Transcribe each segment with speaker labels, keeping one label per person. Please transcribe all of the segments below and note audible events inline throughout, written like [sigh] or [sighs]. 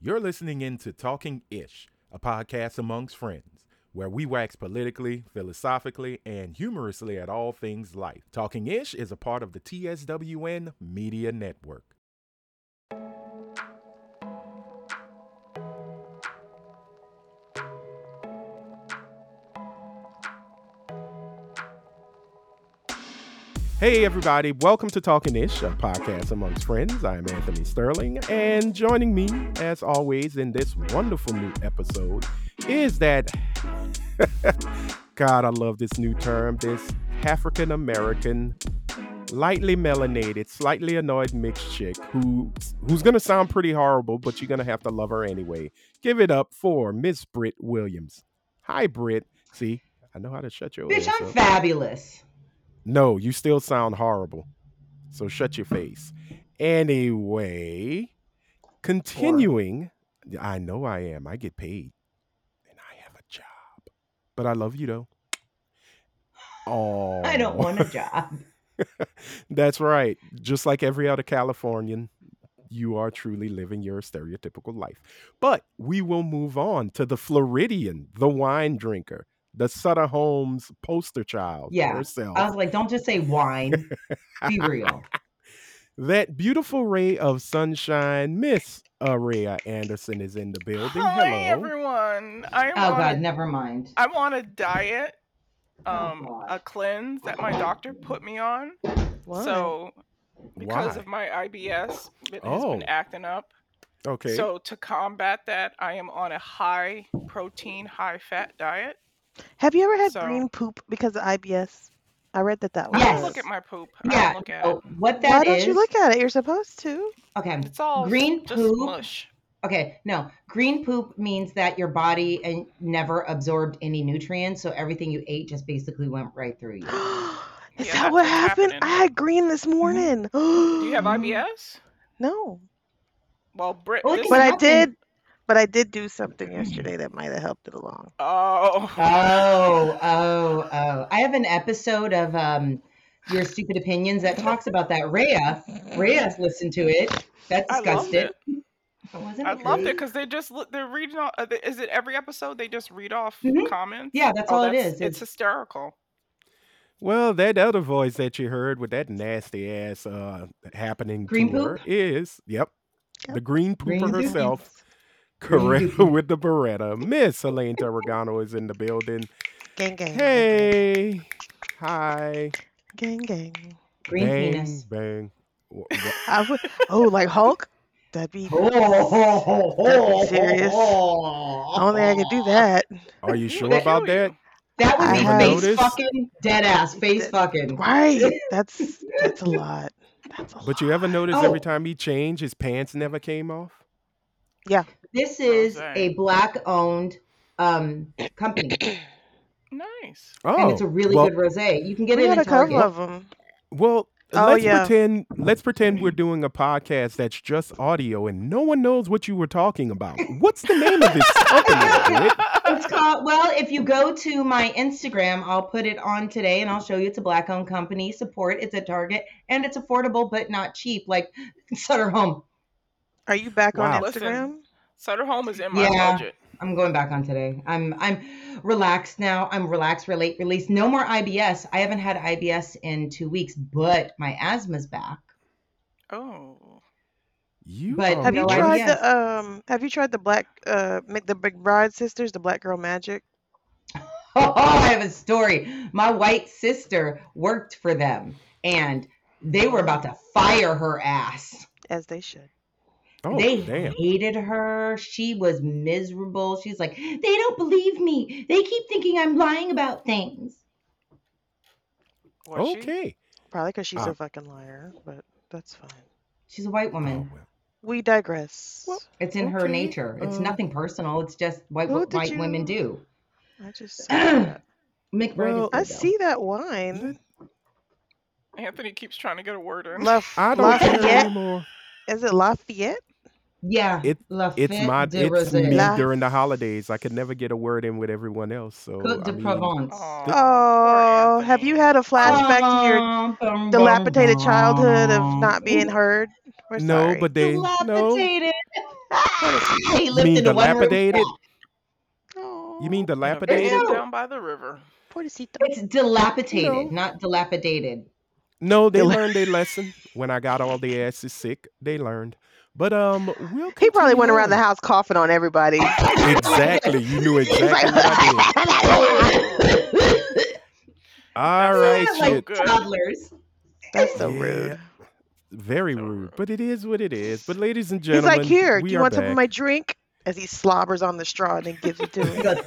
Speaker 1: You're listening into Talking Ish, a podcast amongst friends, where we wax politically, philosophically, and humorously at all things life. Talking Ish is a part of the TSWN Media Network. Hey, everybody, welcome to Talking Ish, a podcast amongst friends. I'm Anthony Sterling, and joining me, as always, in this wonderful new episode is that. [laughs] God, I love this new term, this African American, lightly melanated, slightly annoyed mixed chick who who's gonna sound pretty horrible, but you're gonna have to love her anyway. Give it up for Miss Britt Williams. Hi, Britt. See, I know how to shut your
Speaker 2: Bitch,
Speaker 1: ass
Speaker 2: I'm
Speaker 1: up.
Speaker 2: fabulous.
Speaker 1: No, you still sound horrible. So shut your face. Anyway, continuing. I know I am. I get paid and I have a job. But I love you though. Oh.
Speaker 2: I don't want a job.
Speaker 1: [laughs] That's right. Just like every other Californian, you are truly living your stereotypical life. But we will move on to the Floridian, the wine drinker, the Sutter Holmes poster child
Speaker 2: Yeah.
Speaker 1: herself.
Speaker 2: I was like, don't just say wine.
Speaker 3: [laughs]
Speaker 2: Be real.
Speaker 1: That beautiful ray of sunshine, Miss Aria Anderson is in the building.
Speaker 3: Hi
Speaker 1: Hello.
Speaker 3: everyone. I am
Speaker 2: Oh
Speaker 3: on
Speaker 2: God,
Speaker 3: a,
Speaker 2: never mind.
Speaker 3: I'm on a diet, um,
Speaker 2: God.
Speaker 3: a cleanse that my doctor put me on. So because
Speaker 1: Why?
Speaker 3: of my IBS, it has
Speaker 1: Oh.
Speaker 3: been acting up.
Speaker 1: okay.
Speaker 3: So to combat that, I am on a high protein, high fat diet.
Speaker 4: Have you ever had
Speaker 3: So-
Speaker 4: green poop because of IBS? I read that that was.
Speaker 3: I
Speaker 2: Yes.
Speaker 3: don't look at my poop. I
Speaker 2: yeah.
Speaker 3: don't look at it.
Speaker 2: Oh, what that
Speaker 4: Why don't you
Speaker 2: is-
Speaker 4: look at it? You're supposed to. [gasps]
Speaker 2: Okay.
Speaker 3: It's all
Speaker 2: Green
Speaker 3: just
Speaker 2: poop?
Speaker 3: mush.
Speaker 2: Okay. No, green poop means that your body and never absorbed any nutrients, so everything you ate just basically went right through you.
Speaker 3: [gasps]
Speaker 4: is
Speaker 3: Yeah,
Speaker 4: that
Speaker 3: that's
Speaker 4: what
Speaker 3: what's
Speaker 4: happened?
Speaker 3: happening.
Speaker 4: I had green this
Speaker 2: Mm-hmm.
Speaker 4: morning. [gasps]
Speaker 3: Do you have IBS?
Speaker 4: No,
Speaker 3: Well, Brit.
Speaker 2: Well, it
Speaker 3: this
Speaker 2: can
Speaker 4: but I
Speaker 2: happen.
Speaker 4: did. But I did do something yesterday that might have helped it along.
Speaker 3: [laughs] oh.
Speaker 2: Oh, oh, oh! I have an episode of um, your stupid opinions that talks about that. Rhea, Rhea's listened to it. That's
Speaker 3: I loved
Speaker 2: disgusting.
Speaker 3: it.
Speaker 2: wasn't
Speaker 3: I loved it
Speaker 2: great?
Speaker 3: because they just li- they're reading. All, uh, is it every episode they just read off
Speaker 2: Mhm.
Speaker 3: comments?
Speaker 2: Yeah, that's all it is.
Speaker 3: Oh, It's, hysterical.
Speaker 1: well, that other voice that you heard with that nasty ass uh, happening
Speaker 2: Green
Speaker 1: to her
Speaker 2: poop?
Speaker 1: is, yep,
Speaker 4: Yep.
Speaker 1: the green pooper
Speaker 2: Green poop.
Speaker 1: herself,
Speaker 2: Green
Speaker 1: Coretta
Speaker 2: poop.
Speaker 1: with the Beretta. Miss Elaine Tarragano is in the building.
Speaker 4: Gang gang.
Speaker 1: Hey. Hi.
Speaker 4: Gang gang.
Speaker 2: Green
Speaker 1: bang, [laughs]
Speaker 2: penis.
Speaker 1: Bang. Wha- wha-
Speaker 4: I would, oh, like Hulk? That'd be.
Speaker 2: Oh,
Speaker 4: That'd be serious. Oh, Only I could do that.
Speaker 1: Are
Speaker 2: [laughs]
Speaker 1: you
Speaker 3: He
Speaker 1: sure
Speaker 3: would
Speaker 2: oh,
Speaker 1: about
Speaker 3: kill you.
Speaker 1: that?
Speaker 2: That would
Speaker 4: I
Speaker 2: be
Speaker 4: have-
Speaker 2: face
Speaker 1: Notice-
Speaker 2: fucking dead ass face fucking.
Speaker 4: Right. That's
Speaker 2: [laughs]
Speaker 4: that's a lot. That's a
Speaker 1: But you ever
Speaker 4: lot.
Speaker 1: notice every
Speaker 2: Oh.
Speaker 1: time he changed, his pants never came off?
Speaker 2: This is
Speaker 3: Okay.
Speaker 2: a black owned um
Speaker 4: [coughs]
Speaker 2: company,
Speaker 3: Nice.
Speaker 1: Oh,
Speaker 2: and it's a really
Speaker 1: well,
Speaker 2: good rosé. You can get
Speaker 4: We
Speaker 2: it
Speaker 4: had
Speaker 2: in
Speaker 4: a couple
Speaker 2: Target.
Speaker 4: of them.
Speaker 1: Well,
Speaker 4: Oh,
Speaker 1: let's
Speaker 4: yeah.
Speaker 1: pretend let's pretend we're doing a podcast that's just audio and no one knows what you were talking about. What's the name of this company? Brit?
Speaker 2: It's called. Well, if you go to my Instagram, I'll put it on today, and I'll show you. It's a black owned company. Support. It's at Target, and it's affordable but not cheap, like [laughs] Sutter Home.
Speaker 4: Are you back
Speaker 1: Wow.
Speaker 4: on
Speaker 3: Listen.
Speaker 4: Instagram?
Speaker 3: Sutter Home is in my
Speaker 2: Yeah.
Speaker 3: budget.
Speaker 2: I'm going back on today. I'm I'm relaxed now. I'm relaxed, relate, release. No more IBS. I haven't had IBS in two weeks, but my asthma's back. [laughs]
Speaker 3: Oh.
Speaker 1: You
Speaker 2: But
Speaker 1: are
Speaker 4: Have you
Speaker 2: no
Speaker 1: right.
Speaker 4: tried
Speaker 2: idea.
Speaker 4: the um? Have you tried the black uh ma- the McBride sisters, the Black Girl Magic?
Speaker 2: Oh, I have a story. My white sister worked for them, and they were about to fire her ass.
Speaker 4: As they should.
Speaker 1: Oh,
Speaker 2: they
Speaker 1: damn.
Speaker 2: hated her. She was miserable. She's like, they don't believe me. They keep thinking I'm lying about things.
Speaker 3: was she?
Speaker 1: Okay.
Speaker 4: Probably because she's
Speaker 1: Ah.
Speaker 4: a fucking liar, but that's fine.
Speaker 2: She's a white
Speaker 1: Oh,
Speaker 2: woman.
Speaker 1: well.
Speaker 4: We digress.
Speaker 1: Well,
Speaker 2: It's in her
Speaker 1: Okay,
Speaker 2: nature. It's
Speaker 1: um,
Speaker 2: nothing personal. It's just white
Speaker 4: who did
Speaker 2: white women
Speaker 4: you-
Speaker 2: do.
Speaker 4: I [clears throat]
Speaker 2: [clears throat]
Speaker 4: just saw that.
Speaker 2: McBride
Speaker 1: Well-
Speaker 2: is
Speaker 4: I
Speaker 2: good, though.
Speaker 4: see that wine.
Speaker 3: Anthony keeps trying to get a word in.
Speaker 4: La,
Speaker 1: I don't care
Speaker 4: Lafayette.
Speaker 1: anymore.
Speaker 4: Is it Lafayette?
Speaker 2: Yeah.
Speaker 1: It-
Speaker 2: La
Speaker 1: It's
Speaker 2: Fête
Speaker 1: my
Speaker 2: de
Speaker 1: it's
Speaker 2: Rosé.
Speaker 1: me
Speaker 4: La-
Speaker 1: during the holidays. I could never get a word in with everyone else. So
Speaker 2: Côte
Speaker 1: I
Speaker 2: de
Speaker 1: mean,
Speaker 2: Provence.
Speaker 3: Aw, poor
Speaker 4: Oh, have you
Speaker 3: Anthony.
Speaker 4: had a flashback to your
Speaker 2: Bum, bum,
Speaker 4: dilapidated
Speaker 2: bum,
Speaker 4: childhood of
Speaker 2: bum.
Speaker 4: not being heard? We're
Speaker 1: no,
Speaker 4: sorry.
Speaker 1: but they no.
Speaker 2: dilapidated. [laughs] he
Speaker 1: You
Speaker 2: lived
Speaker 1: mean
Speaker 2: in a one
Speaker 1: dilapidated?
Speaker 2: room.
Speaker 1: You mean
Speaker 4: the
Speaker 1: dilapidated?
Speaker 2: Ew.
Speaker 3: down by the river.
Speaker 4: Pobrecito.
Speaker 2: It's dilapidated,
Speaker 1: No.
Speaker 2: not dilapidated.
Speaker 1: No, they
Speaker 4: Dil-
Speaker 1: learned their lesson. When I got all the asses sick, they learned. But um, we'll
Speaker 4: He probably went
Speaker 1: continue
Speaker 4: around the
Speaker 1: on.
Speaker 4: house coughing on everybody.
Speaker 2: [laughs]
Speaker 1: Exactly, you knew
Speaker 4: He's
Speaker 1: exactly
Speaker 4: like,
Speaker 1: what
Speaker 4: [laughs]
Speaker 1: I did.
Speaker 2: [laughs]
Speaker 1: All right,
Speaker 3: Sounds
Speaker 1: shit.
Speaker 2: like
Speaker 3: Good.
Speaker 2: toddlers.
Speaker 4: That's so
Speaker 1: Yeah.
Speaker 4: rude.
Speaker 1: Very rude, but it is what it is. But ladies and
Speaker 4: He's
Speaker 1: gentlemen,
Speaker 4: like, here,
Speaker 1: we
Speaker 4: do you
Speaker 1: are
Speaker 4: want some
Speaker 1: back.
Speaker 4: of my drink? As he slobbers on the straw and then gives it to
Speaker 1: [laughs]
Speaker 4: him.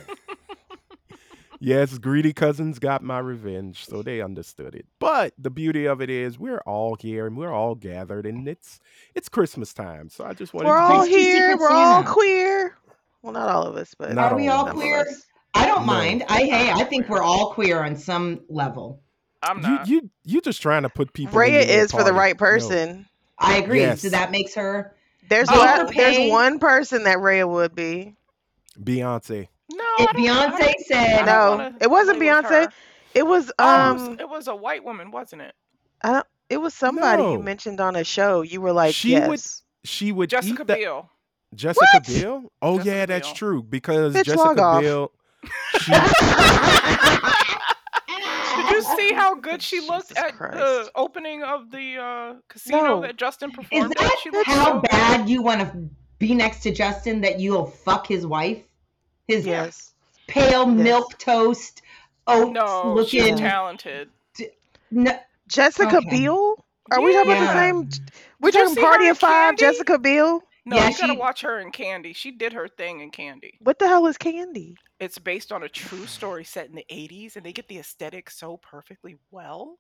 Speaker 1: Yes, greedy cousins got my revenge, so they understood it. But the beauty of it is, we're all here and we're all gathered, and it's it's Christmas time. So I just wanted
Speaker 4: We're
Speaker 1: to
Speaker 4: all
Speaker 2: Thanks to
Speaker 4: here.
Speaker 2: Secret
Speaker 4: We're all
Speaker 2: Santa.
Speaker 4: queer. Well, not all of us, but
Speaker 1: Not
Speaker 2: Are we all
Speaker 1: all of
Speaker 4: some of
Speaker 2: queer?
Speaker 4: us.
Speaker 2: I don't
Speaker 1: No.
Speaker 2: mind. I hey, I think we're all queer on some level.
Speaker 3: I'm not.
Speaker 1: you you you just trying to put people.
Speaker 4: Raya
Speaker 1: into your
Speaker 4: is for the
Speaker 1: party.
Speaker 4: right
Speaker 1: No.
Speaker 4: person.
Speaker 2: I agree.
Speaker 1: Yes.
Speaker 2: So that makes her
Speaker 4: There's
Speaker 3: Oh,
Speaker 4: one, there's
Speaker 2: okay.
Speaker 4: one person that Raya would be.
Speaker 1: Beyonce.
Speaker 3: No,
Speaker 2: if
Speaker 3: I don't- I
Speaker 2: Beyonce
Speaker 3: don't- I
Speaker 2: said
Speaker 3: don't
Speaker 4: No,
Speaker 3: wanna
Speaker 4: it wasn't
Speaker 3: play with
Speaker 4: Beyonce.
Speaker 3: her.
Speaker 4: It was
Speaker 3: Oh, it was-
Speaker 4: um,
Speaker 3: it was a white woman, wasn't it?
Speaker 4: it was somebody you
Speaker 1: No.
Speaker 4: mentioned on a show. You were like,
Speaker 1: She would-
Speaker 4: yes,
Speaker 1: She would
Speaker 3: Jessica
Speaker 1: eat the,
Speaker 3: Biel.
Speaker 1: Jessica
Speaker 4: What?
Speaker 1: Bill. Oh
Speaker 3: Jessica
Speaker 1: yeah, that's
Speaker 3: Biel.
Speaker 1: true because
Speaker 4: Bitch, log
Speaker 1: Jessica
Speaker 4: off.
Speaker 1: Bill.
Speaker 4: [laughs]
Speaker 1: She,
Speaker 3: Did
Speaker 2: [laughs]
Speaker 3: you see how good she looked
Speaker 4: Jesus
Speaker 3: at
Speaker 4: Christ.
Speaker 3: the opening of the uh, casino
Speaker 4: No.
Speaker 3: that Justin performed?
Speaker 2: Is
Speaker 3: at? she
Speaker 2: that
Speaker 3: looked
Speaker 2: how
Speaker 3: so good.
Speaker 2: bad you want to be next to Justin that you'll fuck his wife? His
Speaker 4: yes.
Speaker 2: pale
Speaker 4: Yes.
Speaker 2: milk toast, oats
Speaker 3: No, she's
Speaker 2: looking.
Speaker 3: talented.
Speaker 2: No,
Speaker 4: Jessica
Speaker 2: Okay.
Speaker 4: Biel. Are we talking about
Speaker 2: Yeah.
Speaker 4: the name? We're
Speaker 3: Did you
Speaker 4: talking
Speaker 3: see her
Speaker 4: Party
Speaker 3: in
Speaker 4: of Five.
Speaker 3: Candy?
Speaker 4: Jessica Biel.
Speaker 3: No,
Speaker 2: Yeah,
Speaker 3: you gotta
Speaker 2: she-
Speaker 3: watch her in Candy. She did her thing in Candy.
Speaker 4: What the hell is Candy?
Speaker 3: It's based on a true story set in the 80s, and they get the aesthetic so perfectly well.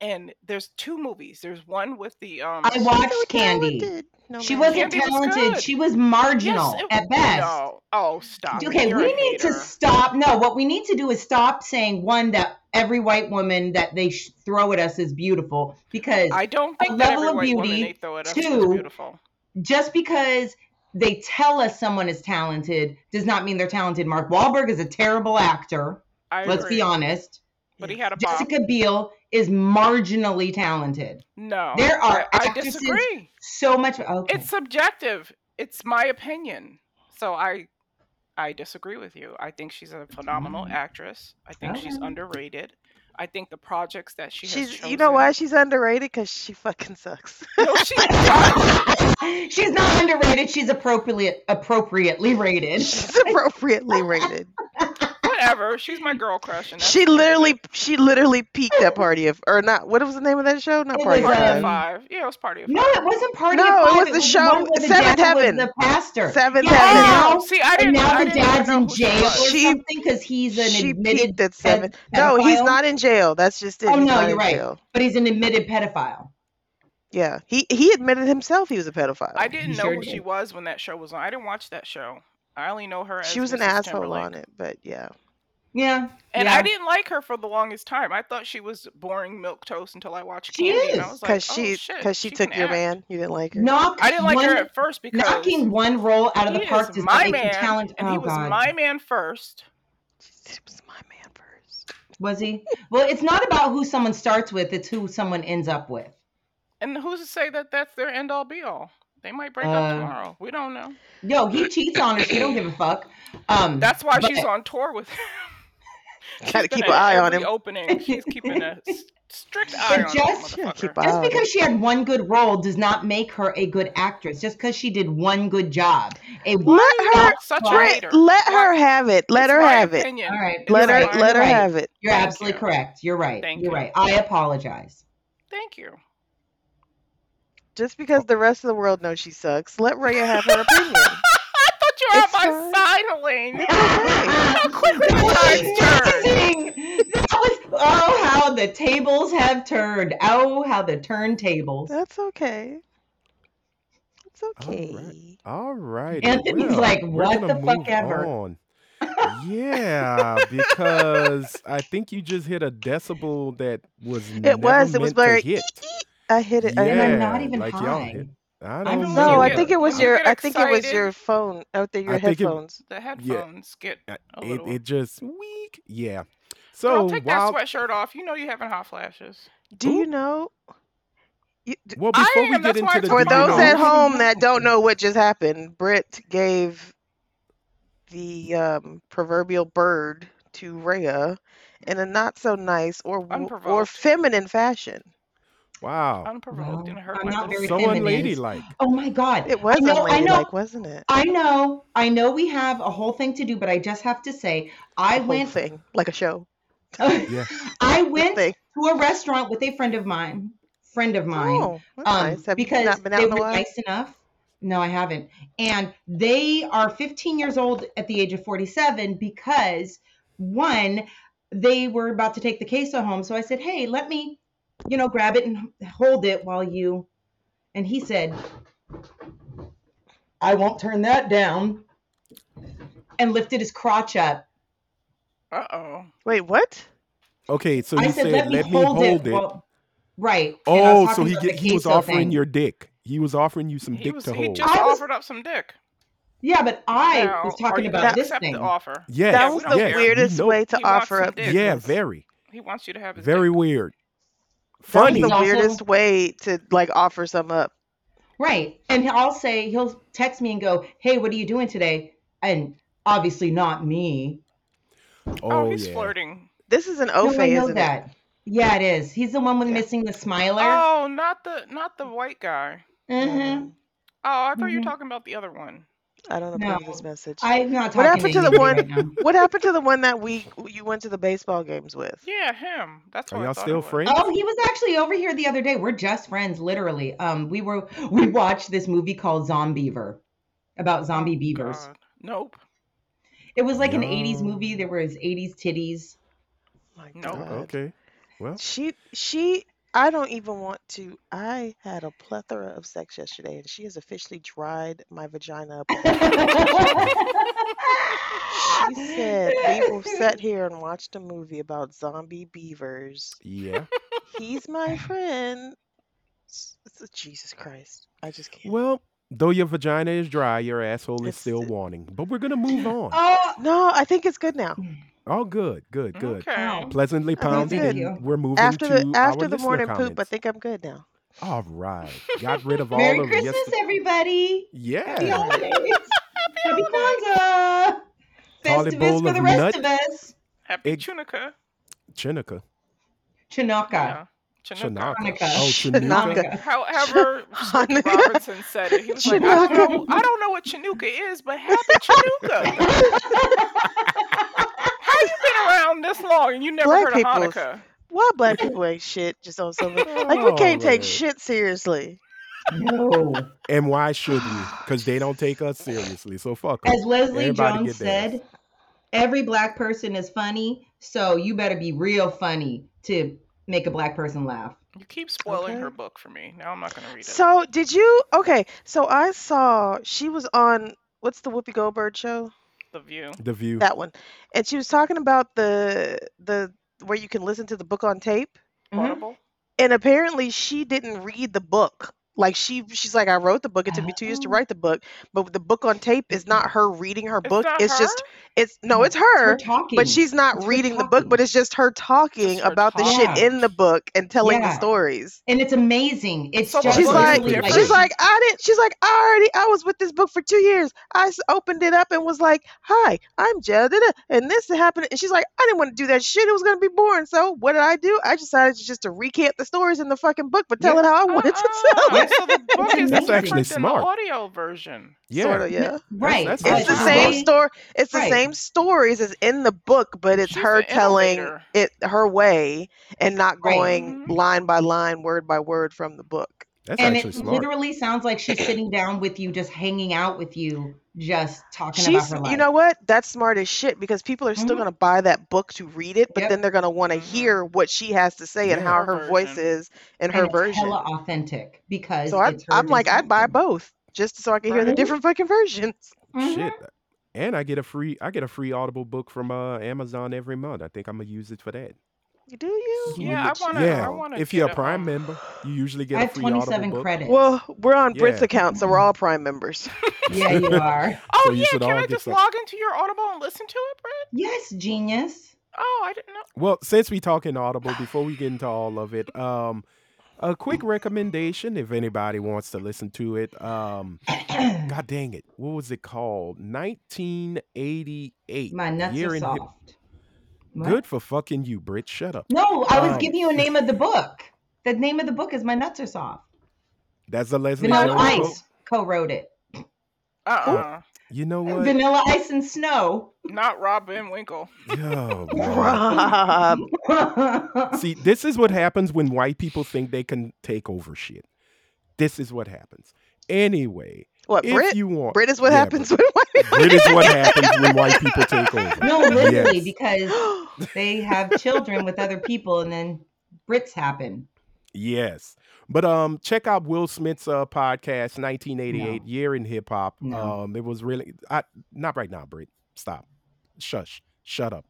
Speaker 3: And there's two movies. There's one with the um.
Speaker 2: I watched Candy.
Speaker 4: Talented. No,
Speaker 2: She
Speaker 4: ma'am.
Speaker 2: wasn't
Speaker 3: Candy was
Speaker 2: talented.
Speaker 3: good.
Speaker 2: she was
Speaker 3: Yes,
Speaker 2: marginal
Speaker 3: it-
Speaker 2: at best.
Speaker 3: No. Oh, stop. it.
Speaker 2: Okay,
Speaker 3: You're
Speaker 2: we
Speaker 3: a
Speaker 2: need to
Speaker 3: hater.
Speaker 2: stop. No, what we need to do is stop saying one that every white woman that they sh- throw at us is beautiful because
Speaker 3: I don't think
Speaker 2: a
Speaker 3: that
Speaker 2: level
Speaker 3: every
Speaker 2: of
Speaker 3: white woman
Speaker 2: beauty
Speaker 3: they throw it up to is
Speaker 2: to-
Speaker 3: beautiful.
Speaker 2: just because they tell us someone is talented does not mean they're talented. Mark Wahlberg is a terrible actor.
Speaker 3: I
Speaker 2: let's
Speaker 3: agree.
Speaker 2: be honest.
Speaker 3: But he had a bomb.
Speaker 2: Jessica Biel is marginally talented.
Speaker 3: no,
Speaker 2: There are
Speaker 3: I, I
Speaker 2: actresses-
Speaker 3: disagree.
Speaker 2: So much. Okay.
Speaker 3: It's subjective. It's my opinion. So I, I disagree with you. I think she's a phenomenal
Speaker 2: Mm.
Speaker 3: actress. I think she's
Speaker 2: Okay.
Speaker 3: underrated. I think the projects that she has
Speaker 4: She's.
Speaker 3: chosen,
Speaker 4: You know why she's underrated? Cause she fucking sucks. [laughs]
Speaker 3: No, [laughs] she's not.
Speaker 2: [laughs] she's not underrated. She's appropriately appropriately rated.
Speaker 4: She's
Speaker 2: [laughs]
Speaker 4: appropriately rated.
Speaker 3: Whatever. She's my girl crush. And [laughs] that's
Speaker 4: She
Speaker 3: the end of
Speaker 4: literally,
Speaker 3: it.
Speaker 4: she literally peaked at party of, or not? What was the name of that show? Not
Speaker 2: It
Speaker 4: party
Speaker 2: was,
Speaker 4: of
Speaker 3: Party
Speaker 2: um,
Speaker 3: of
Speaker 4: five.
Speaker 3: Five. Yeah, it was Party of
Speaker 2: No,
Speaker 3: Five.
Speaker 2: it wasn't part
Speaker 4: No,
Speaker 2: of
Speaker 4: it
Speaker 2: Five.
Speaker 4: was the show
Speaker 2: one where the
Speaker 4: Seventh
Speaker 2: devil was
Speaker 4: Heaven.
Speaker 2: The pastor.
Speaker 4: Seventh
Speaker 2: Yeah,
Speaker 4: Heaven.
Speaker 2: and now,
Speaker 3: Oh, See, I
Speaker 2: and
Speaker 3: didn't.
Speaker 2: now
Speaker 3: I
Speaker 2: the
Speaker 3: didn't even
Speaker 2: dad's
Speaker 3: know
Speaker 2: in
Speaker 3: who she
Speaker 2: jail or
Speaker 3: was.
Speaker 4: She-
Speaker 2: something because he's an
Speaker 4: she
Speaker 2: admitted,
Speaker 4: peaked at seven. No, he's
Speaker 2: pedophile?
Speaker 4: not in jail. That's just it.
Speaker 2: Oh,
Speaker 4: he's
Speaker 2: no,
Speaker 4: not
Speaker 2: you're
Speaker 4: in
Speaker 2: right.
Speaker 4: jail.
Speaker 2: but he's an admitted pedophile.
Speaker 4: Yeah, he he admitted himself he was a pedophile.
Speaker 3: I didn't know
Speaker 2: sure
Speaker 3: who
Speaker 2: did.
Speaker 3: she was when that show was on. I didn't watch that show. I only know her as
Speaker 4: she was an
Speaker 3: Mrs.
Speaker 4: asshole
Speaker 3: Timberlake.
Speaker 4: on it, but yeah.
Speaker 2: Yeah,
Speaker 3: And
Speaker 2: yeah.
Speaker 3: I didn't like her for the longest time. I thought she was boring milk toast until I watched
Speaker 2: She
Speaker 3: Candy, and I
Speaker 2: is.
Speaker 3: was like,
Speaker 4: Because
Speaker 3: oh,
Speaker 4: she
Speaker 3: shit,
Speaker 4: because she,
Speaker 3: can
Speaker 4: took your
Speaker 3: act.
Speaker 4: man. You didn't like her.
Speaker 2: Knock
Speaker 3: I didn't like
Speaker 2: one,
Speaker 3: her at first because
Speaker 2: knocking one role out of the
Speaker 3: he
Speaker 2: park
Speaker 3: is
Speaker 2: does
Speaker 3: my
Speaker 2: not make you
Speaker 3: man,
Speaker 2: talent.
Speaker 3: and
Speaker 2: oh
Speaker 3: he was
Speaker 2: God,
Speaker 3: my man first.
Speaker 4: She said, "It was my man
Speaker 3: [laughs]
Speaker 4: first.
Speaker 2: was he? Well, it's not about who someone starts with; it's who someone ends up with.
Speaker 3: And who's to say that that's their end all be all? They might break
Speaker 2: Uh,
Speaker 3: up tomorrow. We don't know.
Speaker 2: Yo, he cheats on her. She don't give a fuck. Um,
Speaker 3: That's why
Speaker 2: but-
Speaker 3: she's on tour with [laughs] him.
Speaker 4: Gotta
Speaker 3: Been
Speaker 4: keep
Speaker 3: at
Speaker 4: an eye on
Speaker 3: every
Speaker 4: him.
Speaker 3: Opening. She's keeping
Speaker 2: [laughs]
Speaker 3: a s- strict eye on
Speaker 2: just-
Speaker 3: that
Speaker 4: Gotta
Speaker 3: motherfucker.
Speaker 4: keep an eye
Speaker 2: Just
Speaker 4: on him.
Speaker 2: because she had one good role does not make her a good actress. Just because she did one good job. A one
Speaker 4: Let her
Speaker 2: job-
Speaker 3: Such a
Speaker 2: Right,
Speaker 3: hater.
Speaker 4: Brit, let
Speaker 3: Why-
Speaker 4: her have it. Let
Speaker 3: It's
Speaker 4: her
Speaker 3: my
Speaker 4: have it.
Speaker 3: opinion.
Speaker 2: All right.
Speaker 3: It's
Speaker 4: Let
Speaker 2: You're
Speaker 4: her
Speaker 2: right,
Speaker 4: let her
Speaker 2: you're right.
Speaker 4: have it.
Speaker 2: You're
Speaker 3: Thank
Speaker 2: absolutely
Speaker 3: you.
Speaker 2: correct. You're right.
Speaker 3: Thank
Speaker 2: you're
Speaker 3: you.
Speaker 2: right. I apologize.
Speaker 3: Thank you. [laughs]
Speaker 4: Just because the rest of the world knows she sucks, let Raya have
Speaker 1: [laughs]
Speaker 4: her opinion.
Speaker 3: I thought you were
Speaker 4: It's
Speaker 3: on
Speaker 4: fine.
Speaker 3: my side, Helene.
Speaker 4: How
Speaker 3: quickly the
Speaker 2: [laughs] That was
Speaker 3: tides
Speaker 2: amazing. That was oh how the tables have turned. Oh how the turntables.
Speaker 4: That's okay. It's okay.
Speaker 1: right. All right.
Speaker 2: Anthony's like, "What the fuck ever?"
Speaker 4: [laughs]
Speaker 1: On. yeah, because I think you just hit a decibel that was never
Speaker 4: It was. It was
Speaker 1: meant to
Speaker 4: very.
Speaker 1: hit.
Speaker 4: [laughs] I hit it. I
Speaker 2: And
Speaker 4: hit it.
Speaker 1: Yeah,
Speaker 2: I'm not even
Speaker 1: like y'all
Speaker 2: high.
Speaker 1: hit- I
Speaker 2: I
Speaker 1: don't
Speaker 2: don't
Speaker 4: No,
Speaker 1: know.
Speaker 4: I
Speaker 3: get-
Speaker 4: think it was
Speaker 3: when you
Speaker 4: your.
Speaker 3: get
Speaker 4: I think it was your
Speaker 3: excited-
Speaker 4: phone out there. Your
Speaker 1: I think it-
Speaker 4: headphones.
Speaker 3: The headphones get
Speaker 1: Uh,
Speaker 3: a
Speaker 1: it,
Speaker 3: little.
Speaker 1: it just weak. Yeah.
Speaker 3: Girl,
Speaker 1: So
Speaker 3: take
Speaker 1: while
Speaker 3: that sweatshirt off. You know you having hot flashes.
Speaker 4: Do
Speaker 1: Ooh.
Speaker 4: you know? You- d-
Speaker 1: Well, before we
Speaker 3: am,
Speaker 1: get
Speaker 3: that's why
Speaker 1: into
Speaker 3: I
Speaker 1: the
Speaker 3: told
Speaker 4: For
Speaker 3: you
Speaker 1: details-
Speaker 4: those
Speaker 3: know.
Speaker 4: at home that don't know what just happened, Britt gave the um, proverbial bird to Rhea in a not so nice or w- or
Speaker 3: Unprovoked.
Speaker 4: feminine fashion.
Speaker 1: wow,
Speaker 3: unprovoked
Speaker 2: Wow.
Speaker 3: and hurt.
Speaker 2: I'm
Speaker 3: my
Speaker 2: not
Speaker 3: little
Speaker 2: very
Speaker 3: soul.
Speaker 1: so
Speaker 2: feminine.
Speaker 1: unladylike.
Speaker 2: Oh my God.
Speaker 4: It was
Speaker 2: I know, I know,
Speaker 4: unladylike, wasn't it?
Speaker 2: I know, I know we have a whole thing to do, but I just have to say, I
Speaker 4: The whole
Speaker 2: went, [laughs]
Speaker 4: thing like a show.
Speaker 1: Yeah.
Speaker 2: I
Speaker 4: The
Speaker 2: went
Speaker 4: thing.
Speaker 2: to a restaurant with a friend of mine, friend of mine.
Speaker 4: Oh, that's
Speaker 2: um,
Speaker 4: nice. Have you
Speaker 2: because
Speaker 4: not been out
Speaker 2: they
Speaker 4: in a
Speaker 2: were
Speaker 4: while?
Speaker 2: nice enough. No, I haven't. And they are 15 years old at the age of 47 because one, they were about to take the queso home. So I said, "Hey, let me, you know, grab it and hold it while you." And he said, "I won't turn that down." And lifted his crotch up.
Speaker 3: Uh oh.
Speaker 4: Wait, what?
Speaker 1: Okay, so
Speaker 2: I
Speaker 1: you
Speaker 2: said,
Speaker 1: said, "Let me hold it."
Speaker 2: while-" right. And I was
Speaker 1: Oh, so
Speaker 2: talking
Speaker 1: he
Speaker 2: about
Speaker 1: get,
Speaker 2: the
Speaker 1: he was
Speaker 2: queso
Speaker 1: offering
Speaker 2: thing.
Speaker 1: your dick. He was offering you some
Speaker 3: He
Speaker 1: dick
Speaker 3: was.
Speaker 1: to
Speaker 3: He
Speaker 1: hold.
Speaker 3: just
Speaker 2: I was-
Speaker 3: offered up some dick.
Speaker 2: Yeah, but I
Speaker 3: Now,
Speaker 2: was
Speaker 3: are
Speaker 2: talking
Speaker 3: you
Speaker 2: about
Speaker 3: gonna
Speaker 2: this
Speaker 3: accept
Speaker 2: thing.
Speaker 3: the offer.
Speaker 1: Yes,
Speaker 4: that
Speaker 3: we
Speaker 4: was
Speaker 3: don't
Speaker 4: the
Speaker 1: yes,
Speaker 3: care.
Speaker 1: we
Speaker 4: weirdest
Speaker 1: know-
Speaker 4: way to
Speaker 3: He wants
Speaker 4: offer
Speaker 3: some
Speaker 4: up.
Speaker 3: dick.
Speaker 1: Yeah,
Speaker 4: business.
Speaker 1: very,
Speaker 3: He wants you to have his
Speaker 1: very
Speaker 3: dick.
Speaker 1: weird.
Speaker 4: That was
Speaker 1: Funny.
Speaker 4: the
Speaker 2: He's also-
Speaker 4: weirdest way to like offer some up.
Speaker 2: Right. And I'll say, he'll text me and go, Hey, what are you doing today? And obviously not me.
Speaker 3: Oh,
Speaker 1: Oh,
Speaker 3: he's
Speaker 1: yeah.
Speaker 3: flirting.
Speaker 4: This is an
Speaker 2: No,
Speaker 4: Ofe,
Speaker 2: I know
Speaker 4: isn't
Speaker 2: that. Yeah, it is. He's the one with
Speaker 4: Yeah.
Speaker 2: missing the smiler.
Speaker 3: Oh, not the not the white guy.
Speaker 4: it?
Speaker 2: Mhm.
Speaker 4: Um,
Speaker 3: Oh, I thought you were
Speaker 2: Mhm.
Speaker 3: talking about the other one.
Speaker 4: I don't
Speaker 2: No.
Speaker 4: approve of this message.
Speaker 2: I'm not talking
Speaker 4: What happened to the
Speaker 2: you
Speaker 4: one-
Speaker 2: right now.
Speaker 4: What happened to the one that we you went to the baseball games with?
Speaker 3: Yeah, him. That's
Speaker 1: Are
Speaker 3: what I
Speaker 1: y'all
Speaker 3: thought it
Speaker 1: still
Speaker 3: was.
Speaker 1: friends?
Speaker 2: Oh, he was actually over here the other day. We're just friends, literally. Um, we were we watched this movie called Zombiever about zombie beavers.
Speaker 4: Uh-huh.
Speaker 3: God. Nope.
Speaker 2: It was like an '80s
Speaker 1: No.
Speaker 2: movie. There was '80s titties.
Speaker 4: My
Speaker 3: No.
Speaker 4: God.
Speaker 1: Oh, Okay. Well,
Speaker 4: She she I don't even want to. I had a plethora of sex yesterday, and she has officially dried my vagina up. She said we
Speaker 1: [laughs]
Speaker 4: will sit here and watch the movie about zombie beavers.
Speaker 1: yeah. [laughs]
Speaker 4: He's my friend. S- s- Jesus Christ, I just can't.
Speaker 1: Well, though your vagina is dry, your asshole is
Speaker 4: It's-
Speaker 1: still wanting. But we're gonna move on.
Speaker 2: [laughs] Oh,
Speaker 4: No, I think it's good now.
Speaker 1: All good, good, good.
Speaker 3: Okay.
Speaker 2: Ow.
Speaker 1: Pleasantly
Speaker 4: That's
Speaker 1: pounded,
Speaker 4: good.
Speaker 1: and we're moving
Speaker 4: After
Speaker 1: to
Speaker 4: the
Speaker 1: our
Speaker 4: after the
Speaker 1: listener
Speaker 4: morning
Speaker 1: comments.
Speaker 4: poop, I think I'm good
Speaker 1: [laughs]
Speaker 4: now.
Speaker 1: All right, got rid
Speaker 4: [laughs]
Speaker 1: of all
Speaker 2: Merry
Speaker 1: of
Speaker 2: Christmas,
Speaker 1: yesterday.
Speaker 2: everybody! Happy
Speaker 1: Yeah,
Speaker 2: holidays! Happy Kwanzaa!
Speaker 1: Tally bowl
Speaker 2: Festivus for
Speaker 1: of
Speaker 2: the rest
Speaker 1: nut-
Speaker 2: of us.
Speaker 3: Happy
Speaker 1: Egg-
Speaker 3: Chunica.
Speaker 1: Chinooka,
Speaker 2: Chinooka.
Speaker 1: Chinaka.
Speaker 2: Hanukkah.
Speaker 1: Oh, Chinooka.
Speaker 4: Hanukkah.
Speaker 3: How,
Speaker 2: [laughs]
Speaker 3: however,
Speaker 4: Hanukkah.
Speaker 3: Robinson said it. He was like, I don't,
Speaker 4: [laughs]
Speaker 3: know, I don't know what Chinooka is, but happy Chinooka. How you been around this long and you never
Speaker 4: Black
Speaker 3: heard
Speaker 4: people's-
Speaker 3: of Hanukkah?
Speaker 4: Why black people ain't shit just
Speaker 1: [laughs]
Speaker 4: on something like we can't take
Speaker 1: Alright.
Speaker 4: shit seriously.
Speaker 2: no.
Speaker 1: And why should we? Because they don't take us seriously. So fuck 'em.
Speaker 2: As Leslie
Speaker 1: Everybody
Speaker 2: Jones
Speaker 1: get theirs.
Speaker 2: said, every black person is funny, so you better be real funny to make a black person laugh.
Speaker 3: You keep spoiling
Speaker 4: Okay.
Speaker 3: her book for me. Now I'm not going to read it.
Speaker 4: So did you? Okay, so I saw she was on what's the Whoopi Goldberg show?
Speaker 3: the view.
Speaker 1: The view.
Speaker 4: That one, and she was talking about the the where you can listen to the book on tape.
Speaker 2: Mhm.
Speaker 3: Audible.
Speaker 4: And apparently she didn't read the book. Like she she's like I wrote the book. It took me two years to
Speaker 2: Oh.
Speaker 4: write the book, but the book on tape is not her reading her
Speaker 3: It's
Speaker 4: book.
Speaker 3: not
Speaker 4: It's
Speaker 3: her?
Speaker 4: just it's no,
Speaker 2: No,
Speaker 4: it's her.
Speaker 2: We're talking.
Speaker 4: But she's not
Speaker 2: It's her
Speaker 4: reading the book, but
Speaker 2: talking.
Speaker 4: it's just her talking
Speaker 3: her
Speaker 4: about the shit
Speaker 2: talking.
Speaker 4: in the book and telling the
Speaker 2: Yeah.
Speaker 4: stories.
Speaker 2: and it's amazing. It's
Speaker 3: So the
Speaker 2: just
Speaker 4: She's
Speaker 3: book is
Speaker 4: like,
Speaker 2: literally
Speaker 3: different?
Speaker 4: she's like, I didn't. She's like, I already, I was with this book for two years. I s- opened it up and was like, Hi, I'm Jada, and this happened. And she's like, I didn't want to do that shit. It was gonna be boring. So what did I do? I decided to just to recant the stories in the fucking book, but tell
Speaker 2: Yeah.
Speaker 4: it how I wanted to
Speaker 3: Uh-uh.
Speaker 4: [laughs] tell it.
Speaker 3: So the book is
Speaker 2: amazing.
Speaker 1: That's actually
Speaker 3: different than the
Speaker 1: smart.
Speaker 3: audio version.
Speaker 1: Yeah.
Speaker 4: Sort of, yeah.
Speaker 2: No, right.
Speaker 1: that's
Speaker 2: but
Speaker 4: It's the
Speaker 1: Wow.
Speaker 4: same
Speaker 2: they-
Speaker 4: story. It's the
Speaker 2: Right.
Speaker 4: same stories as in the book, but it's
Speaker 3: She's
Speaker 4: her
Speaker 3: an
Speaker 4: telling
Speaker 3: innovator.
Speaker 4: it her way and not
Speaker 2: Right.
Speaker 4: going
Speaker 3: Mhm.
Speaker 4: line by line, word by word from the book.
Speaker 1: That's
Speaker 2: And
Speaker 1: actually
Speaker 2: it
Speaker 1: smart.
Speaker 2: literally sounds like
Speaker 1: [coughs]
Speaker 2: she's sitting down with you, just hanging out with you, just talking
Speaker 4: She's,
Speaker 2: about her life.
Speaker 4: you know what? That's smart as shit because people are still
Speaker 3: Mm-hmm.
Speaker 2: Mhm.
Speaker 4: gonna buy that book to read it, but
Speaker 2: Yep.
Speaker 4: then they're gonna want to
Speaker 3: Mhm.
Speaker 4: hear what she has to say and
Speaker 1: Yeah.
Speaker 4: how
Speaker 3: Her
Speaker 4: her voice
Speaker 3: version.
Speaker 4: is and
Speaker 2: and
Speaker 4: her
Speaker 2: it's
Speaker 4: version.
Speaker 2: hella authentic because
Speaker 4: So I,
Speaker 2: it's her
Speaker 4: I'm like, I'd buy
Speaker 2: discussion.
Speaker 4: both just so I can hear the
Speaker 3: Right.
Speaker 4: different fucking versions. [laughs]
Speaker 2: Mhm.
Speaker 1: Shit. And I get a free I get a free Audible book from uh, Amazon every month. I think I'm gonna use it for that.
Speaker 4: Do you?
Speaker 1: Sweet.
Speaker 3: Yeah, I want to.
Speaker 1: yeah.
Speaker 3: I want to.
Speaker 1: if you're a Prime
Speaker 3: um,
Speaker 1: member, you usually
Speaker 2: I
Speaker 1: get a
Speaker 2: have
Speaker 1: free Audible
Speaker 2: 27
Speaker 1: book.
Speaker 2: credits.
Speaker 4: Well, we're on Brit's
Speaker 1: Yeah.
Speaker 4: account, so we're all
Speaker 1: [laughs]
Speaker 4: Prime members.
Speaker 2: [laughs] yeah, you are.
Speaker 3: Oh
Speaker 1: So you
Speaker 3: yeah,
Speaker 1: should
Speaker 3: can
Speaker 1: all
Speaker 3: I
Speaker 1: get
Speaker 3: just
Speaker 1: some.
Speaker 3: log into your Audible and listen to it, Brett?
Speaker 2: Yes, genius. [coughs]
Speaker 3: Oh, I didn't know.
Speaker 1: Well, since we talking Audible, before we get into all of it, um, A quick recommendation, if anybody wants to listen to it. Um, God dang it, what was it called? 1988.
Speaker 2: My nuts
Speaker 1: Year
Speaker 2: are
Speaker 1: in hip-
Speaker 2: soft. What?
Speaker 1: Good for fucking you, Brit. Shut up.
Speaker 2: No, I was
Speaker 1: Um,
Speaker 2: giving you a name of the book. The name of the book is My Nuts Are Soft.
Speaker 1: That's a Leslie
Speaker 2: Vanilla
Speaker 1: Jones quote.
Speaker 2: Ice co-wrote it.
Speaker 3: Uh-uh.
Speaker 1: You know what?
Speaker 2: Vanilla Ice and Snow. [laughs]
Speaker 3: Not Rob Van Winkle.
Speaker 1: Oh, Lord.
Speaker 4: Rob.
Speaker 1: See, this is what happens when white people think they can take over shit. This is what happens. Anyway,
Speaker 4: [laughs]
Speaker 3: Uh,
Speaker 4: What,
Speaker 1: if
Speaker 4: Brit?
Speaker 1: you want,
Speaker 4: Brit is what
Speaker 1: Yeah,
Speaker 4: happens [laughs] when white
Speaker 1: Brit is what happens when white people take over.
Speaker 2: no, literally,
Speaker 1: Yes. [laughs]
Speaker 2: because
Speaker 4: people.
Speaker 2: they have children with other people, and then Brits happen.
Speaker 1: Yes. But um check out Will Smith's uh, podcast 1988
Speaker 2: No.
Speaker 1: Year in Hip Hop.
Speaker 2: No.
Speaker 1: Um it was really I not right now, Brit. Stop. Shush. Shut up.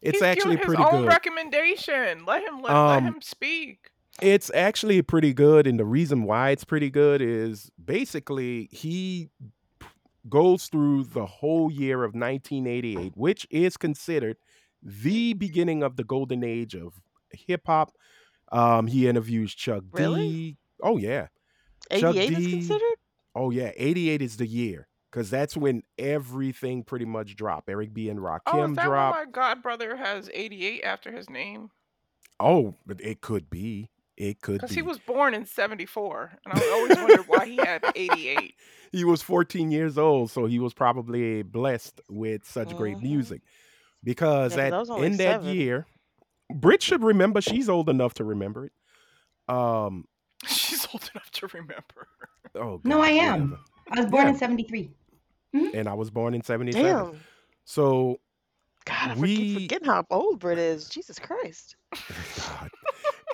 Speaker 1: It's
Speaker 3: He's
Speaker 1: actually
Speaker 3: giving his
Speaker 1: pretty
Speaker 3: own
Speaker 1: good.
Speaker 3: recommendation. Let him let, let
Speaker 1: Um,
Speaker 3: him speak.
Speaker 1: it's actually pretty good and the reason why it's pretty good is basically he p- goes through the whole year of 1988 which is considered the beginning of the golden age of hip hop um he interviews chuck
Speaker 4: Really?
Speaker 1: d oh yeah Chuck
Speaker 4: 88 is
Speaker 1: D.
Speaker 4: considered?
Speaker 1: oh yeah 88 is the year because that's when everything pretty much dropped eric b and
Speaker 3: Oh,
Speaker 1: rakim
Speaker 3: is that
Speaker 1: dropped
Speaker 3: why my godbrother has 88 after his name?
Speaker 1: oh but it could be it could
Speaker 3: Because
Speaker 1: be
Speaker 3: he was born in 74. And
Speaker 1: [laughs]
Speaker 3: I always wondered why he had 88.
Speaker 1: he was 14 years old, so he was probably blessed with such great
Speaker 4: Mhm.
Speaker 1: music. Because
Speaker 4: Yeah, 'cause I
Speaker 1: that
Speaker 4: was only
Speaker 1: in that
Speaker 4: seven.
Speaker 1: year, Brit should remember. She's old enough to remember it. Um.
Speaker 3: She's old enough to [laughs] remember.
Speaker 1: Oh
Speaker 2: No,
Speaker 1: God,
Speaker 2: I am.
Speaker 1: whatever.
Speaker 2: I was born in
Speaker 1: Yeah.
Speaker 2: '73.
Speaker 1: And I was born in '77.
Speaker 4: Damn.
Speaker 1: So [laughs]
Speaker 4: God, I
Speaker 1: We-
Speaker 4: keep forgetting how old Brit is. Jesus Christ.
Speaker 1: God.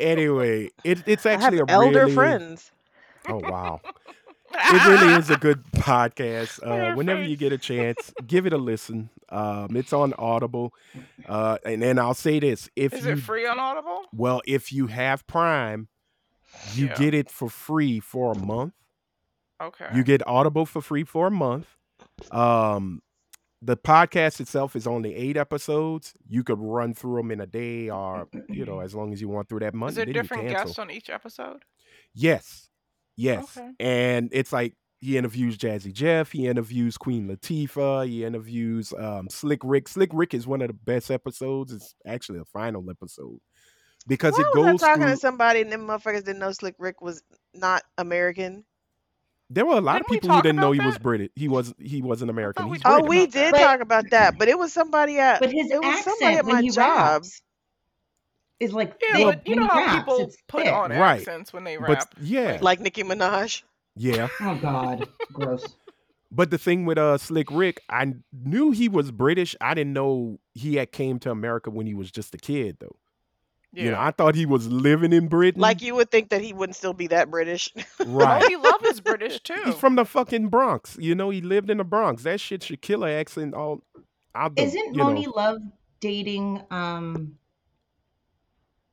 Speaker 1: anyway, it, it's
Speaker 4: I have
Speaker 1: actually a
Speaker 4: elder
Speaker 1: really
Speaker 4: friends.
Speaker 1: oh
Speaker 4: [laughs]
Speaker 1: wow. it really is a good podcast.
Speaker 3: Look at
Speaker 1: Uh,
Speaker 3: her
Speaker 1: whenever you
Speaker 3: face.
Speaker 1: get a chance, give it a listen. Um, it's on Audible, uh, and then I'll say this: if
Speaker 3: Is
Speaker 1: you
Speaker 3: it free on Audible?
Speaker 1: well, if you have Prime, you
Speaker 3: Yeah.
Speaker 1: get it for free for a month.
Speaker 3: Okay.
Speaker 1: You get Audible for free for a month. Um, the podcast itself is only eight episodes. You could run through them in a day, or you know, as long as you want through that month.
Speaker 3: Mm-hmm. is there
Speaker 1: then you
Speaker 3: different
Speaker 1: cancel.
Speaker 3: guests on each episode?
Speaker 1: Yes. Yes.
Speaker 3: Okay.
Speaker 1: And it's like he interviews Jazzy Jeff, he interviews Queen Latifah, he interviews um, Slick Rick. Slick Rick is one of the best episodes. It's actually the final episode because
Speaker 4: Why
Speaker 1: it
Speaker 4: was I
Speaker 1: goes
Speaker 4: talking
Speaker 1: through.
Speaker 4: to somebody and them motherfuckers didn't know Slick Rick was not American?
Speaker 1: There were a lot of
Speaker 3: Didn't we
Speaker 1: people who
Speaker 3: talk
Speaker 1: didn't know
Speaker 3: about
Speaker 1: he was
Speaker 3: that?
Speaker 1: British. He was he wasn't American.
Speaker 3: we
Speaker 1: He's
Speaker 3: talked
Speaker 4: Oh,
Speaker 1: British.
Speaker 4: we
Speaker 3: about that.
Speaker 4: did
Speaker 2: But-
Speaker 4: talk about that, but it was somebody at
Speaker 2: But his
Speaker 4: it was somebody
Speaker 2: accent
Speaker 4: at my
Speaker 2: when he
Speaker 4: job.
Speaker 2: raps is like
Speaker 3: Yeah,
Speaker 2: thick.
Speaker 3: but you
Speaker 2: when
Speaker 3: know
Speaker 2: he
Speaker 3: how
Speaker 2: raps,
Speaker 3: people
Speaker 2: it's
Speaker 3: put
Speaker 2: thick.
Speaker 1: [laughs]
Speaker 3: on
Speaker 1: Right.
Speaker 3: accents when they
Speaker 1: But
Speaker 3: rap.
Speaker 1: yeah,
Speaker 3: Like-
Speaker 4: like Nicki Minaj.
Speaker 1: yeah.
Speaker 2: Oh God, gross.
Speaker 1: But the thing with uh Slick Rick, I knew he was British. I didn't know he had came to America when he was just a kid though.
Speaker 3: Yeah. [laughs]
Speaker 1: You know, I thought he was living in Britain.
Speaker 4: Like you would think that he wouldn't still be that British. [laughs]
Speaker 1: right.
Speaker 3: Moby Oh, Love is British too.
Speaker 1: [laughs] He's from the fucking Bronx. You know, he lived in the Bronx. That shit should kill her accent all out the
Speaker 2: Isn't
Speaker 1: you know.
Speaker 2: Moni Love dating um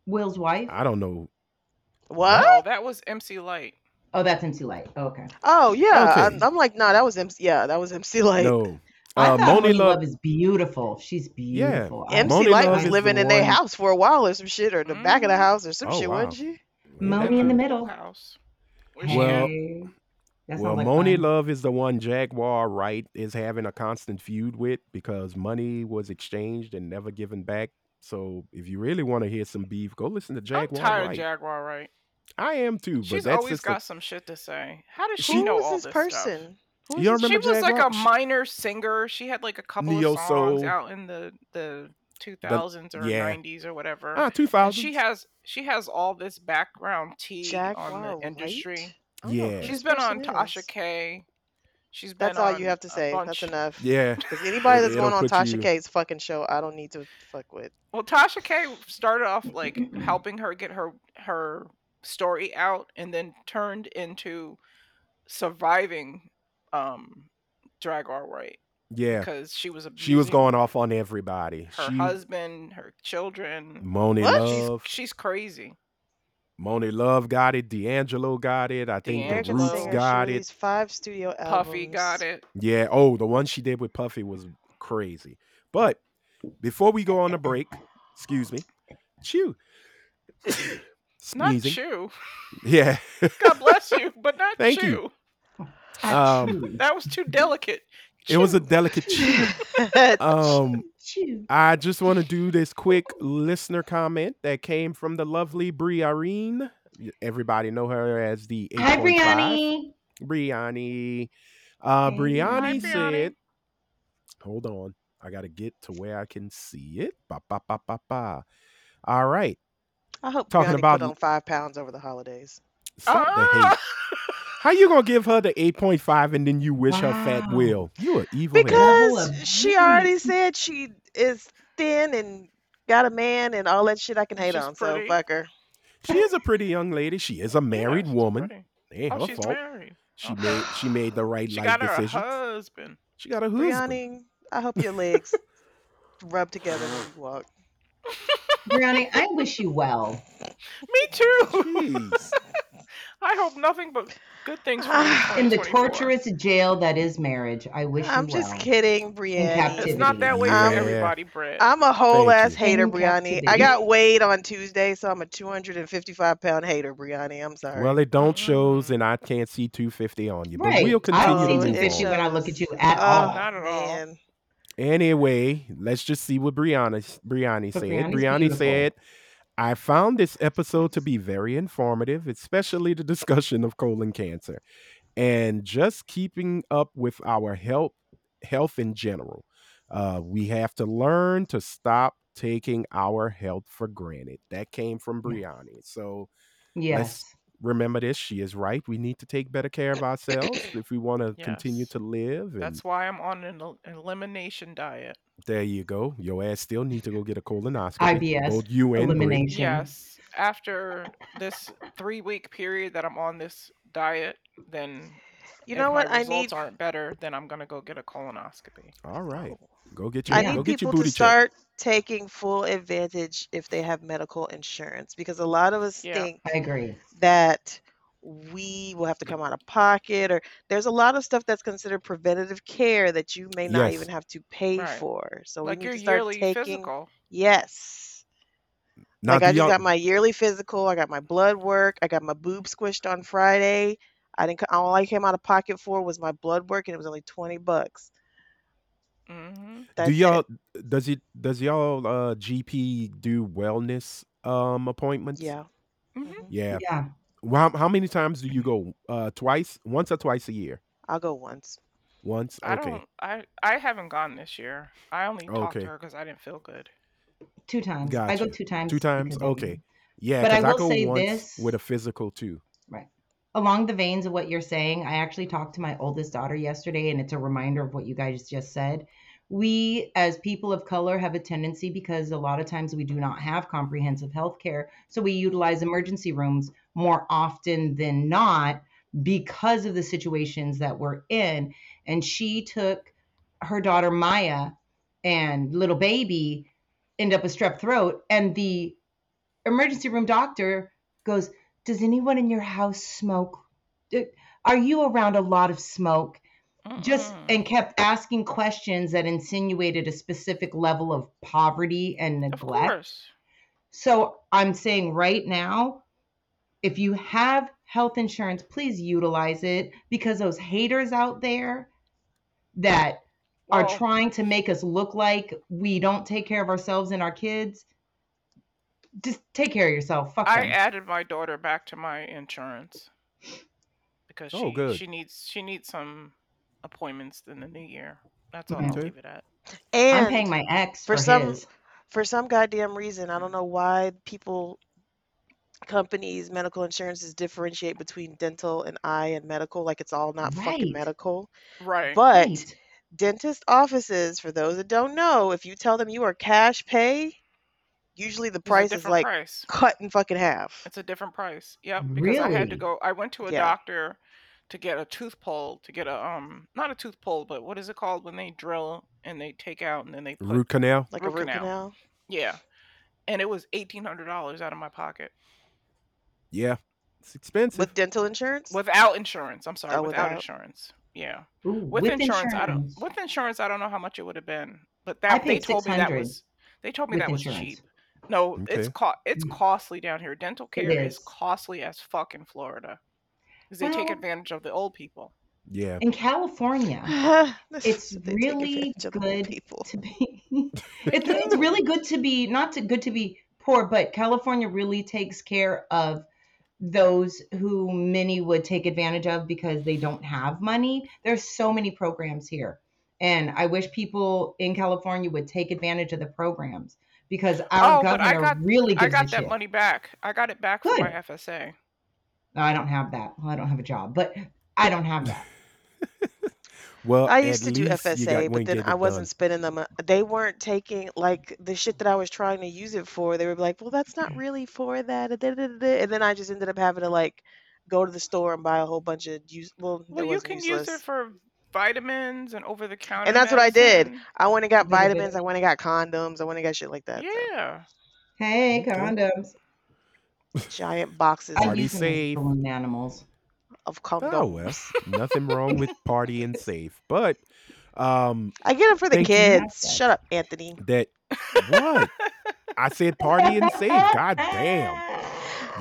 Speaker 2: Will's wife?
Speaker 1: I don't know.
Speaker 4: What?
Speaker 3: No, Oh, that was MC Light.
Speaker 2: Oh, that's MC Light. Oh, okay.
Speaker 4: Oh yeah.
Speaker 1: Okay.
Speaker 4: I'm, I'm like, no, that was MC. Yeah, that was [laughs] MC Light.
Speaker 1: No.
Speaker 2: I
Speaker 1: Uh,
Speaker 2: thought
Speaker 1: Moni
Speaker 2: Moni
Speaker 1: Love-
Speaker 2: Love, is beautiful. She's beautiful. I-
Speaker 4: MC
Speaker 1: Moni
Speaker 4: Light
Speaker 1: Love
Speaker 4: was
Speaker 1: is
Speaker 4: living
Speaker 1: the
Speaker 4: in their
Speaker 1: one-
Speaker 4: house for a while or some shit, or the back of the
Speaker 3: Mm.
Speaker 4: house or some
Speaker 1: Oh,
Speaker 4: shit,
Speaker 1: wow.
Speaker 4: wasn't she?
Speaker 2: Moni in the middle.
Speaker 3: House. Where she
Speaker 1: Well-
Speaker 3: at?
Speaker 2: Hey. That sounds
Speaker 1: Well,
Speaker 2: like
Speaker 1: Moni
Speaker 2: fun.
Speaker 1: Love is the one Jaguar Wright is having a constant feud with because money was exchanged and never given back. So if you really want to hear some beef, go listen to
Speaker 3: I'm
Speaker 1: Jaguar
Speaker 3: tired
Speaker 1: Wright.
Speaker 3: of Jaguar, right?
Speaker 1: I am too, but
Speaker 3: She's
Speaker 1: that's
Speaker 3: always
Speaker 1: just
Speaker 3: got some shit to say. How does she
Speaker 4: Who
Speaker 3: know
Speaker 4: was
Speaker 3: all this
Speaker 4: this
Speaker 3: stuff?
Speaker 4: person? Who was
Speaker 1: You
Speaker 4: this-
Speaker 3: She
Speaker 1: Remember
Speaker 3: was like
Speaker 1: Jaguar?
Speaker 3: a minor singer. She had like a couple
Speaker 1: Neo
Speaker 3: of songs
Speaker 1: soul.
Speaker 3: out in the the 2000s or
Speaker 1: yeah.
Speaker 3: 90s or whatever.
Speaker 1: ah two
Speaker 3: and
Speaker 1: thousand.
Speaker 3: she has she has all this background tea on
Speaker 4: Jaguar
Speaker 3: the industry.
Speaker 4: White? Oh, I don't know who
Speaker 1: Yeah.
Speaker 4: this
Speaker 3: She's been on
Speaker 4: person
Speaker 3: Tasha
Speaker 4: is.
Speaker 3: K. She's been
Speaker 4: That's all
Speaker 3: on
Speaker 4: you have to
Speaker 3: a
Speaker 4: say.
Speaker 3: bunch-
Speaker 4: That's enough.
Speaker 1: Yeah.
Speaker 4: Because anybody
Speaker 1: It-
Speaker 4: that's going
Speaker 1: it'll
Speaker 4: on
Speaker 1: put
Speaker 4: Tasha
Speaker 1: you-
Speaker 4: K's fucking show, I don't need to fuck with.
Speaker 3: Well, Tasha K started off like helping her get her her story out, and then turned into surviving um drag all right [laughs]
Speaker 1: Yeah.
Speaker 3: because she was abusing
Speaker 1: She was going off on everybody.
Speaker 3: her
Speaker 1: she,
Speaker 3: husband, her children.
Speaker 1: Moni
Speaker 4: What?
Speaker 3: She's
Speaker 1: Love.
Speaker 3: she's crazy.
Speaker 1: Moni Love got it. D'Angelo got it. I think the
Speaker 4: American
Speaker 3: D'Angelo.
Speaker 1: Roots
Speaker 4: singer. She
Speaker 1: got it.
Speaker 4: released five studio albums.
Speaker 3: Puffy
Speaker 4: [laughs]
Speaker 3: got it.
Speaker 1: Yeah. Oh, the one she did with Puffy was crazy. But before we go on a break, excuse me. Chew.
Speaker 3: It's not
Speaker 1: Sneezing.
Speaker 3: chew.
Speaker 1: Yeah.
Speaker 3: God bless you, but
Speaker 1: [laughs]
Speaker 3: not
Speaker 1: Thank you.
Speaker 3: chew.
Speaker 1: Um,
Speaker 3: That was too delicate.
Speaker 1: It was a
Speaker 3: Chew.
Speaker 1: delicate chew. Um,
Speaker 2: Chew.
Speaker 1: I just want to do this quick listener comment that came from the lovely Bree Irene. Everybody know her as the
Speaker 2: Hi,
Speaker 1: 8.5.
Speaker 2: Brianni.
Speaker 1: Briani. Uh,
Speaker 2: Hey.
Speaker 1: Briani
Speaker 3: Mm-hmm. Hi,
Speaker 1: said,
Speaker 3: Briani.
Speaker 1: hold on. I got to get to where I can see it. Ba, ba, ba, ba, ba. All right.
Speaker 4: I hope
Speaker 1: Uh, Talking
Speaker 4: Talking
Speaker 1: about-
Speaker 4: put on five pounds over the holidays.
Speaker 1: Stop the
Speaker 3: [laughs]
Speaker 1: hate.
Speaker 3: Ah!
Speaker 1: How you going to give her the 8.5 and then you wish her fat
Speaker 2: Wow.
Speaker 1: will? You an evil man.
Speaker 2: Level
Speaker 4: Because
Speaker 2: of
Speaker 4: she
Speaker 2: beauty.
Speaker 4: already said she is thin and got a man and all that shit I can hate
Speaker 3: She's
Speaker 4: on. So
Speaker 3: pretty.
Speaker 4: fuck her.
Speaker 1: She is a pretty young lady. She is a married
Speaker 3: Yeah, she's
Speaker 1: woman.
Speaker 3: pretty.
Speaker 1: Ain't
Speaker 3: Oh,
Speaker 1: her
Speaker 3: she's
Speaker 1: fault.
Speaker 3: married. Oh.
Speaker 1: She made she made the right
Speaker 3: She
Speaker 1: life
Speaker 3: got her a
Speaker 1: decision.
Speaker 3: husband.
Speaker 1: She got a husband.
Speaker 4: Brianni, I hope
Speaker 1: [laughs]
Speaker 4: your legs rub together when you walk.
Speaker 2: Brianni, I wish you well.
Speaker 3: Me
Speaker 2: [laughs]
Speaker 3: too. [laughs]
Speaker 1: Jeez.
Speaker 3: I hope nothing but good things for you.
Speaker 4: Ah,
Speaker 2: In the
Speaker 3: 2024.
Speaker 2: torturous jail that is marriage, I wish
Speaker 4: I'm
Speaker 2: you
Speaker 4: just
Speaker 2: well.
Speaker 4: kidding,
Speaker 2: captivity.
Speaker 4: Brianni.
Speaker 3: It's not that way
Speaker 4: Um,
Speaker 3: for everybody,
Speaker 2: Ah.
Speaker 3: Brad.
Speaker 4: I'm a whole
Speaker 1: Thank
Speaker 4: ass
Speaker 1: you.
Speaker 4: hater,
Speaker 2: In
Speaker 4: Brianni. I
Speaker 2: captivity.
Speaker 4: got weighed on Tuesday, so I'm a 255 pound hater, Brianni. I'm sorry.
Speaker 1: Well, it don't shows,
Speaker 3: Mm.
Speaker 1: and I can't see 250 on you. But
Speaker 2: Right.
Speaker 1: we'll
Speaker 2: I
Speaker 1: continue
Speaker 2: don't
Speaker 1: to
Speaker 2: see
Speaker 4: Oh,
Speaker 1: move
Speaker 4: it
Speaker 2: 250
Speaker 1: on.
Speaker 2: when I look at
Speaker 4: shows.
Speaker 2: you at
Speaker 4: oh,
Speaker 2: all.
Speaker 3: Not at all.
Speaker 4: man.
Speaker 1: Anyway, let's just see what Brianna Briani
Speaker 2: But
Speaker 1: said.
Speaker 2: Brianna's
Speaker 1: Briani
Speaker 2: beautiful.
Speaker 1: said, "I found this episode to be very informative, especially the discussion of colon cancer and just keeping up with our health health in general. Uh, we have to learn to stop taking our health for granted." That came from Briani. So
Speaker 2: Yes.
Speaker 1: remember this she is right we need to take better care of ourselves if we want to continue
Speaker 3: Yes.
Speaker 1: to live and
Speaker 3: That's why I'm on an el- elimination diet.
Speaker 1: there you go your ass still need to go get a colonoscopy
Speaker 2: IBS
Speaker 1: both you and Brie.
Speaker 2: elimination.
Speaker 3: Yes. After this three week period that I'm on this diet, then
Speaker 4: You
Speaker 3: if
Speaker 4: know what?
Speaker 3: my
Speaker 4: I
Speaker 3: results
Speaker 4: need
Speaker 3: aren't better, then I'm gonna go get a colonoscopy.
Speaker 1: all right
Speaker 3: Oh.
Speaker 1: go get your
Speaker 4: I
Speaker 2: Yeah.
Speaker 1: go
Speaker 4: need
Speaker 1: get your
Speaker 4: people to
Speaker 1: booty checked
Speaker 4: start taking full advantage if they have medical insurance because a lot of us
Speaker 3: Yeah.
Speaker 4: think
Speaker 2: I agree.
Speaker 4: that we will have to come out of pocket or there's a lot of stuff that's considered preventative care that you may not
Speaker 1: yes
Speaker 4: even have to pay
Speaker 3: Right.
Speaker 4: for. So we
Speaker 3: Like
Speaker 4: need
Speaker 3: your
Speaker 4: to start
Speaker 3: yearly
Speaker 4: taking
Speaker 3: physical.
Speaker 4: yes.
Speaker 1: now
Speaker 4: Like
Speaker 1: do
Speaker 4: I just
Speaker 1: y'all
Speaker 4: got my yearly physical, I got my blood work, I got my boob squished on Friday. I didn't c- all I came out of pocket for was my blood work and it was only 20 bucks.
Speaker 3: hmm
Speaker 1: do
Speaker 4: That's it.
Speaker 1: y'all does it does y'all uh gp do wellness um appointments
Speaker 4: Yeah.
Speaker 3: hmm
Speaker 2: Mm-hmm.
Speaker 4: hmm
Speaker 1: yeah
Speaker 2: Yeah.
Speaker 1: well, how, how many times do you go uh twice once or twice a year
Speaker 4: I'll go once.
Speaker 1: once
Speaker 3: I
Speaker 1: okay
Speaker 3: don't. I I haven't gone this year. I only talked to
Speaker 1: okay
Speaker 3: her because I didn't feel good.
Speaker 2: Two times. I go
Speaker 1: Gotcha.
Speaker 2: two times
Speaker 1: Two times?
Speaker 2: because I
Speaker 1: Okay. Yeah,
Speaker 2: But I
Speaker 1: because I go
Speaker 2: will say
Speaker 1: once
Speaker 2: this
Speaker 1: with a physical too.
Speaker 2: Right. Along the veins of what you're saying, I actually talked to my oldest daughter yesterday, and it's a reminder of what you guys just said. We, as people of color, have a tendency because a lot of times we do not have comprehensive health care. So we utilize emergency rooms more often than not because of the situations that we're in. And she took her daughter, Maya, and little baby end up with strep throat. And the emergency room doctor goes, Does anyone in your house smoke? Uh, Are you around a lot of smoke? Just
Speaker 3: Mm-mm.
Speaker 2: and kept asking questions that insinuated a specific level of poverty and
Speaker 3: Of
Speaker 2: neglect.
Speaker 3: course.
Speaker 2: So I'm saying right now, if you have health insurance, please utilize it because those haters out there that are
Speaker 3: Well,
Speaker 2: trying to make us look like we don't take care of ourselves and our kids, just take care of yourself. Fuck
Speaker 3: I
Speaker 2: them.
Speaker 3: added my daughter back to my insurance because
Speaker 1: Oh,
Speaker 3: she
Speaker 1: good.
Speaker 3: she needs she needs some appointments in the new year. That's all I'll
Speaker 1: Okay.
Speaker 2: Mhm.
Speaker 3: leave it at.
Speaker 2: I'm
Speaker 4: And
Speaker 2: paying my ex
Speaker 4: for
Speaker 2: for
Speaker 4: some
Speaker 2: his.
Speaker 4: for some goddamn reason, I don't know why people, companies, medical insurances differentiate between dental and eye and medical, like it's all not fucking
Speaker 2: Right,
Speaker 4: medical.
Speaker 3: Right.
Speaker 4: But
Speaker 2: right.
Speaker 4: dentist offices, for those that don't know, if you tell them you are cash pay, usually the
Speaker 3: It's a
Speaker 4: price is
Speaker 3: different
Speaker 4: like
Speaker 3: price.
Speaker 4: cut in fucking half.
Speaker 3: It's a different price. Yep. Because I had to
Speaker 2: Really?
Speaker 3: go. I went to a
Speaker 4: Yeah.
Speaker 3: doctor to get a tooth pulled to get a um not a tooth pull but what is it called when they drill and they take out and then they put
Speaker 1: Root canal.
Speaker 4: Like a
Speaker 3: root
Speaker 4: root
Speaker 3: canal.
Speaker 4: canal.
Speaker 3: Yeah. And it was eighteen hundred dollars out of my pocket
Speaker 1: Yeah. It's
Speaker 4: With
Speaker 1: expensive.
Speaker 4: dental insurance?
Speaker 3: without insurance. I'm sorry,
Speaker 4: Oh,
Speaker 3: without
Speaker 4: without.
Speaker 3: insurance. Yeah.
Speaker 2: Ooh,
Speaker 3: with
Speaker 2: with
Speaker 3: insurance i don't
Speaker 2: insurance.
Speaker 3: with insurance i don't know how much it would have been but
Speaker 2: I
Speaker 3: that they
Speaker 2: paid
Speaker 3: told me that
Speaker 2: 600
Speaker 3: was they told me
Speaker 2: with
Speaker 3: that was
Speaker 2: insurance. Mm.
Speaker 3: cheap No, it's
Speaker 1: Okay.
Speaker 3: co- it's costly down here. Dental care is.
Speaker 2: is.
Speaker 3: costly as fuck in Florida. 'Cause they take
Speaker 2: Well-
Speaker 3: advantage of the old people.
Speaker 1: Yeah.
Speaker 2: In California,
Speaker 4: [laughs] [sighs] This-
Speaker 2: It's
Speaker 4: they take
Speaker 2: really
Speaker 4: advantage of the old
Speaker 2: good
Speaker 4: people.
Speaker 2: to be [laughs] it's, it's really good to be not to good to be poor, but California really takes care of those who many would take advantage of because they don't have money. There's so many programs here. And I wish people in California would take advantage of the programs because our
Speaker 3: Oh, but I
Speaker 2: governor
Speaker 3: got-
Speaker 2: really gives
Speaker 3: I got
Speaker 2: a
Speaker 3: that
Speaker 2: shit.
Speaker 3: money back. I got it back
Speaker 2: Good.
Speaker 3: from my FSA.
Speaker 2: No, I don't have that. Well, I don't have a job, but I don't have that.
Speaker 1: Well,
Speaker 4: I
Speaker 1: at
Speaker 4: used to do
Speaker 1: least you got
Speaker 4: FSA,
Speaker 1: one
Speaker 4: but then
Speaker 1: get
Speaker 4: I
Speaker 1: it
Speaker 4: wasn't
Speaker 1: done.
Speaker 4: spending them. They weren't taking like the shit that I was trying to use it for. They were like, "Well, that's not really for that." da, da, da, da, da," And then I just ended up having to like go to the store and buy a whole bunch of use. Well,
Speaker 3: Well, you
Speaker 4: it wasn't
Speaker 3: can
Speaker 4: useless.
Speaker 3: use it for vitamins and over the counter.
Speaker 4: that's what I did. I went and
Speaker 2: Did you
Speaker 4: got
Speaker 2: get
Speaker 4: vitamins. I went and got condoms. I went and got shit like that. so,
Speaker 3: Yeah.
Speaker 2: Hey,
Speaker 1: Okay.
Speaker 2: condoms.
Speaker 4: giant boxes
Speaker 2: I
Speaker 1: Party
Speaker 2: use them
Speaker 1: safe.
Speaker 2: for balloon animals.
Speaker 4: of condoms.
Speaker 1: Oh
Speaker 2: [laughs]
Speaker 1: well, nothing wrong with partying safe, but um,
Speaker 4: I get them for the
Speaker 1: Thank you.
Speaker 4: kids.
Speaker 2: That's it.
Speaker 4: Shut up, Anthony.
Speaker 1: that what I said, partying safe. God damn,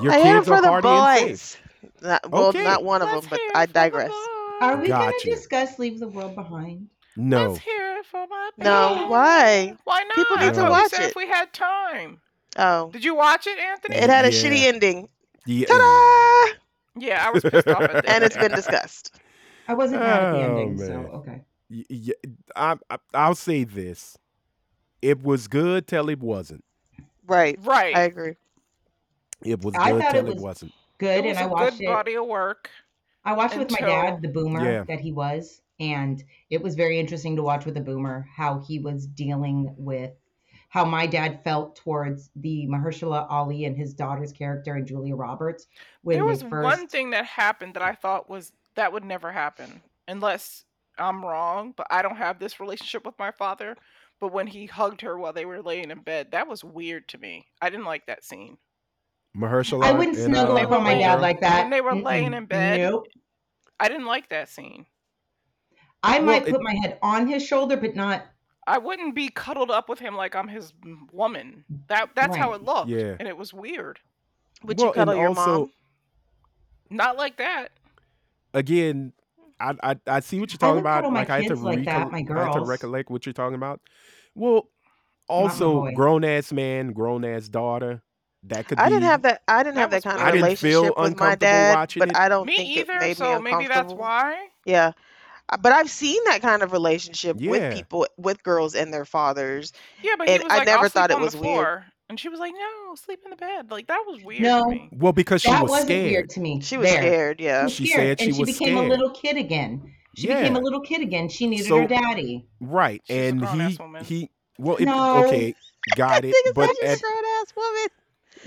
Speaker 1: your
Speaker 4: I had them
Speaker 1: kids
Speaker 4: for
Speaker 1: are
Speaker 4: the
Speaker 1: partying safe.
Speaker 4: boys. Not, well,
Speaker 1: Okay.
Speaker 4: not one of
Speaker 3: Let's
Speaker 4: them, but
Speaker 3: hear
Speaker 4: I
Speaker 3: it for the
Speaker 4: digress.
Speaker 2: Are we going
Speaker 1: Gotcha.
Speaker 2: to discuss Leave the World Behind?
Speaker 1: No,
Speaker 3: Let's hear it for my
Speaker 4: No,
Speaker 3: baby.
Speaker 4: why?
Speaker 3: Why not?
Speaker 4: People
Speaker 1: need
Speaker 3: That's
Speaker 1: to
Speaker 3: what we
Speaker 4: watch
Speaker 3: said
Speaker 4: it.
Speaker 3: If we had time,
Speaker 4: Oh,
Speaker 3: did you watch it, Anthony?
Speaker 4: it had a
Speaker 1: Yeah.
Speaker 4: shitty
Speaker 1: [laughs]
Speaker 4: ending.
Speaker 1: yeah,
Speaker 4: Ta-da!
Speaker 3: Yeah, I was pissed off at that.
Speaker 4: [laughs] And it's been discussed.
Speaker 2: I wasn't mad at the
Speaker 1: Oh,
Speaker 2: ending, so
Speaker 1: man.
Speaker 2: okay.
Speaker 1: y- y- I, I, I'll say this: it was good till it wasn't.
Speaker 4: Right.
Speaker 3: right.
Speaker 4: I agree.
Speaker 1: It was
Speaker 2: I
Speaker 1: good
Speaker 2: thought it
Speaker 1: till it,
Speaker 2: was-
Speaker 1: wasn't.
Speaker 2: Good,
Speaker 3: it was
Speaker 2: and I
Speaker 3: a
Speaker 2: watched
Speaker 3: good
Speaker 2: it.
Speaker 3: body of work.
Speaker 2: I watched it with my
Speaker 3: until-
Speaker 2: dad, the boomer
Speaker 1: Yeah.
Speaker 2: that he was, and it was very interesting to watch with the boomer how he was dealing with how my dad felt towards the Mahershala Ali and his daughter's character and Julia Roberts when
Speaker 3: there
Speaker 2: they
Speaker 3: was
Speaker 2: first.
Speaker 3: one thing that happened that I thought was that would never happen unless I'm wrong, but I don't have this relationship with my father. But when he hugged her while they were laying in bed, that was weird to me. I didn't like that scene.
Speaker 1: Mahershala.
Speaker 2: I wouldn't
Speaker 1: and,
Speaker 2: snuggle
Speaker 1: uh,
Speaker 2: up on my
Speaker 3: laying-
Speaker 2: dad like that.
Speaker 3: when they were laying
Speaker 2: Mm-mm.
Speaker 3: in bed.
Speaker 2: Nope.
Speaker 3: I didn't like that scene.
Speaker 2: I
Speaker 1: Well,
Speaker 2: might
Speaker 1: it-
Speaker 2: put my head on his shoulder, but not
Speaker 3: I wouldn't be cuddled up with him like I'm his m- woman. That that's how
Speaker 2: Right.
Speaker 3: it looked,
Speaker 1: Yeah.
Speaker 3: and it was weird.
Speaker 4: Would
Speaker 1: Well,
Speaker 4: you
Speaker 1: and
Speaker 4: cuddle your
Speaker 1: also-
Speaker 4: mom?
Speaker 3: Not like that.
Speaker 1: again, I, I I see what you're
Speaker 2: I
Speaker 1: talking
Speaker 2: would
Speaker 1: about.
Speaker 2: cuddle my
Speaker 1: Like I had to
Speaker 2: kids like that, my
Speaker 1: I had to
Speaker 2: girls.
Speaker 1: recollect what you're talking about. Well,
Speaker 2: my
Speaker 1: also
Speaker 2: boy.
Speaker 1: grown ass man, grown ass daughter. That could
Speaker 4: I
Speaker 1: be.
Speaker 4: didn't have that. I didn't
Speaker 3: That
Speaker 4: have
Speaker 3: was
Speaker 4: that kind
Speaker 3: weird.
Speaker 4: of
Speaker 3: I
Speaker 1: didn't feel
Speaker 4: relationship with my
Speaker 1: uncomfortable
Speaker 4: dad,
Speaker 1: watching
Speaker 4: but
Speaker 1: it.
Speaker 4: I don't
Speaker 3: Me
Speaker 4: think it
Speaker 3: either.
Speaker 4: made me
Speaker 3: So maybe that's
Speaker 4: uncomfortable.
Speaker 3: why.
Speaker 4: Yeah. Uh, But I've seen that kind of relationship with
Speaker 1: Yeah.
Speaker 4: people, with girls and their fathers.
Speaker 3: Yeah, but he
Speaker 4: And
Speaker 3: was
Speaker 4: I
Speaker 3: like,
Speaker 4: never
Speaker 3: "I'll sleep
Speaker 4: thought it
Speaker 3: on
Speaker 4: was
Speaker 3: the
Speaker 4: weird.
Speaker 3: floor," and she was like, "No, sleep in the bed." Like that was weird
Speaker 2: No.
Speaker 3: to me.
Speaker 1: Well, because she
Speaker 2: that
Speaker 1: was
Speaker 2: wasn't
Speaker 1: scared.
Speaker 2: weird to me.
Speaker 4: She was
Speaker 2: There.
Speaker 4: scared.
Speaker 2: She
Speaker 4: Yeah.
Speaker 2: was
Speaker 1: She
Speaker 2: scared,
Speaker 1: said she
Speaker 2: and she
Speaker 1: was
Speaker 2: became a
Speaker 1: scared.
Speaker 2: little kid again. She became
Speaker 1: Yeah.
Speaker 2: a little kid again. She needed
Speaker 1: So-
Speaker 2: her daddy.
Speaker 1: Right.
Speaker 3: She's a
Speaker 1: and
Speaker 3: grown-ass
Speaker 1: he
Speaker 3: woman.
Speaker 1: he. Well, it,
Speaker 2: No.
Speaker 1: okay,
Speaker 2: [laughs]
Speaker 4: [laughs]
Speaker 1: got it.
Speaker 4: Nigga
Speaker 1: but
Speaker 4: said she's
Speaker 1: at, [laughs]
Speaker 4: a grown ass woman.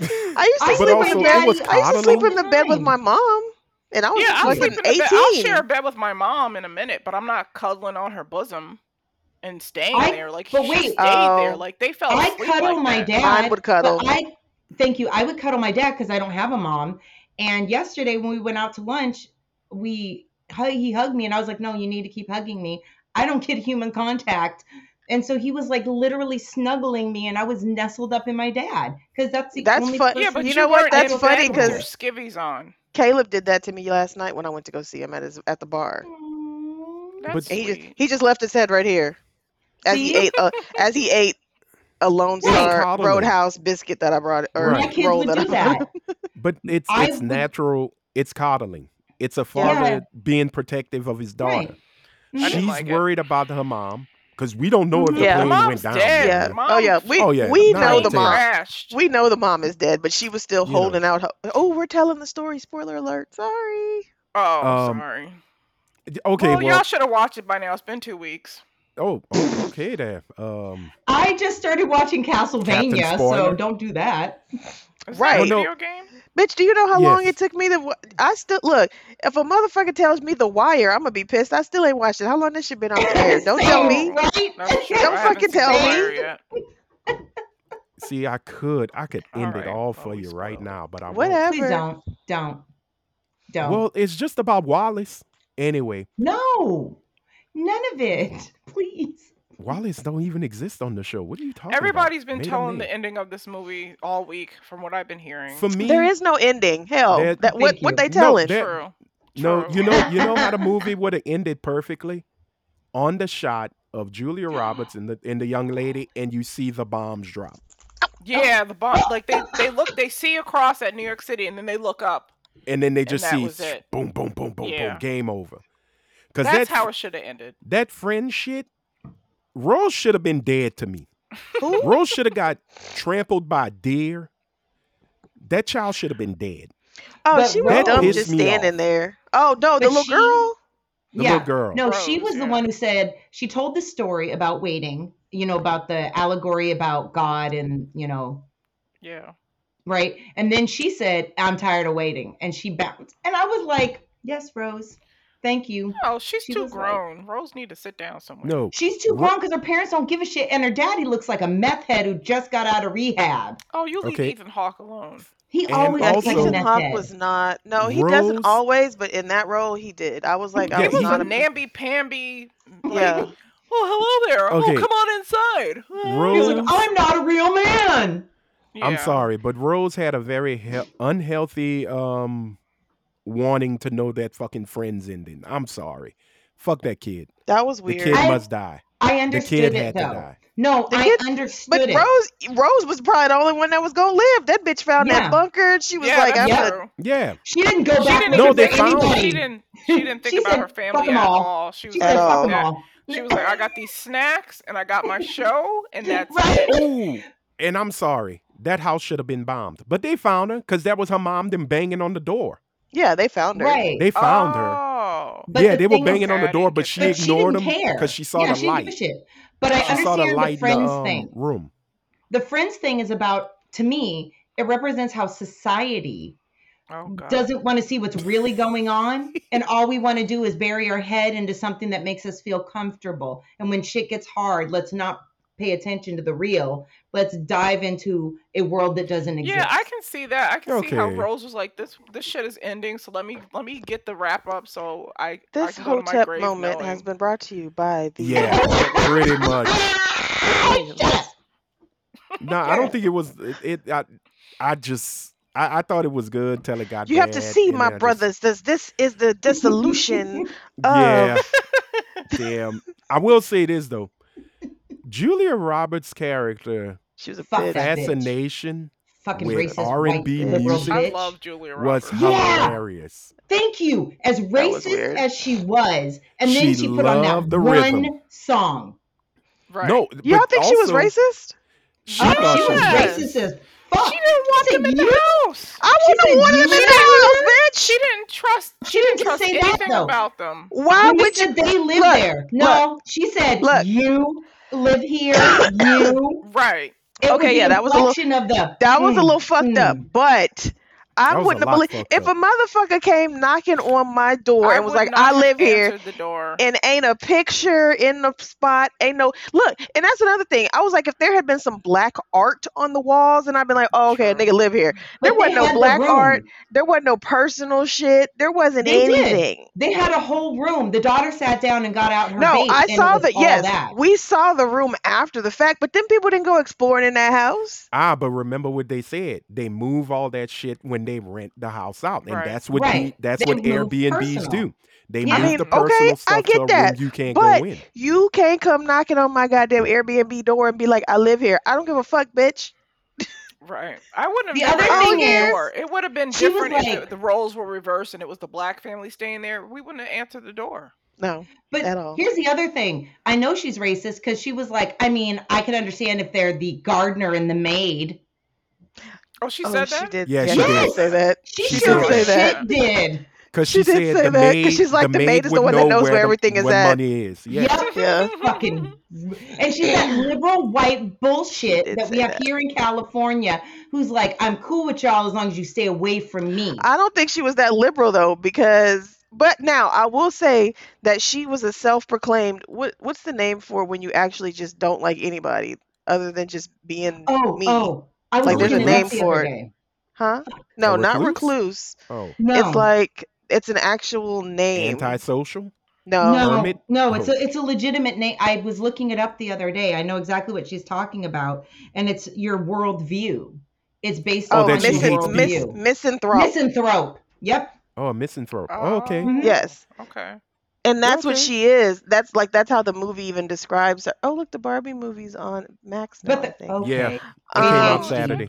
Speaker 4: I used to
Speaker 2: I
Speaker 1: But
Speaker 4: sleep
Speaker 1: also,
Speaker 4: in
Speaker 1: it
Speaker 4: the bed.
Speaker 1: was
Speaker 4: I used to sleep in
Speaker 2: coddling.
Speaker 4: the bed with my mom, and I was
Speaker 3: yeah, I'll
Speaker 4: fucking
Speaker 3: sleep in the
Speaker 4: eighteen.
Speaker 3: bed. I'll share a bed with my mom in a minute, but I'm not cuddling on her bosom and staying
Speaker 2: I-
Speaker 3: there. Like
Speaker 2: but
Speaker 3: she
Speaker 2: wait.
Speaker 3: stayed
Speaker 4: Oh.
Speaker 3: there. Like they fell
Speaker 2: I
Speaker 3: asleep.
Speaker 2: cuddle
Speaker 3: like
Speaker 2: my
Speaker 3: that.
Speaker 2: dad.
Speaker 4: Mine would
Speaker 2: But
Speaker 4: cuddle.
Speaker 2: I thank you. I would cuddle my dad because I don't have a mom. And yesterday when we went out to lunch, we hu- he hugged me and I was like, "No, you need to keep hugging me. I don't get human contact." And so he was like literally snuggling me, and I was nestled up in my dad because that's the
Speaker 4: That's
Speaker 2: only
Speaker 4: fun-
Speaker 3: Yeah,
Speaker 2: person-
Speaker 3: but
Speaker 4: You
Speaker 3: you,
Speaker 4: know what?
Speaker 3: weren't
Speaker 4: That's
Speaker 3: in
Speaker 4: funny
Speaker 3: bed with your
Speaker 2: 'cause-
Speaker 3: skivvies on.
Speaker 4: Caleb did that to me last night when I went to go see him at his at the bar.
Speaker 2: Mm.
Speaker 3: That's
Speaker 1: But-
Speaker 4: And he just
Speaker 3: sweet.
Speaker 4: he just left his head right here as he
Speaker 2: See?
Speaker 4: ate a, as he ate a Lone
Speaker 1: Well,
Speaker 4: Star
Speaker 1: coddling.
Speaker 4: Roadhouse biscuit that I brought or
Speaker 1: Right.
Speaker 2: My kids
Speaker 4: roll
Speaker 2: would
Speaker 4: that I
Speaker 2: do
Speaker 4: [laughs]
Speaker 2: that.
Speaker 1: but it's
Speaker 2: I
Speaker 1: it's
Speaker 2: would-
Speaker 1: natural. It's coddling. It's a
Speaker 4: Yeah.
Speaker 1: father being protective of his daughter.
Speaker 2: Right.
Speaker 3: I
Speaker 1: She's
Speaker 3: didn't like it.
Speaker 1: worried about her mom because we don't know if the
Speaker 4: Yeah.
Speaker 1: plane
Speaker 3: Mom's
Speaker 1: went down.
Speaker 3: dead.
Speaker 4: Yeah.
Speaker 1: man.
Speaker 4: Oh yeah.
Speaker 3: Mom's
Speaker 4: We
Speaker 1: Oh, yeah.
Speaker 4: we
Speaker 1: Nah,
Speaker 4: know
Speaker 1: I'll
Speaker 4: the
Speaker 1: tell you.
Speaker 4: mom.
Speaker 3: Crashed.
Speaker 4: We know the mom is dead, but she was still
Speaker 1: You know.
Speaker 4: holding out. Ho- oh, we're telling the story. Spoiler alert. Sorry.
Speaker 3: Oh,
Speaker 1: Um,
Speaker 3: sorry.
Speaker 1: Okay,
Speaker 3: well,
Speaker 1: well,
Speaker 3: oh, y'all should have watched it by now. It's been two weeks.
Speaker 1: oh, oh, okay there. Um,
Speaker 2: I just started watching Castlevania, so
Speaker 1: Spoiler.
Speaker 2: don't do that.
Speaker 3: Is that
Speaker 4: Right.
Speaker 3: a
Speaker 1: Well, no.
Speaker 3: video game?
Speaker 4: Bitch, do you know how
Speaker 1: Yes.
Speaker 4: long it took me to? wa- I still look. If a motherfucker tells me The Wire, I'm gonna be pissed. I still ain't watched it. How long this shit been on the air? Don't tell me.
Speaker 2: Same, Right?
Speaker 3: That's true.
Speaker 4: Don't
Speaker 3: I haven't
Speaker 4: fucking
Speaker 3: seen
Speaker 4: tell
Speaker 3: The
Speaker 4: me.
Speaker 3: Wire yet.
Speaker 1: see, I could, I could
Speaker 3: All
Speaker 1: end
Speaker 3: right,
Speaker 1: it all
Speaker 3: well,
Speaker 1: for
Speaker 3: we
Speaker 1: you right
Speaker 3: spoiled it.
Speaker 1: now, but I won't.
Speaker 4: Whatever.
Speaker 2: Please don't. Don't. Don't.
Speaker 1: Well, it's just about Wallace anyway.
Speaker 2: no. None of it. [laughs] Please.
Speaker 1: Wallace don't even exist on the show. What are you talking
Speaker 3: Everybody's
Speaker 1: about?
Speaker 3: been telling the ending of this movie all week, from what I've been hearing.
Speaker 1: For me,
Speaker 4: There is no ending. Hell,
Speaker 1: There-
Speaker 4: that what
Speaker 2: Thank you.
Speaker 4: what they
Speaker 1: No,
Speaker 4: telling?
Speaker 1: there-
Speaker 3: True.
Speaker 1: No,
Speaker 3: True.
Speaker 1: you know, you know how the movie would have ended perfectly on the shot of Julia Roberts and the and the young lady, and you see the bombs drop.
Speaker 3: Yeah, the bomb. Like they, they look, they see across at New York City, and then they look up.
Speaker 1: and then they just
Speaker 3: that
Speaker 1: see
Speaker 3: was it.
Speaker 1: boom, boom, boom, boom, boom,
Speaker 3: Yeah.
Speaker 1: game over. Because that
Speaker 3: That's how it should have ended.
Speaker 1: that friend shit, Rose should have been dead to me.
Speaker 4: Who?
Speaker 1: Rose should have got trampled by a deer. That child should have been dead.
Speaker 4: Oh,
Speaker 2: But
Speaker 4: she was
Speaker 2: That
Speaker 4: dumb
Speaker 1: pissed
Speaker 4: just
Speaker 1: me
Speaker 4: standing
Speaker 1: off.
Speaker 4: there. Oh no,
Speaker 2: But
Speaker 4: the little
Speaker 2: she-
Speaker 4: girl.
Speaker 1: The
Speaker 2: yeah.
Speaker 1: little girl.
Speaker 2: No, she
Speaker 3: Rose,
Speaker 2: was
Speaker 3: yeah.
Speaker 2: the one who said she told the story about waiting, you know, about the allegory about God and, you know,
Speaker 3: Yeah.
Speaker 2: right? And then she said, I'm tired of waiting. And she bounced. And I was like, Yes, Rose. Thank you.
Speaker 3: Oh, she's
Speaker 2: She
Speaker 3: too
Speaker 2: was like-
Speaker 3: grown. Rose need to sit down somewhere.
Speaker 1: No,
Speaker 2: She's too
Speaker 1: Ro-
Speaker 2: grown because her parents don't give a shit. And her daddy looks like a meth head who just got out of rehab.
Speaker 3: Oh, you leave
Speaker 1: Okay.
Speaker 3: Ethan Hawke alone.
Speaker 2: He
Speaker 1: And
Speaker 2: always
Speaker 4: Yeah,
Speaker 2: looks like a
Speaker 1: also-
Speaker 4: Ethan
Speaker 2: meth
Speaker 4: Hawke
Speaker 2: head.
Speaker 4: was not. No, he
Speaker 1: Rose-
Speaker 4: doesn't always, but in that role, he did. I was like,
Speaker 1: Yeah,
Speaker 4: I
Speaker 3: He
Speaker 4: was
Speaker 3: was
Speaker 4: not
Speaker 3: a
Speaker 4: a
Speaker 3: namby pamby.
Speaker 4: yeah.
Speaker 3: Oh, hello there.
Speaker 1: Okay.
Speaker 3: Oh, come on inside.
Speaker 2: He was like,
Speaker 1: Rose-
Speaker 2: I'm not a real man.
Speaker 1: I'm
Speaker 3: Yeah.
Speaker 1: sorry, but Rose had a very he- unhealthy um wanting to know that fucking friend's ending. I'm sorry. Fuck that kid.
Speaker 4: That was
Speaker 1: The
Speaker 4: weird.
Speaker 1: kid
Speaker 2: I
Speaker 1: must die.
Speaker 2: I
Speaker 1: The
Speaker 2: understood
Speaker 1: kid
Speaker 2: it
Speaker 1: had to
Speaker 2: though.
Speaker 1: die.
Speaker 2: No,
Speaker 4: The
Speaker 2: I
Speaker 4: kid-
Speaker 2: understood
Speaker 4: but
Speaker 2: it.
Speaker 4: Rose, Rose was probably the only one that was gonna live. That bitch found
Speaker 2: Yeah.
Speaker 4: that bunker, and she was
Speaker 3: yeah,
Speaker 4: like,
Speaker 3: that's
Speaker 4: "I'm
Speaker 2: Yeah.
Speaker 4: gonna."
Speaker 3: true.
Speaker 1: Yeah.
Speaker 2: she didn't go
Speaker 3: She
Speaker 2: back
Speaker 3: didn't
Speaker 1: No,
Speaker 3: even
Speaker 1: they
Speaker 3: think about-
Speaker 1: found-
Speaker 3: She
Speaker 2: anybody.
Speaker 3: didn't.
Speaker 2: [laughs]
Speaker 3: She didn't think
Speaker 2: She
Speaker 3: about
Speaker 2: said,
Speaker 3: her
Speaker 2: "Fuck
Speaker 3: family
Speaker 2: 'em
Speaker 3: at
Speaker 2: all."
Speaker 3: all. She was
Speaker 2: She
Speaker 3: like,
Speaker 2: said,
Speaker 4: At
Speaker 2: "Fuck
Speaker 4: all.
Speaker 2: them
Speaker 3: that-
Speaker 2: all."
Speaker 3: She was like, I got these snacks and I got my show, and that's
Speaker 2: Right?
Speaker 3: it.
Speaker 1: Oh, and I'm sorry. That house should have been bombed. But they found her because that was her mom them banging on the door.
Speaker 4: Yeah, they found her.
Speaker 2: Right.
Speaker 1: They found her.
Speaker 3: oh.
Speaker 2: But
Speaker 1: yeah,
Speaker 2: the
Speaker 1: they were
Speaker 2: thing is-
Speaker 1: banging on the
Speaker 3: I
Speaker 1: door,
Speaker 3: didn't
Speaker 1: but
Speaker 3: get
Speaker 1: she
Speaker 2: but
Speaker 3: that.
Speaker 2: she
Speaker 1: ignored
Speaker 2: didn't
Speaker 1: them
Speaker 2: care
Speaker 1: because she saw
Speaker 2: yeah,
Speaker 1: the
Speaker 2: she
Speaker 1: light.
Speaker 2: Didn't give a shit. But I
Speaker 1: She saw the
Speaker 2: understand the,
Speaker 1: light in the
Speaker 2: friends
Speaker 1: um,
Speaker 2: thing.
Speaker 1: room.
Speaker 2: The friends thing is about to me. It represents how society
Speaker 3: Oh god.
Speaker 2: doesn't want to see what's really going
Speaker 3: [laughs]
Speaker 2: on, and all we want to do is bury our head into something that makes us feel comfortable. And when shit gets hard, let's not pay attention to the real. Let's dive into a world that doesn't exist.
Speaker 3: Yeah, I can see that. I can see how
Speaker 1: Okay.
Speaker 3: Rose was like, "This this shit is ending, so let me let me get the wrap up, so I I
Speaker 4: This
Speaker 3: can go
Speaker 4: whole
Speaker 3: to my
Speaker 4: tep
Speaker 3: grave
Speaker 4: moment has
Speaker 3: knowing."
Speaker 4: been brought to you by the
Speaker 1: Yeah, pretty much.
Speaker 2: [laughs]
Speaker 1: No, I don't think it was. It. it I, I just. I, I thought it was good till it got.
Speaker 4: [laughs] You have to
Speaker 1: bad,
Speaker 4: see
Speaker 1: and
Speaker 4: my
Speaker 1: then I just-
Speaker 4: brothers. This this is
Speaker 2: [laughs]
Speaker 4: the dissolution.
Speaker 1: Yeah. [laughs]
Speaker 4: [laughs]
Speaker 1: Damn. I will say this though. Julia Roberts' character
Speaker 4: She was a
Speaker 2: Fuck
Speaker 4: bitch.
Speaker 2: that. bitch.
Speaker 1: fascination
Speaker 2: Fucking
Speaker 1: With
Speaker 2: racist
Speaker 1: R&B
Speaker 2: white liberal
Speaker 1: music.
Speaker 3: I
Speaker 2: bitch.
Speaker 3: love Julia
Speaker 1: was
Speaker 3: Roberts.
Speaker 2: Yeah.
Speaker 1: hilarious.
Speaker 2: Thank you. As
Speaker 4: was
Speaker 2: racist
Speaker 4: weird.
Speaker 2: as she was, and then
Speaker 1: She
Speaker 2: she, put on that
Speaker 1: loved the
Speaker 2: one
Speaker 1: rhythm.
Speaker 2: song.
Speaker 3: Right.
Speaker 1: No,
Speaker 4: Y'all
Speaker 1: but
Speaker 4: think
Speaker 1: also,
Speaker 4: she was racist?
Speaker 1: She
Speaker 2: oh,
Speaker 1: thought
Speaker 2: she was
Speaker 3: Yes.
Speaker 2: racist as fuck.
Speaker 3: she didn't want
Speaker 2: said,
Speaker 3: them in the
Speaker 2: "You-
Speaker 3: house.
Speaker 4: I
Speaker 2: She
Speaker 4: wouldn't
Speaker 2: said
Speaker 4: have wanted him
Speaker 2: you
Speaker 4: in
Speaker 2: never-
Speaker 4: that house, bitch.
Speaker 3: She didn't trust.
Speaker 2: She
Speaker 3: She didn't
Speaker 2: didn't
Speaker 3: trust
Speaker 2: say that,
Speaker 3: anything
Speaker 2: though.
Speaker 3: about them.
Speaker 4: Why
Speaker 2: Women
Speaker 4: would you?
Speaker 2: said they live
Speaker 4: Look,
Speaker 2: there. No, she said
Speaker 4: look.
Speaker 2: you live here.
Speaker 4: [coughs]
Speaker 2: You.
Speaker 3: Right.
Speaker 2: It
Speaker 4: Okay,
Speaker 2: was the
Speaker 4: yeah, that was a little-
Speaker 2: inflection of the.
Speaker 4: [laughs] That was a
Speaker 2: mm,
Speaker 4: little fucked up,
Speaker 2: mm.
Speaker 4: but I
Speaker 1: That was a
Speaker 4: wouldn't have
Speaker 1: lot
Speaker 4: believed
Speaker 1: fucked
Speaker 4: if a
Speaker 1: up.
Speaker 4: motherfucker came knocking on my door and was
Speaker 3: would
Speaker 4: like,
Speaker 3: not
Speaker 4: "I
Speaker 3: have
Speaker 4: live here,"
Speaker 3: answered The door.
Speaker 4: and ain't a picture in the spot, ain't no look. And that's another thing. I was like, if there had been some black art on the walls, and I've been like, "Oh, okay, a
Speaker 3: True.
Speaker 4: nigga live here."
Speaker 2: But they
Speaker 4: There wasn't no
Speaker 2: had
Speaker 4: black
Speaker 2: the room.
Speaker 4: art. There wasn't no personal shit. There wasn't
Speaker 2: They did.
Speaker 4: anything.
Speaker 2: They had a whole room. The daughter sat down and got out her.
Speaker 4: No,
Speaker 2: vape,
Speaker 4: I
Speaker 2: and it
Speaker 4: saw
Speaker 2: was
Speaker 4: that.
Speaker 2: all
Speaker 4: Yes,
Speaker 2: that.
Speaker 4: we saw the room after the fact, but then people didn't go exploring in that house.
Speaker 1: Ah, but remember what they said. They move all that shit when they rent the house out, and
Speaker 3: Right.
Speaker 1: that's what
Speaker 2: Right.
Speaker 1: the, that's
Speaker 2: They
Speaker 1: what
Speaker 2: move
Speaker 1: Airbnbs
Speaker 2: personal.
Speaker 1: do. They
Speaker 2: Yeah.
Speaker 1: move
Speaker 4: I mean,
Speaker 1: the
Speaker 3: Mhm.
Speaker 1: personal
Speaker 4: okay,
Speaker 1: stuff
Speaker 4: I
Speaker 1: to
Speaker 4: get
Speaker 1: a
Speaker 4: that,
Speaker 1: room you can't
Speaker 4: but
Speaker 1: go in.
Speaker 4: you can't come knocking on my goddamn Airbnb door and be like, "I live here." I don't give a fuck, bitch.
Speaker 3: Right. I wouldn't
Speaker 2: The
Speaker 3: have
Speaker 2: other
Speaker 3: never
Speaker 4: thing
Speaker 3: answered the
Speaker 4: is,
Speaker 3: door. It would have been
Speaker 2: she was
Speaker 3: different if
Speaker 2: like-
Speaker 3: it, the roles were reversed and it was the black family staying there. We wouldn't have answered the door.
Speaker 4: No,
Speaker 2: But
Speaker 4: at all.
Speaker 2: here's the other thing. I know she's racist because she was like, I mean, I can understand if they're the gardener and the maid.
Speaker 3: Oh, she
Speaker 4: oh,
Speaker 3: said
Speaker 4: she
Speaker 3: that.
Speaker 4: did.
Speaker 1: Yeah, she
Speaker 4: she
Speaker 2: did.
Speaker 4: did say that.
Speaker 2: She,
Speaker 1: She
Speaker 2: sure
Speaker 1: did
Speaker 2: as
Speaker 4: say
Speaker 2: shit
Speaker 3: that.
Speaker 2: did.
Speaker 1: Because
Speaker 4: She
Speaker 1: she, said
Speaker 4: did say
Speaker 1: the
Speaker 4: that, 'cause
Speaker 1: maid,
Speaker 4: she's like,
Speaker 1: the
Speaker 4: "The maid
Speaker 1: maid
Speaker 4: is the
Speaker 1: would
Speaker 4: one
Speaker 1: know
Speaker 4: that knows
Speaker 1: where,
Speaker 4: where
Speaker 1: the-
Speaker 4: everything is
Speaker 1: where
Speaker 4: at."
Speaker 1: money is. Yeah,
Speaker 2: Yep.
Speaker 4: Yeah,
Speaker 3: [laughs]
Speaker 2: Fucking and she's
Speaker 4: [laughs]
Speaker 2: that liberal white bullshit
Speaker 4: did
Speaker 2: that we
Speaker 4: say
Speaker 2: have
Speaker 4: that.
Speaker 2: here in California who's like, I'm cool with y'all as long as you stay away from me.
Speaker 4: I don't think she was that liberal though, because. But now I will say that she was a self-proclaimed. What what's the name for when you actually just don't like anybody other than just being
Speaker 2: oh,
Speaker 4: me?
Speaker 2: oh. I was
Speaker 1: Like, there's a
Speaker 2: looking it up
Speaker 1: name
Speaker 2: the
Speaker 4: for
Speaker 2: other
Speaker 4: it.
Speaker 2: day.
Speaker 4: Huh? No, not
Speaker 1: recluse?
Speaker 4: recluse.
Speaker 1: Oh,
Speaker 2: No.
Speaker 4: It's like it's an actual name.
Speaker 1: antisocial.
Speaker 4: No.
Speaker 2: No,
Speaker 1: Hermit
Speaker 2: no, it's a it's a legitimate name. I was looking it up the other day. I know exactly what she's talking about, and it's your worldview. It's based
Speaker 1: Oh,
Speaker 4: Oh,
Speaker 2: on your
Speaker 1: that she
Speaker 4: misan-
Speaker 1: hates
Speaker 4: mis-
Speaker 2: worldview.
Speaker 4: misanthrope.
Speaker 2: Misanthrope. Yep.
Speaker 1: Oh, a misanthrope. Oh, okay.
Speaker 2: Mhm.
Speaker 4: yes.
Speaker 3: Oh, Okay.
Speaker 4: And that's what
Speaker 1: Okay.
Speaker 4: she is. That's like that's how the movie even describes her. Oh, look, the Barbie movie's on Max now,
Speaker 2: But
Speaker 4: I
Speaker 2: the, Oh,
Speaker 4: think.
Speaker 1: Yeah.
Speaker 2: okay.
Speaker 1: It came out
Speaker 4: Um,
Speaker 1: Saturday.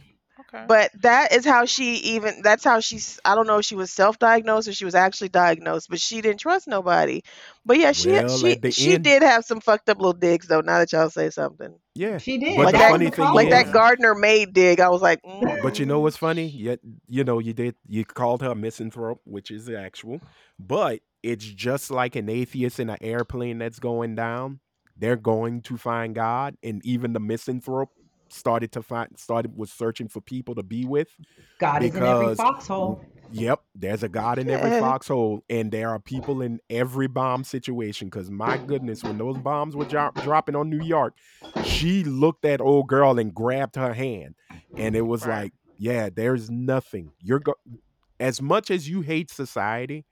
Speaker 3: Okay.
Speaker 4: But that is how she even that's how she's I don't know if she was self-diagnosed or she was actually diagnosed, but she didn't trust nobody. But yeah, she
Speaker 1: Well,
Speaker 4: she
Speaker 1: at the
Speaker 4: she
Speaker 1: end-
Speaker 4: did have some fucked up little digs though, now that y'all say something.
Speaker 1: Yeah.
Speaker 2: She did.
Speaker 1: But
Speaker 4: Like
Speaker 1: the
Speaker 4: that-
Speaker 1: funny thing
Speaker 4: Like
Speaker 1: is-
Speaker 4: that gardener maid dig, I was like,
Speaker 1: But you know
Speaker 4: mm.
Speaker 1: what's funny? Yet you know you did you called her a misanthrope, which is actual, but it's just like an atheist in an airplane that's going down. They're going to find God, and even the misanthrope started to find started was searching for people to be with.
Speaker 2: God is in every
Speaker 1: because-
Speaker 2: foxhole.
Speaker 1: Yep, there's a God in every
Speaker 4: Yeah.
Speaker 1: foxhole, and there are people in every bomb situation. Because my goodness, when those bombs were dro- dropping on New York, she looked at old girl and grabbed her hand, and it was
Speaker 3: Right.
Speaker 1: like, yeah, there's nothing. You're go- as much as you hate society,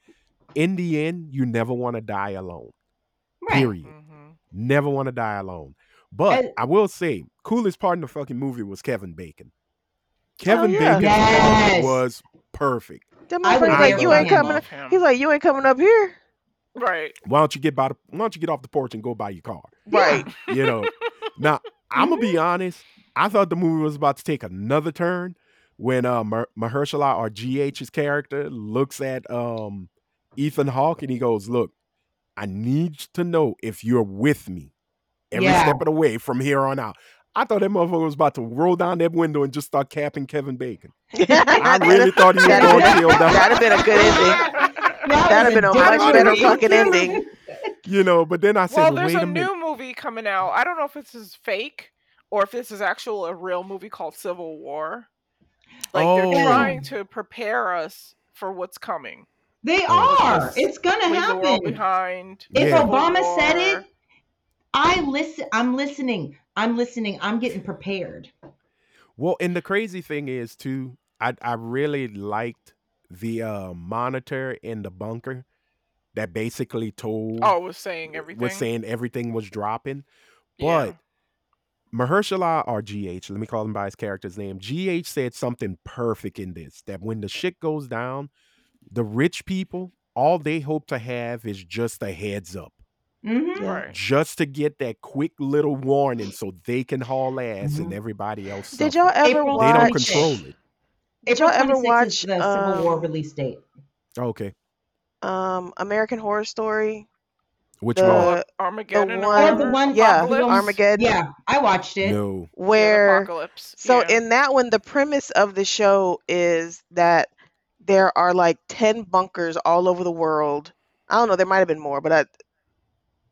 Speaker 1: in the end, you never want to die alone.
Speaker 2: Right.
Speaker 1: Period.
Speaker 3: Mm-hmm.
Speaker 1: Never want to die alone. But
Speaker 2: And-
Speaker 1: I will say, coolest part in the fucking movie was Kevin Bacon. Kevin
Speaker 4: yeah.
Speaker 1: Bacon's part
Speaker 2: Oh, Yes.
Speaker 1: was perfect.
Speaker 4: That
Speaker 2: I would
Speaker 4: motherfucker's like,
Speaker 2: never
Speaker 4: you
Speaker 2: let
Speaker 4: ain't
Speaker 2: him
Speaker 4: coming.
Speaker 3: Love
Speaker 4: Up.
Speaker 3: him.
Speaker 4: He's like, you ain't coming up here,
Speaker 3: right.
Speaker 1: why don't you get by the, why don't you get off the porch and go buy your car?
Speaker 4: right?
Speaker 1: You
Speaker 3: [laughs]
Speaker 1: know. now I'm gonna be honest. I thought the movie was about to take another turn when uh, Mer- Mahershala or GH's character looks at um, Ethan Hawke and he goes, "Look, I need to know if you're with me every
Speaker 2: Yeah.
Speaker 1: step of the way from here on out." I thought that motherfucker was about to roll down that window and just start capping Kevin Bacon.
Speaker 3: [laughs]
Speaker 1: I really thought he was
Speaker 4: That'd
Speaker 1: going to
Speaker 4: have
Speaker 1: kill that,
Speaker 4: that'd have been a good ending.
Speaker 3: [laughs]
Speaker 2: That was
Speaker 4: That'd have been a
Speaker 2: different
Speaker 4: much better
Speaker 2: movie.
Speaker 4: fucking ending.
Speaker 1: you know. But then I said,
Speaker 3: well,
Speaker 1: well,
Speaker 3: there's
Speaker 1: "Wait
Speaker 3: a,
Speaker 1: a minute."
Speaker 3: new movie coming out. I don't know if this is fake or if this is actual a real movie called Civil War. Like
Speaker 1: Oh.
Speaker 3: they're trying to prepare us for what's coming.
Speaker 2: They
Speaker 1: Oh,
Speaker 2: are.
Speaker 1: yes.
Speaker 2: It's gonna
Speaker 3: Leave the world
Speaker 2: happen.
Speaker 3: behind.
Speaker 2: If
Speaker 1: Yeah.
Speaker 2: Obama
Speaker 3: Civil
Speaker 2: said
Speaker 3: War.
Speaker 2: it, I listen. I'm listening. I'm listening. I'm getting prepared.
Speaker 1: Well, and the crazy thing is too, I I really liked the uh monitor in the bunker that basically told
Speaker 3: Oh, it was saying everything.
Speaker 1: was saying everything was dropping.
Speaker 3: Yeah.
Speaker 1: But Mahershala or GH, let me call him by his character's name. GH said something perfect in this that when the shit goes down, the rich people, all they hope to have is just a heads up,
Speaker 2: hmm
Speaker 4: Yeah.
Speaker 3: Right.
Speaker 1: just to get that quick little warning so they can haul ass and everybody else.
Speaker 4: Did
Speaker 1: suffer.
Speaker 4: y'all ever
Speaker 2: April
Speaker 1: Mm-hmm. They don't
Speaker 4: watch?
Speaker 2: 26th.
Speaker 1: control it.
Speaker 4: Did
Speaker 2: April
Speaker 4: y'all ever
Speaker 2: 26th is
Speaker 4: watch
Speaker 2: the Civil War
Speaker 4: um,
Speaker 2: release date.
Speaker 1: Okay,
Speaker 4: um, American Horror Story?
Speaker 1: which
Speaker 4: The-
Speaker 1: one?
Speaker 3: Oh,
Speaker 4: Uh,
Speaker 3: Armageddon
Speaker 4: the
Speaker 3: or
Speaker 4: one-
Speaker 2: Or
Speaker 3: whatever?
Speaker 2: the one,
Speaker 4: yeah,
Speaker 2: the one-
Speaker 4: Armageddon.
Speaker 2: Yeah, I watched it. [laughs]
Speaker 1: No.
Speaker 3: Yeah, the
Speaker 4: Where?
Speaker 3: apocalypse.
Speaker 4: So
Speaker 3: yeah.
Speaker 4: in that one, the premise of the show is that there are like ten bunkers all over the world. I don't know. There might have been more, but I,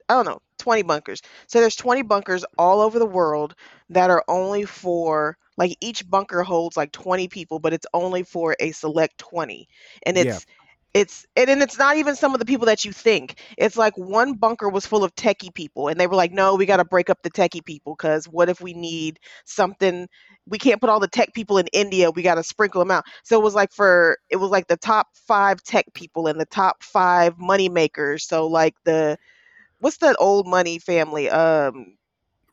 Speaker 4: I don't know, 20 bunkers. So there's 20 bunkers all over the world that are only for like each bunker holds like 20 people, but it's only for a select 20. And
Speaker 1: Yeah.
Speaker 4: it's it's and, and it's not even some of the people that you think. It's like one bunker was full of techie people and they were like, "No, we got to break up the techie people cuz what if we need something we can't put all the tech people in India. We got to sprinkle them out." So it was like for it was like the top 5 tech people and the top 5 money makers. So like the what's that old money family? Um,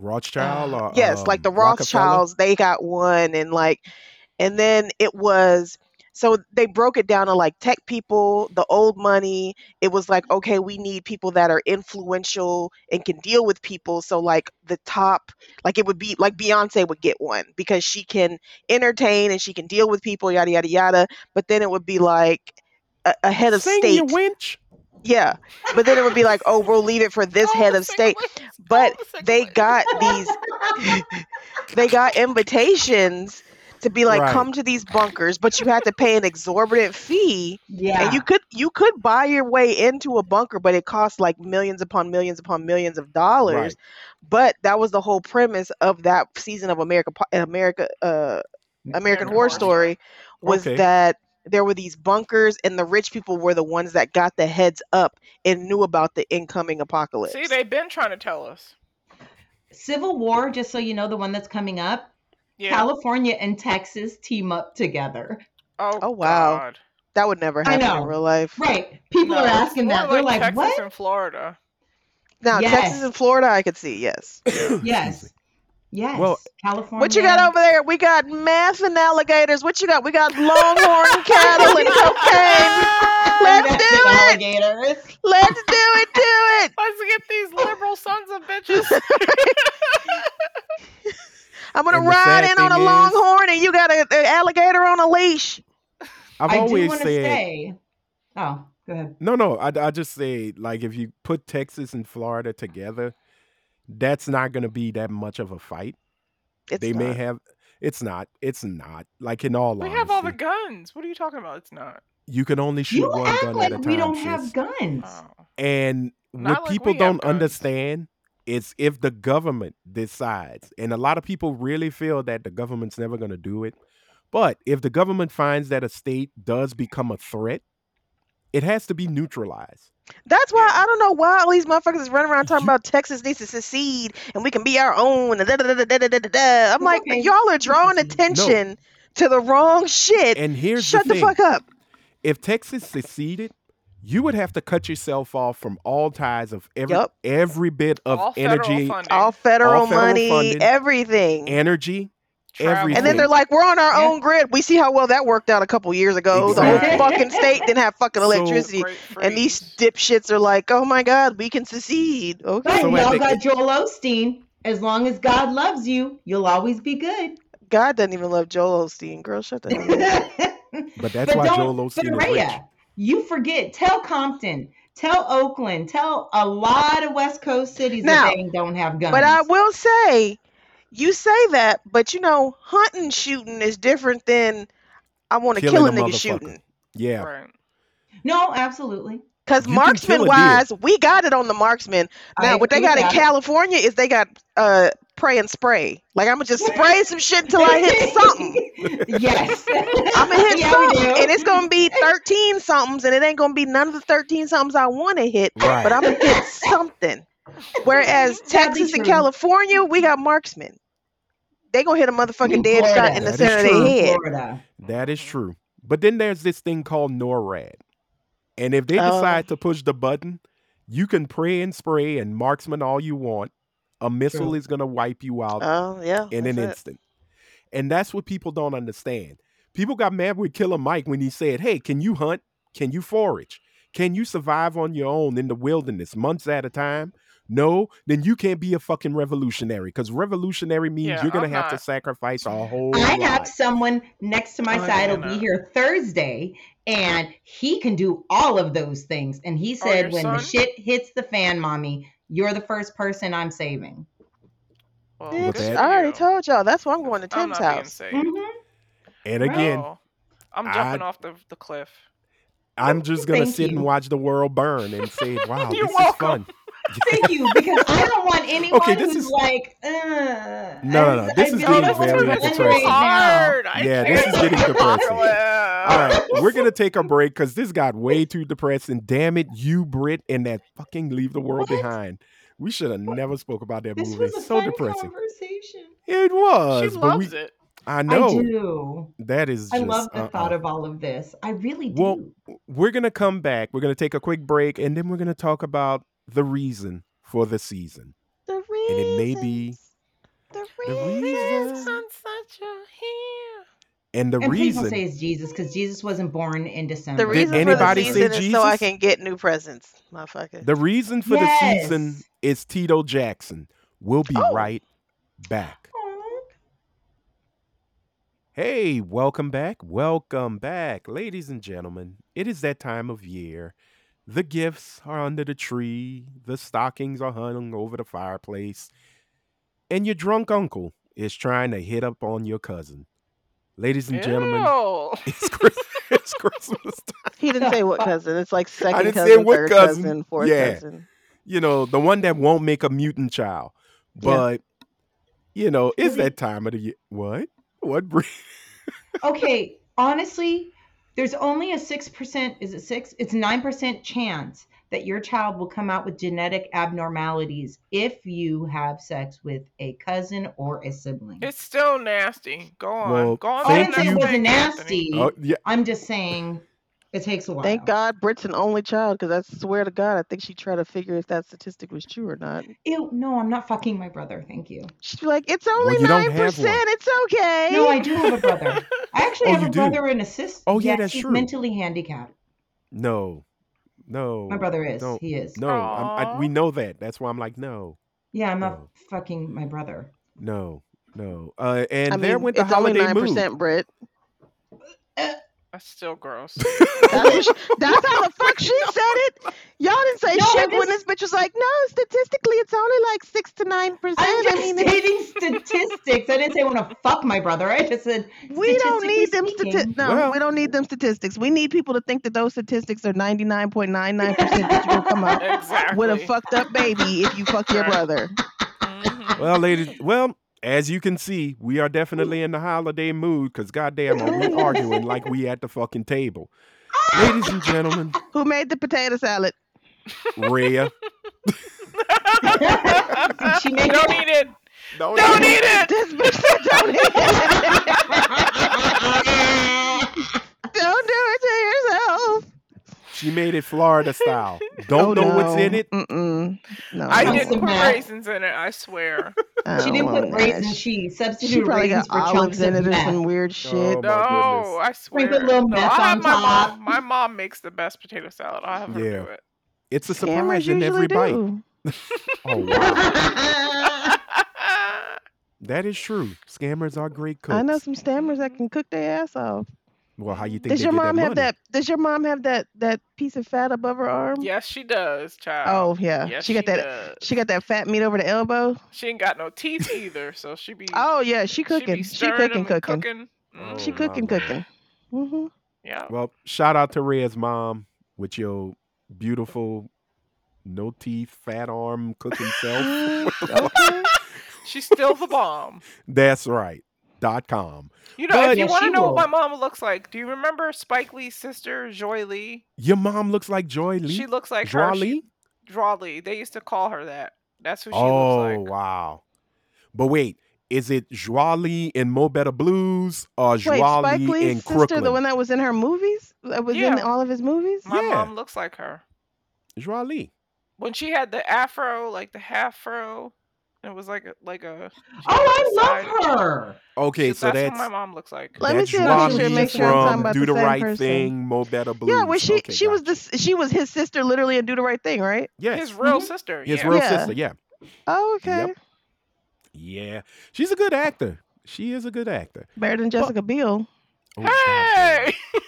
Speaker 1: Rothschild
Speaker 4: uh,
Speaker 1: or
Speaker 4: yes, like the
Speaker 1: um, Rockefeller?
Speaker 4: Rothschilds, they got one, and like, and then it was so they broke it down to like tech people, the old money. It was like, okay, we need people that are influential and can deal with people. So like the top, like it would be like Beyonce would get one because she can entertain and she can deal with people, yada yada yada. But then it would be like a, a head of
Speaker 1: Sing
Speaker 4: state.
Speaker 1: you winch.
Speaker 4: Yeah. But then it would be like, oh, we'll leave it for this
Speaker 3: All
Speaker 4: head
Speaker 3: the
Speaker 4: of state.
Speaker 3: singlets,
Speaker 4: But
Speaker 3: all the [laughs]
Speaker 4: they
Speaker 3: singlets.
Speaker 4: got these they got invitations to be like
Speaker 1: Right.
Speaker 4: come to these bunkers, but you had to pay an exorbitant fee.
Speaker 2: yeah.
Speaker 4: And you could you could buy your way into a bunker, but it cost like millions upon millions upon millions of dollars.
Speaker 1: Right.
Speaker 4: But that was the whole premise of that season of America Po- America uh American
Speaker 3: American
Speaker 4: Horror
Speaker 3: Horror
Speaker 4: Story was
Speaker 1: Okay.
Speaker 4: that there were these bunkers and the rich people were the ones that got the heads up and knew about the incoming apocalypse.
Speaker 3: See, they've been trying to tell us.
Speaker 2: Civil War, just so you know, the one that's coming up,
Speaker 3: Yeah.
Speaker 2: California and Texas team up together.
Speaker 3: Oh,
Speaker 4: Oh, wow.
Speaker 3: God.
Speaker 4: That would never happen in
Speaker 2: know.
Speaker 4: real life.
Speaker 2: Right. People are
Speaker 3: No, it's
Speaker 2: asking
Speaker 3: more
Speaker 2: that. They're
Speaker 3: like
Speaker 2: like,
Speaker 3: Texas
Speaker 2: what?
Speaker 3: and
Speaker 4: [laughs]
Speaker 3: Florida.
Speaker 4: Now,
Speaker 2: Yes. Oh,
Speaker 4: Texas and Florida, I could see, yes.
Speaker 2: Yes. Yes.
Speaker 1: Well,
Speaker 2: California.
Speaker 4: What you got over there? We got meth and alligators. What you got? We
Speaker 2: [laughs]
Speaker 4: got longhorn cattle and cocaine. Let's
Speaker 2: That's an
Speaker 4: do it.
Speaker 2: alligators.
Speaker 4: Let's do it, do it.
Speaker 3: [laughs] Let's get these liberal sons of
Speaker 4: [laughs]
Speaker 3: bitches.
Speaker 4: I'm gonna
Speaker 1: And the
Speaker 4: ride
Speaker 1: sad
Speaker 4: in on a
Speaker 1: thing is-
Speaker 4: longhorn, and you got an alligator on a leash.
Speaker 1: I've
Speaker 2: I do
Speaker 1: always
Speaker 2: want to
Speaker 1: said
Speaker 2: say. Oh, go ahead.
Speaker 1: no, no. I, I just say like if you put Texas and Florida together, that's not going to be that much of a fight.
Speaker 4: It's
Speaker 1: they may
Speaker 4: not.
Speaker 1: have. It's not. It's not. Like in all
Speaker 3: we
Speaker 1: honesty,
Speaker 3: have all the guns. What are you talking about? It's not.
Speaker 1: you can only shoot
Speaker 2: You
Speaker 1: one
Speaker 2: act
Speaker 1: gun at a
Speaker 2: like
Speaker 1: time.
Speaker 2: we don't
Speaker 1: sis.
Speaker 2: have guns.
Speaker 4: Uh.
Speaker 3: Oh.
Speaker 1: And
Speaker 3: Not
Speaker 1: what
Speaker 3: like
Speaker 1: people
Speaker 3: we have
Speaker 1: don't
Speaker 3: guns.
Speaker 1: understand is if the government decides, and a lot of people really feel that the government's never going to do it, but if the government finds that a state does become a threat, it has to be neutralized.
Speaker 4: That's why
Speaker 3: Yeah.
Speaker 4: I don't know why all these motherfuckers is running
Speaker 1: [laughs]
Speaker 4: around talking
Speaker 1: You-
Speaker 4: about Texas needs to secede and we can be our own. And da, da, da, da, da, da, da, da. I'm
Speaker 2: It's
Speaker 4: like,
Speaker 2: okay.
Speaker 4: y'all are drawing
Speaker 2: No.
Speaker 4: attention to the wrong shit.
Speaker 1: And here's
Speaker 4: Shut
Speaker 1: the
Speaker 4: the,
Speaker 1: thing:
Speaker 4: fuck up.
Speaker 1: if Texas seceded, you would have to cut yourself off from all ties of every
Speaker 4: Yup.
Speaker 1: every bit of
Speaker 3: all
Speaker 1: energy,
Speaker 3: federal funding.
Speaker 4: All federal,
Speaker 1: All federal
Speaker 4: money,
Speaker 1: funding.
Speaker 4: everything. And,
Speaker 1: energy.
Speaker 3: Travel.
Speaker 1: everything.
Speaker 4: then they're like, we're on our
Speaker 2: Yeah.
Speaker 4: own grid. We see how well that worked out a couple years ago.
Speaker 1: Exactly.
Speaker 4: The whole fucking state didn't have fucking
Speaker 1: [laughs] So-
Speaker 4: electricity.
Speaker 3: Great
Speaker 4: and these
Speaker 3: freeze.
Speaker 4: dipshits are like, oh my God, we can secede. Okay.
Speaker 2: But
Speaker 1: So I
Speaker 2: y'all
Speaker 1: think
Speaker 2: got
Speaker 1: it-
Speaker 2: Joel Osteen. As long as God loves you, you'll always be good.
Speaker 4: God doesn't even love Joel Osteen. Girl, shut
Speaker 2: [laughs]
Speaker 4: the hell up.
Speaker 2: That's
Speaker 1: But [laughs] that's why Joel Osteen is rich.
Speaker 2: You forget. Tell Compton. Tell Oakland. Tell a lot of West Coast cities
Speaker 4: Now,
Speaker 2: that they don't have guns.
Speaker 4: But I will say, you say that, but you know, hunting shooting is different than I want to
Speaker 1: Killing
Speaker 4: kill a
Speaker 1: a
Speaker 4: nigga
Speaker 1: motherfucker.
Speaker 4: shooting.
Speaker 1: Yeah,
Speaker 3: Right.
Speaker 2: no, absolutely.
Speaker 4: Because
Speaker 1: You can kill a
Speaker 4: marksman
Speaker 1: deer.
Speaker 4: wise, we got it on the marksman.
Speaker 2: I
Speaker 4: Now, what they
Speaker 2: agree with
Speaker 4: got in
Speaker 2: that.
Speaker 4: California is they got uh, spray and spray. Like, I'm going to just spray some shit until
Speaker 2: [laughs]
Speaker 4: I hit something.
Speaker 2: yes.
Speaker 4: I'm gonna hit
Speaker 2: Yeah, we
Speaker 4: something,
Speaker 2: do.
Speaker 4: and it's gonna
Speaker 2: [laughs]
Speaker 4: be 13 somethings, and it ain't gonna be none of the 13 somethings I want to hit,
Speaker 1: right.
Speaker 4: but I'm gonna
Speaker 2: [laughs]
Speaker 4: hit something. Whereas
Speaker 2: Sadly
Speaker 4: Texas and
Speaker 2: true.
Speaker 4: California, we got marksmen. They gonna hit a motherfucking dead shot in the
Speaker 1: That is
Speaker 4: center of
Speaker 1: true.
Speaker 4: their head.
Speaker 2: Florida.
Speaker 1: That is
Speaker 3: Mhm.
Speaker 1: true. But then there's this thing called NORAD. And if they
Speaker 4: Oh.
Speaker 1: decide to push the button, you can pray and spray and marksman all you want. A missile
Speaker 2: True.
Speaker 1: is going to wipe you out
Speaker 4: Oh yeah,
Speaker 1: in an
Speaker 4: that's it.
Speaker 1: instant. And that's what people don't understand. People got mad with Killer Mike when he said, Hey, can you hunt? Can you forage? Can you survive on your own in the wilderness months at a time? No, then you can't be a fucking revolutionary because revolutionary means
Speaker 3: Yeah,
Speaker 1: you're going to
Speaker 3: I'm
Speaker 1: have to
Speaker 3: not.
Speaker 1: sacrifice a whole
Speaker 2: I
Speaker 1: lot.
Speaker 2: have someone next to my
Speaker 3: Oh,
Speaker 2: side.
Speaker 3: yeah,
Speaker 2: He'll be
Speaker 3: no.
Speaker 2: here Thursday, and he can do all of those things. And he
Speaker 3: Oh,
Speaker 2: said,
Speaker 3: your
Speaker 2: when the
Speaker 3: son?
Speaker 2: shit hits the fan, mommy, you're the first person I'm saving.
Speaker 3: Well,
Speaker 1: Well,
Speaker 3: good
Speaker 4: Bitch,
Speaker 1: that-
Speaker 3: for
Speaker 4: I already
Speaker 3: you.
Speaker 4: told y'all. That's why I'm going to
Speaker 3: I'm not
Speaker 4: Tim's
Speaker 3: being
Speaker 4: house.
Speaker 1: [laughs]
Speaker 3: saved.
Speaker 2: Mhm.
Speaker 1: and
Speaker 4: Oh.
Speaker 1: again,
Speaker 3: No. I'm
Speaker 1: I-
Speaker 3: jumping off the, the cliff.
Speaker 1: I'm just gonna
Speaker 2: Thank
Speaker 1: sit and
Speaker 2: you.
Speaker 1: watch the world burn and
Speaker 2: [laughs]
Speaker 1: say, "Wow,
Speaker 3: You're
Speaker 1: this
Speaker 3: welcome.
Speaker 1: is fun."
Speaker 2: Thank you, because I don't want anyone
Speaker 1: this
Speaker 2: who's
Speaker 1: is-
Speaker 2: like, uh, no,
Speaker 1: no, no, this is
Speaker 3: No,
Speaker 1: being
Speaker 3: this
Speaker 1: very
Speaker 3: is this is
Speaker 1: depressing.
Speaker 3: Oh, hard. I
Speaker 1: Yeah,
Speaker 3: can't
Speaker 1: this is getting
Speaker 3: do it.
Speaker 1: depressing. All
Speaker 3: Wow.
Speaker 2: [laughs]
Speaker 1: right, we're gonna take a break because this got way too depressing. Damn it, you Brit and that fucking Leave the World
Speaker 2: What?
Speaker 1: Behind. We should have never spoke about that
Speaker 2: This
Speaker 1: movie.
Speaker 2: was a
Speaker 1: It's so
Speaker 2: fun
Speaker 1: depressing.
Speaker 2: conversation.
Speaker 1: It
Speaker 3: She
Speaker 1: was, but we,
Speaker 3: loves it.
Speaker 1: I
Speaker 2: I
Speaker 1: know
Speaker 2: do.
Speaker 1: that is.
Speaker 2: I
Speaker 1: just,
Speaker 2: love the
Speaker 1: uh-uh.
Speaker 2: thought of all of this. I really do.
Speaker 1: Well, we're going to come back. We're going to take a quick break and then we're going to talk about the reason for the season.
Speaker 4: The reasons.
Speaker 1: And it may be
Speaker 4: the
Speaker 1: the
Speaker 4: reasons.
Speaker 1: reason.
Speaker 3: such a here.
Speaker 1: And the
Speaker 2: and please don't
Speaker 1: reason.
Speaker 2: say it's Jesus, because Jesus wasn't born in December.
Speaker 4: The reason for the
Speaker 1: anybody say
Speaker 4: season is so I
Speaker 1: Jesus?
Speaker 4: can get new presents, motherfucker.
Speaker 1: The reason for the season
Speaker 2: Yes.
Speaker 1: is Tito Jackson. We'll be
Speaker 4: Oh.
Speaker 1: right back.
Speaker 2: Aw.
Speaker 1: Hey, welcome back. Welcome back, ladies and gentlemen. It is that time of year. The gifts are under the tree, the stockings are hung over the fireplace, and your drunk uncle is trying to hit up on your cousin. Ladies and gentlemen,
Speaker 3: Ew.
Speaker 1: it's, Chris- [laughs] it's Christmas time.
Speaker 4: He didn't
Speaker 2: [laughs]
Speaker 4: say what cousin. It's like second
Speaker 1: didn't say
Speaker 4: cousin,
Speaker 1: what
Speaker 4: third
Speaker 1: cousin.
Speaker 4: cousin, fourth
Speaker 1: Yeah.
Speaker 4: cousin.
Speaker 1: You know, the one that won't make a mutant child.
Speaker 4: Yeah.
Speaker 1: But, you know, it's
Speaker 2: Really?
Speaker 1: that time of the year. What? What? Bri-
Speaker 2: okay, honestly, there's only a 6%, is it 6? It's 9% chance that your child will come out with genetic abnormalities if you have sex with a cousin or a sibling.
Speaker 3: It's still nasty. Go on.
Speaker 1: Well,
Speaker 3: Go on.
Speaker 2: I
Speaker 4: Oh,
Speaker 1: thank
Speaker 2: didn't say it
Speaker 1: you.
Speaker 2: wasn't nasty.
Speaker 3: Anthony.
Speaker 1: Oh, uh, yeah.
Speaker 2: I'm just saying It takes a while.
Speaker 4: Thank God Brit's an only child because I swear to God, I think she tried to figure if that statistic was true or not.
Speaker 2: Ew, no, I'm not fucking my brother. Thank you.
Speaker 4: She's like, it's only
Speaker 1: you don't
Speaker 4: nine
Speaker 1: have
Speaker 4: percent.
Speaker 1: one.
Speaker 4: It's okay.
Speaker 2: No, I do have a brother.
Speaker 1: [laughs]
Speaker 2: I actually
Speaker 1: Oh,
Speaker 2: have
Speaker 1: you
Speaker 2: a
Speaker 1: do?
Speaker 2: brother and a sister.
Speaker 1: Oh, yeah, that's
Speaker 2: he's
Speaker 1: true.
Speaker 2: mentally handicapped.
Speaker 1: No, no.
Speaker 2: My brother is.
Speaker 1: Don't-
Speaker 2: He is.
Speaker 1: Oh, No, I'm, I, we
Speaker 3: Aw.
Speaker 1: know that. That's why I'm like, no,
Speaker 2: Yeah, I'm not
Speaker 1: No.
Speaker 2: fucking my brother.
Speaker 1: no, no. Uh, and
Speaker 4: I
Speaker 1: there
Speaker 4: mean,
Speaker 1: went the
Speaker 4: it's only
Speaker 1: holiday
Speaker 4: nine
Speaker 1: mood.
Speaker 4: percent,
Speaker 1: [laughs]
Speaker 4: Brit.
Speaker 3: That's still gross.
Speaker 4: That's, what she, that's how the fuck
Speaker 1: [laughs]
Speaker 4: she said it. Y'all didn't say
Speaker 2: No,
Speaker 4: shit
Speaker 2: I'm
Speaker 4: when this
Speaker 2: just-
Speaker 4: bitch was like, no, statistically, it's only like six to nine percent.
Speaker 2: I'm
Speaker 4: I
Speaker 2: just
Speaker 4: mean, it's-
Speaker 2: stating statistics. I didn't say I want to fuck my brother. I just said
Speaker 4: we don't need them
Speaker 2: statistically
Speaker 4: statistics. No,
Speaker 1: Well-
Speaker 4: we don't need them statistics. We need people to think that those statistics are ninety nine point nine nine percent that you're gonna
Speaker 3: [laughs]
Speaker 4: come out
Speaker 3: exactly.
Speaker 4: with a fucked up baby if you fuck your
Speaker 3: Right.
Speaker 4: brother.
Speaker 3: [laughs]
Speaker 4: [laughs]
Speaker 3: Mhm.
Speaker 1: Well, ladies, well, as you can see, we are definitely in the holiday mood because goddamn, are
Speaker 4: [laughs]
Speaker 1: we arguing like we at the fucking table. ladies and gentlemen,
Speaker 4: Who made the potato salad? [laughs]
Speaker 1: Rhea.
Speaker 2: Did she make
Speaker 3: don't
Speaker 2: it?
Speaker 3: eat
Speaker 2: [laughs]
Speaker 3: it.
Speaker 1: No,
Speaker 3: Don't eat
Speaker 4: [laughs]
Speaker 3: it.
Speaker 4: This bitch said don't eat it. [laughs] Don't do it to yourself. Oh,
Speaker 1: She made it Florida
Speaker 4: [laughs]
Speaker 1: style. Don't know what's in it.
Speaker 4: Mm-mm. No,
Speaker 3: I
Speaker 2: want
Speaker 3: didn't
Speaker 2: some
Speaker 3: put
Speaker 2: math.
Speaker 3: raisins in it. I swear.
Speaker 4: I
Speaker 2: She
Speaker 4: don't
Speaker 2: didn't put
Speaker 4: want that.
Speaker 2: raisins. She
Speaker 4: Oh, She,
Speaker 2: substituted
Speaker 4: probably got
Speaker 2: raisins for chunks
Speaker 4: olives in
Speaker 2: of
Speaker 4: it or
Speaker 2: meth. [laughs]
Speaker 4: some weird shit.
Speaker 1: Oh, my
Speaker 3: no,
Speaker 1: goodness.
Speaker 3: I swear.
Speaker 2: Sprinkle a little
Speaker 3: no,
Speaker 2: meth
Speaker 3: I'll have
Speaker 2: on
Speaker 3: my
Speaker 2: top.
Speaker 3: mom. My mom makes the best potato salad. I'll have her
Speaker 1: Yeah.
Speaker 3: do it. [laughs]
Speaker 1: It's a
Speaker 4: Scammers
Speaker 1: surprise in every
Speaker 4: usually
Speaker 1: bite.
Speaker 4: do.
Speaker 1: Oh, wow. That is true. Scammers are great cooks.
Speaker 4: I know some scammers that can cook their ass off.
Speaker 1: Well, how you think
Speaker 4: Does
Speaker 1: they
Speaker 4: your
Speaker 1: get
Speaker 4: mom
Speaker 1: that
Speaker 4: have
Speaker 1: money?
Speaker 4: that? Does your mom have that that piece of fat above her arm?
Speaker 3: yes, she does, child.
Speaker 4: Oh yeah,
Speaker 3: yes,
Speaker 4: she got that.
Speaker 3: does.
Speaker 4: She got that fat meat over the elbow.
Speaker 3: uh, She ain't got no teeth either, so she be.
Speaker 4: Oh yeah, she
Speaker 3: She,
Speaker 4: cooking.
Speaker 3: be
Speaker 4: She,
Speaker 3: stirring
Speaker 4: cooking,
Speaker 3: 'em and
Speaker 4: cooking.
Speaker 1: Oh,
Speaker 4: She
Speaker 1: my
Speaker 3: Mm,
Speaker 4: cooking,
Speaker 1: Lord.
Speaker 4: cooking. hmm
Speaker 3: yeah.
Speaker 1: Well, shout out to Red's mom with your beautiful, no teeth, fat arm cooking
Speaker 4: [gasps]
Speaker 1: self.
Speaker 4: Mm-hmm.
Speaker 1: [laughs]
Speaker 4: okay.
Speaker 3: She's still the bomb.
Speaker 1: That's right. Dot com.
Speaker 3: You know,
Speaker 1: But-
Speaker 3: if you
Speaker 2: Yeah,
Speaker 3: want
Speaker 2: she
Speaker 3: to know
Speaker 2: will.
Speaker 3: what my mom looks like, do you remember Spike Lee's sister, Joy Lee?
Speaker 1: Your mom looks like Joy Lee.
Speaker 3: She looks like
Speaker 1: Joy
Speaker 3: her. She,
Speaker 1: Lee?
Speaker 3: Draw Lee. They used to call her that. That's who she
Speaker 1: oh,
Speaker 3: looks like.
Speaker 1: wow. But wait, is it Joy Lee in Mo Better Blues or
Speaker 4: Wait,
Speaker 1: Joy
Speaker 4: Spike
Speaker 1: Lee in
Speaker 4: Lee's sister,
Speaker 1: Crooklyn?
Speaker 4: the one that was in her movies, that was in
Speaker 3: Yeah.
Speaker 4: all of his movies.
Speaker 3: My
Speaker 1: Yeah.
Speaker 3: mom looks like her.
Speaker 1: Joy Lee.
Speaker 3: When she had the afro, like the half fro, it was like a like a. she had like
Speaker 2: Oh,
Speaker 3: a
Speaker 2: I
Speaker 3: side-
Speaker 2: love her.
Speaker 1: Okay,
Speaker 3: so
Speaker 1: so
Speaker 3: that's,
Speaker 1: that's
Speaker 3: what my mom looks like.
Speaker 4: Let me
Speaker 1: that's
Speaker 4: see
Speaker 2: a
Speaker 1: Joy
Speaker 2: picture and
Speaker 1: Lee
Speaker 2: make sure I'm
Speaker 1: from
Speaker 2: talking
Speaker 4: about
Speaker 1: Do
Speaker 4: the
Speaker 1: the
Speaker 4: same
Speaker 1: Right
Speaker 4: person.
Speaker 1: Thing, Mo Better Blues.
Speaker 4: Yeah, well, she
Speaker 1: okay,
Speaker 4: she was
Speaker 1: gotcha.
Speaker 4: this she was his sister literally in Do the Right Thing, right?
Speaker 1: yes, Mm-hmm.
Speaker 3: His real
Speaker 2: Mhm.
Speaker 3: sister.
Speaker 1: his
Speaker 3: yeah.
Speaker 1: real
Speaker 4: Yeah.
Speaker 1: sister. Yeah,
Speaker 4: Oh, okay.
Speaker 1: Yep. yeah. She's a good actor. She is a good actor.
Speaker 4: Better than Jessica Biel.
Speaker 1: Oh,
Speaker 4: Ah!
Speaker 1: goddamn.
Speaker 3: Hey.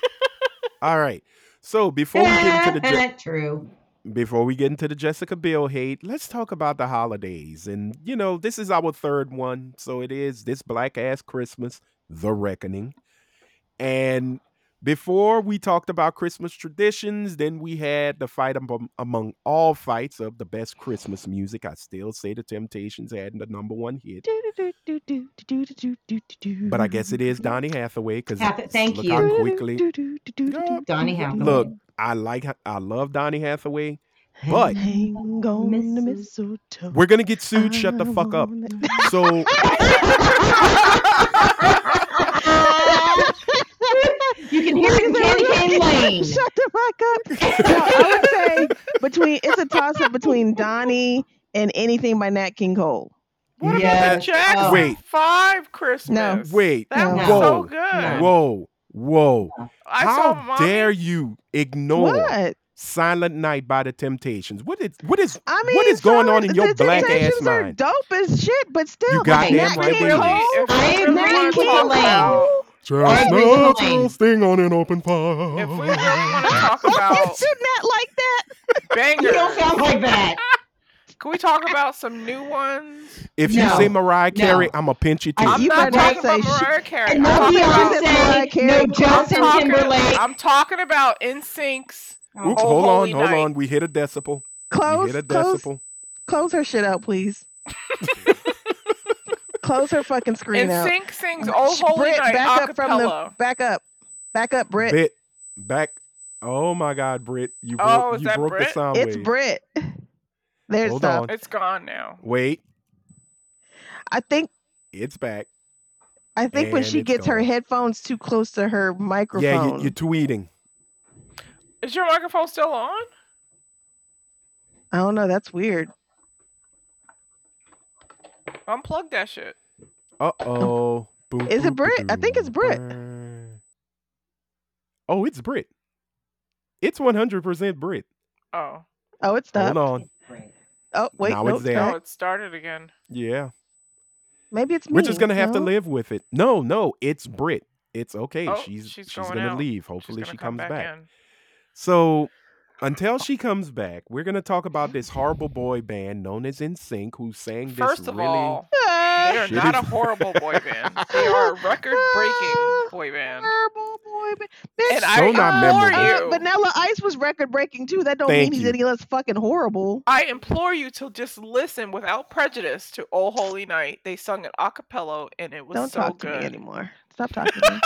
Speaker 1: All right. So before we get into the
Speaker 4: [laughs]
Speaker 1: Je-
Speaker 2: [laughs] true.
Speaker 1: before we get into the Jessica Biel hate, let's talk about the holidays. And you know, this is our third one, so it is this black ass Christmas, the reckoning. And before we talked about Christmas traditions, then we had the fight am- among all fights of the best Christmas music. I still say the Temptations had the number one hit, but I guess it is Donny Hathaway because
Speaker 2: Hath- thank
Speaker 1: look
Speaker 2: you.
Speaker 1: how quickly.
Speaker 2: Donny Hathaway.
Speaker 1: Look, I like I love Donny Hathaway. But-
Speaker 4: hang on the
Speaker 2: Mistletoe.
Speaker 4: mistletoe.
Speaker 1: We're gonna get sued. Shut the
Speaker 4: I
Speaker 1: fuck up.
Speaker 4: wanna-
Speaker 1: So
Speaker 2: [laughs]
Speaker 3: [laughs]
Speaker 2: [laughs] you can hear it in Candy
Speaker 4: [laughs]
Speaker 2: Cane Lane.
Speaker 4: Shut the fuck up. No, I would say between it's a toss up between Donnie and anything by Nat King Cole.
Speaker 3: What
Speaker 2: Yeah.
Speaker 3: about the Jackson
Speaker 2: Oh.
Speaker 1: Wait.
Speaker 3: Five Christmas?
Speaker 1: wait,
Speaker 3: That
Speaker 4: No.
Speaker 3: was
Speaker 2: No.
Speaker 3: so
Speaker 1: whoa,
Speaker 3: good.
Speaker 2: No.
Speaker 1: whoa, whoa!
Speaker 3: I saw
Speaker 1: How
Speaker 3: mommy.
Speaker 1: dare you ignore
Speaker 4: What?
Speaker 1: "Silent Night" by the Temptations? What is what is
Speaker 4: I mean,
Speaker 1: what is going on in
Speaker 4: Solid-
Speaker 1: your
Speaker 4: the
Speaker 1: black ass
Speaker 4: Temptations are
Speaker 1: mind?
Speaker 4: dope as shit, but still,
Speaker 1: goddamn
Speaker 4: Nat
Speaker 1: right
Speaker 4: King
Speaker 1: they is.
Speaker 4: Cole?
Speaker 3: If we
Speaker 2: I
Speaker 3: really
Speaker 2: agree
Speaker 3: wanna
Speaker 4: Nat
Speaker 2: with
Speaker 4: King
Speaker 3: talk
Speaker 2: Elaine.
Speaker 3: about
Speaker 4: Cole?
Speaker 1: Chestnuts
Speaker 2: Elaine.
Speaker 1: roasting on an open fire.
Speaker 3: if we really want to talk
Speaker 4: [laughs]
Speaker 3: about
Speaker 4: Did Nat like that?
Speaker 3: bangers,
Speaker 2: You don't sound like that.
Speaker 3: can we talk about some new ones?
Speaker 1: If you
Speaker 2: No,
Speaker 1: say Mariah Carey,
Speaker 2: no.
Speaker 1: I'ma pinch your
Speaker 4: I-
Speaker 1: teeth.
Speaker 3: I'm
Speaker 4: You
Speaker 3: not
Speaker 4: better not
Speaker 3: talking about
Speaker 4: say shit.
Speaker 3: Mariah Carey.
Speaker 2: And
Speaker 3: I'm
Speaker 2: no
Speaker 3: talking about-
Speaker 4: Beyonce, Mariah
Speaker 2: Beyonce, no
Speaker 4: Carey.
Speaker 3: I'm
Speaker 2: Justin
Speaker 3: talking,
Speaker 2: Timberlake.
Speaker 3: I'm talking about NSYNC's.
Speaker 2: Oh,
Speaker 1: Oop,
Speaker 3: Oh,
Speaker 1: hold on,
Speaker 3: holy
Speaker 1: hold
Speaker 3: night.
Speaker 1: on. We hit a decibel. we
Speaker 4: Close,
Speaker 1: hit a
Speaker 4: close,
Speaker 1: decibel.
Speaker 4: close her shit out, please. close her fucking screen out.
Speaker 3: NSYNC sings "Oh
Speaker 4: Sh-
Speaker 3: Holy
Speaker 4: Brit,
Speaker 3: Night"
Speaker 4: back
Speaker 3: a
Speaker 4: up from the
Speaker 3: cappella.
Speaker 4: back up, back up, Brit.
Speaker 1: Bit back. Oh my God, Brit, you broke,
Speaker 3: Oh, is
Speaker 1: you
Speaker 3: that
Speaker 1: broke the
Speaker 3: Brit?
Speaker 1: sound
Speaker 4: It's
Speaker 1: wave.
Speaker 4: Brit. There's
Speaker 1: Hold
Speaker 4: stop.
Speaker 1: on.
Speaker 3: It's gone now.
Speaker 1: Wait,
Speaker 4: I think
Speaker 1: it's back.
Speaker 4: I think when
Speaker 1: And
Speaker 4: she
Speaker 1: it's
Speaker 4: gets her
Speaker 1: gone.
Speaker 4: headphones too close to her
Speaker 1: Yeah, you,
Speaker 4: microphone.
Speaker 1: you're tweeting.
Speaker 3: Is your microphone still on?
Speaker 4: I don't know. That's weird.
Speaker 3: Unplug that shit.
Speaker 1: Uh oh. Boom.
Speaker 4: Is it
Speaker 1: boop,
Speaker 4: Brit? I think it's
Speaker 1: boom,
Speaker 4: Brit.
Speaker 1: brr. Oh, it's Brit. It's one hundred percent Brit.
Speaker 3: Oh,
Speaker 4: Oh, it's
Speaker 1: Hold
Speaker 4: not.
Speaker 1: on.
Speaker 2: Great.
Speaker 4: Oh, wait.
Speaker 1: Now
Speaker 4: no,
Speaker 1: it's
Speaker 4: it's
Speaker 1: there.
Speaker 4: not.
Speaker 3: oh, it started again.
Speaker 1: Yeah,
Speaker 4: Maybe it's me.
Speaker 1: we're just gonna have to
Speaker 4: No?
Speaker 1: live with it. No, no, it's Brit. It's okay.
Speaker 3: Oh,
Speaker 1: she's she's,
Speaker 3: she's going
Speaker 1: gonna
Speaker 3: out.
Speaker 1: leave.
Speaker 3: She's
Speaker 1: Hopefully,
Speaker 3: gonna
Speaker 1: she
Speaker 3: come
Speaker 1: comes back.
Speaker 3: in.
Speaker 1: So until she comes back, we're gonna talk about this horrible boy band known as NSYNC who sang this
Speaker 3: First of
Speaker 1: really.
Speaker 3: all, they are
Speaker 1: Shitty-
Speaker 3: not a horrible boy band. They are
Speaker 1: [laughs]
Speaker 3: a record-breaking boy band.
Speaker 4: Terrible boy, but bitch.
Speaker 3: And
Speaker 1: So
Speaker 3: I
Speaker 1: not
Speaker 3: implore
Speaker 1: memorable.
Speaker 3: you.
Speaker 4: Vanilla Ice was record breaking too. That don't
Speaker 1: Thank
Speaker 4: mean he's
Speaker 1: you.
Speaker 4: any less fucking horrible.
Speaker 3: I implore you to just listen without prejudice to "Oh Holy Night." They sung it a cappella, and it was
Speaker 4: Don't
Speaker 3: so
Speaker 4: talk
Speaker 3: good.
Speaker 4: to me anymore. Stop talking to me.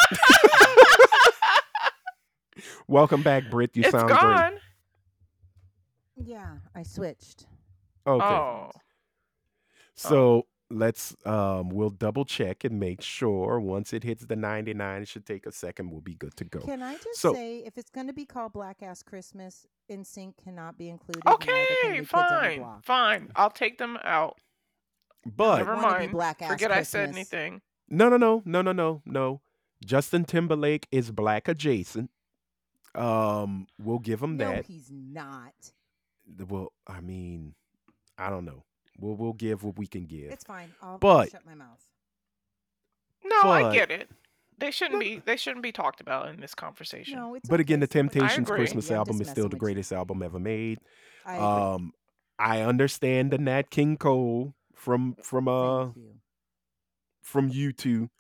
Speaker 1: Welcome back, Brit. You
Speaker 3: it's
Speaker 1: sound great.
Speaker 3: gone.
Speaker 5: Yeah, I switched.
Speaker 1: Okay.
Speaker 3: Oh,
Speaker 1: So let's um we'll double check and make sure once it hits the 99 it should take a second we'll be good to go.
Speaker 5: Can I just
Speaker 1: So-
Speaker 5: say, if it's going to be called Black Ass Christmas, NSYNC cannot be included. and neither can
Speaker 3: okay,
Speaker 5: New Kids on the
Speaker 3: fine,
Speaker 5: Block. fine.
Speaker 3: fine. I'll take them out.
Speaker 1: But
Speaker 3: Never
Speaker 5: Wanna be
Speaker 3: mind.
Speaker 5: Black Ass
Speaker 3: Forget I said
Speaker 5: Christmas.
Speaker 3: anything.
Speaker 1: no no no no no no no. Justin Timberlake is black adjacent. Um we'll give him
Speaker 5: No,
Speaker 1: that.
Speaker 5: he's not.
Speaker 1: The- Well, I mean, I don't know. We'll we'll give what we can give.
Speaker 5: It's fine. I'll
Speaker 1: But-
Speaker 5: shut my mouth.
Speaker 3: No,
Speaker 1: But-
Speaker 3: I get it. They shouldn't
Speaker 1: No.
Speaker 3: be. They shouldn't be talked about in this conversation.
Speaker 5: No, it's
Speaker 1: but again,
Speaker 5: okay.
Speaker 1: the
Speaker 5: Someone can
Speaker 1: Temptations
Speaker 5: disagree.
Speaker 3: agree.
Speaker 1: Christmas
Speaker 5: I'm
Speaker 1: album
Speaker 5: just
Speaker 1: is still
Speaker 5: messing with
Speaker 1: the
Speaker 5: you.
Speaker 1: greatest album ever made.
Speaker 5: I agree.
Speaker 1: Um I understand the Nat King Cole from from uh
Speaker 5: Thank you.
Speaker 1: from you two.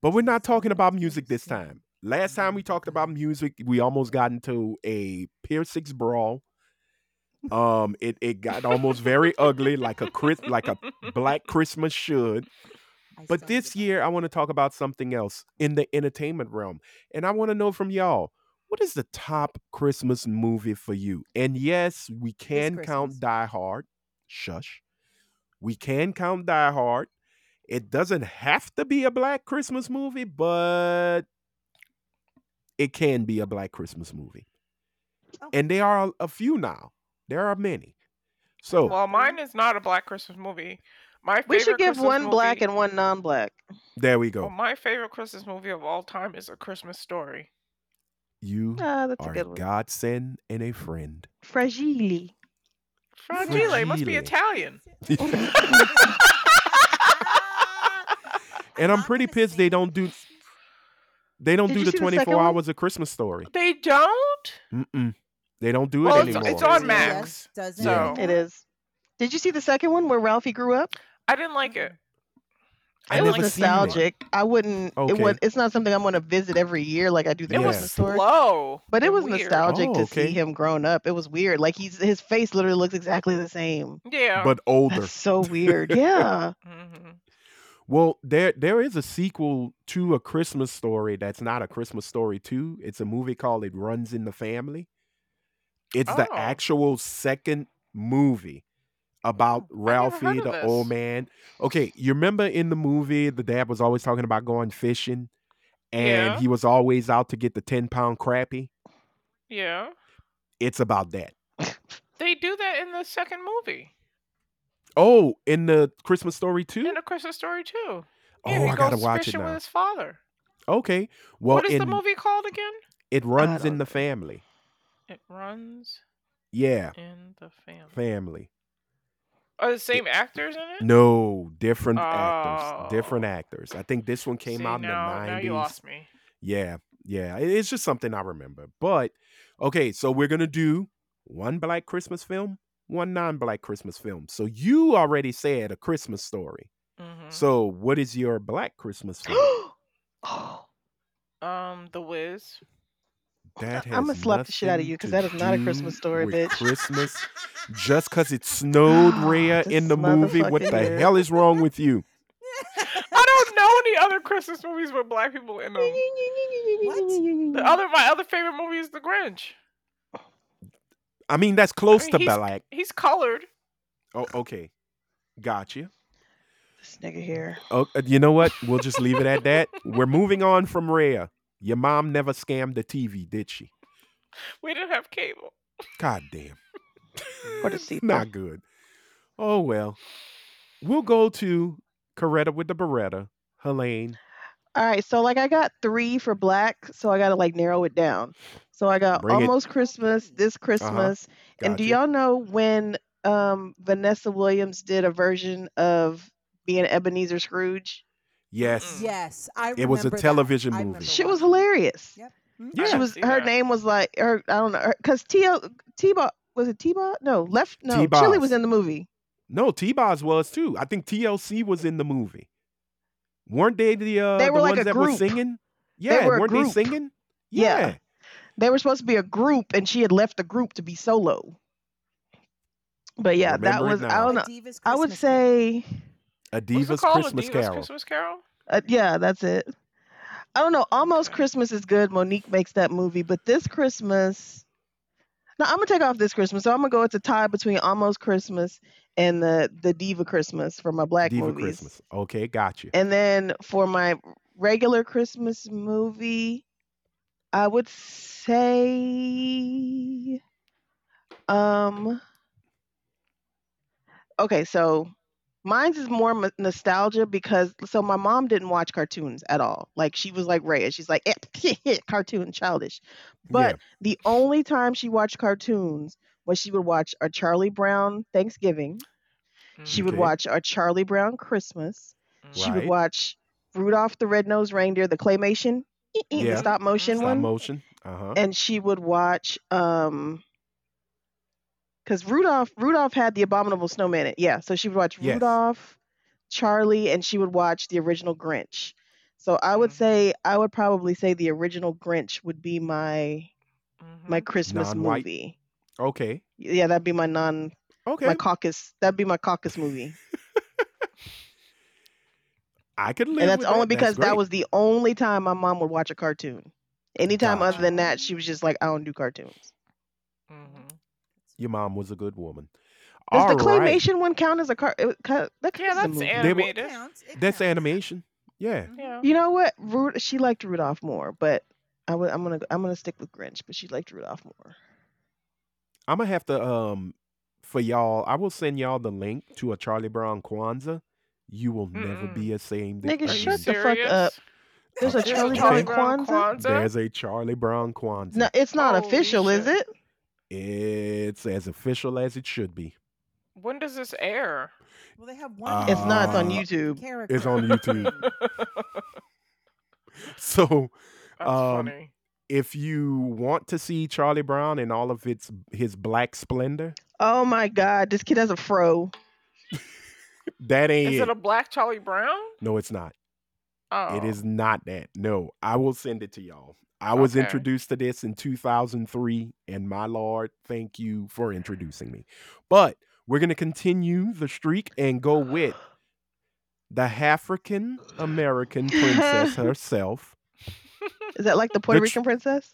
Speaker 1: But we're not talking about music this
Speaker 5: Understand.
Speaker 1: time. Last time we talked about music, we almost got into a Pier Six brawl. Um, it, it got almost very ugly, like a Chris, like
Speaker 3: [laughs]
Speaker 1: a Black Christmas should.
Speaker 5: I
Speaker 1: But
Speaker 5: stand
Speaker 1: this
Speaker 5: by
Speaker 1: year,
Speaker 5: that.
Speaker 1: I want to talk about something else in the entertainment realm, and I want to know from y'all what is the top Christmas movie for you? And yes, we can count
Speaker 5: Christmas.
Speaker 1: Die Hard. Shush, we can count Die Hard. It doesn't have to be a Black Christmas movie, but it can be a Black Christmas movie.
Speaker 5: Oh.
Speaker 1: And there are a few now. There are many. So
Speaker 3: Well, mine is not a black Christmas movie. My favorite
Speaker 4: We should give
Speaker 3: Christmas
Speaker 4: one
Speaker 3: movie,
Speaker 4: black and one non-black.
Speaker 1: Mm. there we
Speaker 3: well,
Speaker 1: go.
Speaker 3: my favorite Christmas movie of all time is A Christmas Story.
Speaker 1: You
Speaker 4: Ah, that's a
Speaker 1: are a
Speaker 4: good one.
Speaker 1: godsend and a friend.
Speaker 4: Fragile.
Speaker 3: Fragile must be
Speaker 1: Fragile.
Speaker 3: [laughs]
Speaker 5: [laughs]
Speaker 3: Italian.
Speaker 1: [laughs] And I'm pretty
Speaker 5: gonna
Speaker 1: pissed they
Speaker 5: say
Speaker 1: don't do-
Speaker 5: Christmas.
Speaker 1: They don't
Speaker 4: Did
Speaker 1: do
Speaker 4: you
Speaker 1: the
Speaker 4: see the
Speaker 1: 24
Speaker 4: second one?
Speaker 1: hours of Christmas story.
Speaker 3: they don't.
Speaker 1: Mm-mm. They don't do it
Speaker 3: Well, it's-
Speaker 1: anymore.
Speaker 3: it's on
Speaker 5: Yes,
Speaker 3: Max,
Speaker 5: doesn't
Speaker 3: so-
Speaker 5: it?
Speaker 4: It is. Did you see the second one where Ralphie grew up?
Speaker 3: I didn't like it.
Speaker 1: I
Speaker 4: it was
Speaker 1: never seen it.
Speaker 4: nostalgic. I wouldn't. It
Speaker 1: Okay.
Speaker 4: was. It's not something I'm going to visit every year like I do the
Speaker 3: It
Speaker 1: Yeah.
Speaker 3: was
Speaker 4: Christmas story.
Speaker 3: slow,
Speaker 4: But it
Speaker 3: and
Speaker 4: was
Speaker 3: weird.
Speaker 4: nostalgic
Speaker 1: Oh,
Speaker 4: to
Speaker 1: okay.
Speaker 4: see him grown up. It was weird. Like he's his face literally looks exactly the same.
Speaker 3: Yeah.
Speaker 1: but older.
Speaker 4: That's so weird.
Speaker 1: [laughs]
Speaker 4: Yeah. [gasps]
Speaker 3: hmm
Speaker 1: Well, there there is a sequel to a Christmas story that's not a Christmas story too. It's a movie called It Runs in the Family. It's the
Speaker 3: Oh.
Speaker 1: actual second movie about
Speaker 3: never heard
Speaker 1: Ralphie,
Speaker 3: of
Speaker 1: the old
Speaker 3: this.
Speaker 1: man. Okay, you remember in the movie the dad was always talking about going fishing and
Speaker 3: Yeah.
Speaker 1: he was always out to get the 10 pound crappie?
Speaker 3: Yeah.
Speaker 1: It's about that.
Speaker 3: They do that in the second movie.
Speaker 1: Oh, in the Christmas story too?
Speaker 3: In A Christmas Story too. Yeah,
Speaker 1: Oh,
Speaker 3: he
Speaker 1: I gotta
Speaker 3: goes
Speaker 1: watch it
Speaker 3: fishing with
Speaker 1: now.
Speaker 3: his father.
Speaker 1: Okay. Well,
Speaker 3: what is
Speaker 1: in,
Speaker 3: the movie called again?
Speaker 1: It runs in
Speaker 4: don't
Speaker 1: the family.
Speaker 3: It runs
Speaker 1: Yeah,
Speaker 3: in the family.
Speaker 1: family.
Speaker 3: Are the same actors in it?
Speaker 1: No, different actors. Different
Speaker 3: Mm. Oh.
Speaker 1: actors. I think this one came
Speaker 3: See,
Speaker 1: out in
Speaker 3: now-
Speaker 1: the
Speaker 3: Now you
Speaker 1: nineties.
Speaker 3: lost me.
Speaker 1: Yeah, yeah. It- It's just something I remember. But okay, so we're gonna do one black Christmas film, one non-black Christmas film. So you already said a Christmas story.
Speaker 3: Mhm.
Speaker 1: So what is your black Christmas film?
Speaker 4: oh,
Speaker 3: Um,
Speaker 1: [laughs]
Speaker 3: The Wiz. [laughs]
Speaker 1: That has
Speaker 4: I'ma slap the shit outta
Speaker 1: nothing
Speaker 4: you 'cause
Speaker 1: to
Speaker 4: that is not a
Speaker 1: do
Speaker 4: Christmas story,
Speaker 1: with
Speaker 4: bitch. [laughs]
Speaker 1: Christmas. Just cause it snowed, Rhea,
Speaker 4: This
Speaker 1: in the movie. What
Speaker 4: motherfucker
Speaker 1: the
Speaker 4: here.
Speaker 1: hell is wrong with you?
Speaker 3: I don't know any other Christmas movies with black people in them. The other, my other favorite movie is The Grinch.
Speaker 1: I mean, that's close
Speaker 3: mean,
Speaker 1: to
Speaker 3: he's-
Speaker 1: black.
Speaker 3: He's colored.
Speaker 1: Oh, okay. Gotcha.
Speaker 4: This nigga here.
Speaker 1: Oh, uh, you know what? We'll just [laughs] leave it at that. We're moving on from Rhea. Your mom never scammed the TV, did she?
Speaker 3: We didn't have cable.
Speaker 1: God damn.
Speaker 4: [laughs] What a
Speaker 1: It's
Speaker 4: sequel.
Speaker 1: Not good. Oh well. We'll go to Coretta with the Beretta. Helene.
Speaker 4: All right, so like I got three for black, so I gotta like narrow it down. So I got
Speaker 1: Bring it. Uh-huh.
Speaker 4: almost Christmas, this Christmas, and do
Speaker 1: gotcha.
Speaker 4: y'all know when um, Vanessa Williams did a version of being Ebenezer Scrooge?
Speaker 1: Yes.
Speaker 5: [laughs] Yes, I.
Speaker 1: It was a
Speaker 5: remember that.
Speaker 1: television
Speaker 5: I
Speaker 1: movie.
Speaker 5: remember
Speaker 4: She was
Speaker 5: watching it.
Speaker 4: hilarious.
Speaker 5: Yep.
Speaker 3: I
Speaker 1: Yeah.
Speaker 4: She
Speaker 3: haven't
Speaker 4: was
Speaker 3: seen
Speaker 4: her
Speaker 3: that.
Speaker 4: name was like her I don't know because T T Bot was it T Bot? No, left no Chili was
Speaker 1: T-Boz.
Speaker 4: in the movie.
Speaker 1: No, T-Boz was too. I think TLC was in the movie. Weren't they the uh,
Speaker 4: They
Speaker 1: the
Speaker 4: were like
Speaker 1: ones
Speaker 4: a
Speaker 1: that were
Speaker 4: group.
Speaker 1: singing? Yeah,
Speaker 4: were a
Speaker 1: weren't they
Speaker 4: group.
Speaker 1: singing?
Speaker 4: Yeah. They were supposed to be a group, and she had left the group to be solo. But yeah, that
Speaker 1: Remember it
Speaker 4: was I
Speaker 1: now.
Speaker 4: don't
Speaker 5: A
Speaker 4: know.
Speaker 5: Diva's
Speaker 4: I would
Speaker 5: Christmas Carol.
Speaker 4: say.
Speaker 1: A
Speaker 3: What's it
Speaker 1: Diva's
Speaker 3: called?
Speaker 1: Christmas
Speaker 3: a Divas
Speaker 1: Carol.
Speaker 3: Christmas Carol?
Speaker 4: Uh, yeah, that's it. I don't know. Almost
Speaker 3: Okay.
Speaker 4: Christmas is good. Monique makes that movie, but this Christmas. No, I'm gonna take off this Christmas. So I'm gonna go. It's a tie between Almost Christmas and the the Diva Christmas for my black
Speaker 1: Diva
Speaker 4: movies.
Speaker 1: Christmas. Okay, got you.
Speaker 4: And then for my regular Christmas movie, I would say, um, okay, so mine's is more m- nostalgia because so my mom didn't watch cartoons at all. Like she was like Raya, she's like eh, [laughs] cartoon childish. But the only time she watched cartoons was she would watch a Charlie Brown Thanksgiving. She would
Speaker 1: Okay.
Speaker 4: watch a Charlie Brown Christmas.
Speaker 3: Mm-hmm.
Speaker 4: She would
Speaker 1: Right.
Speaker 4: watch Rudolph the Red-Nosed Reindeer, the claymation, eh, eh,
Speaker 1: Yeah.
Speaker 4: the stop motion
Speaker 1: stop
Speaker 4: one,
Speaker 1: motion. Uh-huh.
Speaker 4: and she would watch um because Rudolph Rudolph had the Abominable Snowman. In, it. yeah, so she would watch
Speaker 1: Yes.
Speaker 4: Rudolph, Charlie, and she would watch the original Grinch. So I would
Speaker 3: Mhm.
Speaker 4: say I would probably say the original Grinch would be my my
Speaker 3: Mhm.
Speaker 4: Christmas
Speaker 1: Non-white.
Speaker 4: movie.
Speaker 1: Okay.
Speaker 4: Yeah, that'd be my non
Speaker 1: Okay.
Speaker 4: my caucus. That'd be my caucus movie.
Speaker 1: I could live
Speaker 4: and that's
Speaker 1: with
Speaker 4: only
Speaker 1: that.
Speaker 4: because
Speaker 1: great.
Speaker 4: that was the only time my mom would watch a cartoon. Anytime other than that,
Speaker 3: Gotcha.
Speaker 4: she was just like, "I don't do cartoons."
Speaker 3: Mhm.
Speaker 1: Your mom was a good woman.
Speaker 4: Does
Speaker 1: All
Speaker 4: the
Speaker 1: right.
Speaker 4: claymation one count as a car? It, ca- that counts
Speaker 3: Yeah,
Speaker 4: as a
Speaker 3: that's
Speaker 4: movie.
Speaker 1: They were-
Speaker 3: animated.
Speaker 5: Counts, it
Speaker 1: That's
Speaker 5: counts.
Speaker 1: animation. Yeah.
Speaker 3: Yeah.
Speaker 4: You know what? Ru- she liked Rudolph more, but I would. I'm gonna. I'm gonna stick with Grinch, but she liked Rudolph more.
Speaker 1: I'm gonna have to um for y'all. I will send y'all the link to a Charlie Brown Kwanzaa. You will never
Speaker 3: Mm-mm.
Speaker 1: be the same.
Speaker 4: Nigga,
Speaker 3: Are
Speaker 1: again.
Speaker 3: you
Speaker 4: shut the fuck
Speaker 3: serious?
Speaker 4: up. There's a
Speaker 1: There's a
Speaker 4: Charlie,
Speaker 1: Charlie [laughs]
Speaker 4: Brown Kwanzaa.
Speaker 1: There's a Charlie Brown Kwanzaa.
Speaker 4: No, it's not
Speaker 3: Holy
Speaker 4: official, is
Speaker 3: shit.
Speaker 4: it?
Speaker 1: It's as official as it should be. [laughs]
Speaker 3: When does this air? [laughs]
Speaker 5: Well, they have one.
Speaker 4: It's not. It's on
Speaker 1: Uh,
Speaker 4: YouTube.
Speaker 5: Character.
Speaker 1: It's on YouTube.
Speaker 3: That's
Speaker 1: So Um,
Speaker 3: funny.
Speaker 1: if you want to see Charlie Brown in all of its his black splendor,
Speaker 4: Oh my god, this kid has a fro.
Speaker 1: that ain't
Speaker 3: Is
Speaker 1: it.
Speaker 3: it a black Charlie Brown?
Speaker 1: no, it's not.
Speaker 3: Oh.
Speaker 1: It is not that. No, I will send it to y'all. I was
Speaker 3: Okay.
Speaker 1: introduced to this in 2003, and my lord, thank you for introducing me. But we're gonna continue the streak and go
Speaker 3: [gasps]
Speaker 1: with the African
Speaker 3: [laughs]
Speaker 1: American princess herself.
Speaker 4: Is that like the Puerto
Speaker 1: The tr-
Speaker 4: Rican princess?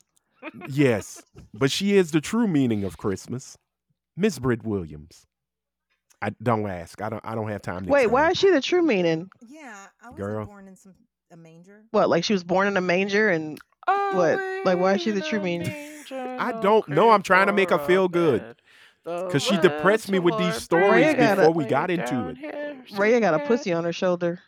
Speaker 1: Yes, but she is the true meaning of Christmas, Miss Britt Williams. I don't ask. I don't. I don't have time. To
Speaker 4: Wait,
Speaker 1: explain.
Speaker 4: why is she the true meaning?
Speaker 5: [laughs] Yeah, I was
Speaker 1: Girl.
Speaker 5: born in some a manger.
Speaker 4: What, like she was born in a manger and What? Like, why is she the true mean?
Speaker 1: I don't know. I'm trying to make her feel good. 'Cause she depressed me with these stories
Speaker 4: before
Speaker 1: we got into it.
Speaker 4: Raya got a pussy on her shoulder.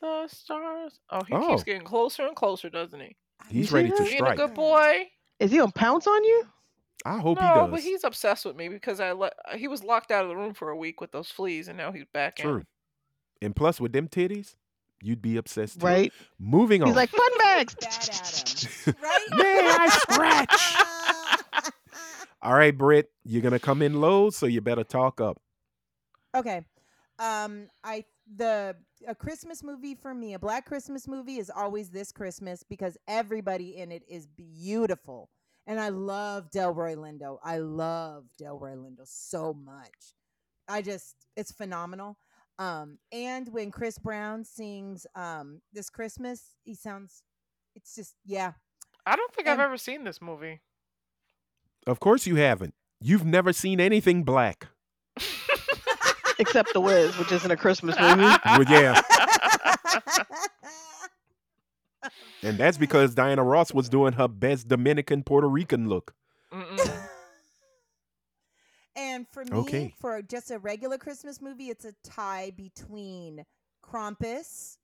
Speaker 3: The stars. Oh, he
Speaker 1: Oh.
Speaker 3: keeps getting closer and closer, doesn't he?
Speaker 5: I
Speaker 1: He's
Speaker 5: know.
Speaker 1: ready to
Speaker 4: that?
Speaker 3: Being
Speaker 1: strike.
Speaker 3: a good boy.
Speaker 4: Is he gonna pounce on you?
Speaker 1: I hope he
Speaker 3: no,
Speaker 1: does.
Speaker 3: but he's obsessed with me because I let he was locked out of the room for a week with those fleas, and now he's back
Speaker 1: True.
Speaker 3: in.
Speaker 1: And plus, with them titties, you'd be obsessed. Too.
Speaker 4: Right?
Speaker 1: Moving on.
Speaker 4: He's like fun bags.
Speaker 5: Bad
Speaker 1: [laughs]
Speaker 5: at 'em, right?
Speaker 1: May I
Speaker 5: [laughs]
Speaker 1: scratch? All right, Britt, you're gonna come in low, so you better talk up.
Speaker 5: okay. Um, I the a Christmas movie for me, a black Christmas movie is always this Christmas because everybody in it is beautiful. And I love Delroy Lindo. I love Delroy Lindo so much. I just it's phenomenal. Um, and when Chris Brown sings um this Christmas, he sounds it's just yeah. [laughs]
Speaker 3: I don't think
Speaker 5: And-
Speaker 3: I've ever seen this movie.
Speaker 1: Of course, you haven't. You've never seen anything black.
Speaker 4: [laughs] Except the Wiz, which isn't
Speaker 1: [laughs]
Speaker 4: a Christmas
Speaker 3: [laughs]
Speaker 4: movie.
Speaker 1: Well, yeah, and that's because Diana Ross was doing her best Dominican Puerto Rican look.
Speaker 2: [laughs] For me,
Speaker 1: Okay.
Speaker 2: for just a regular Christmas movie, it's a tie between Krampus,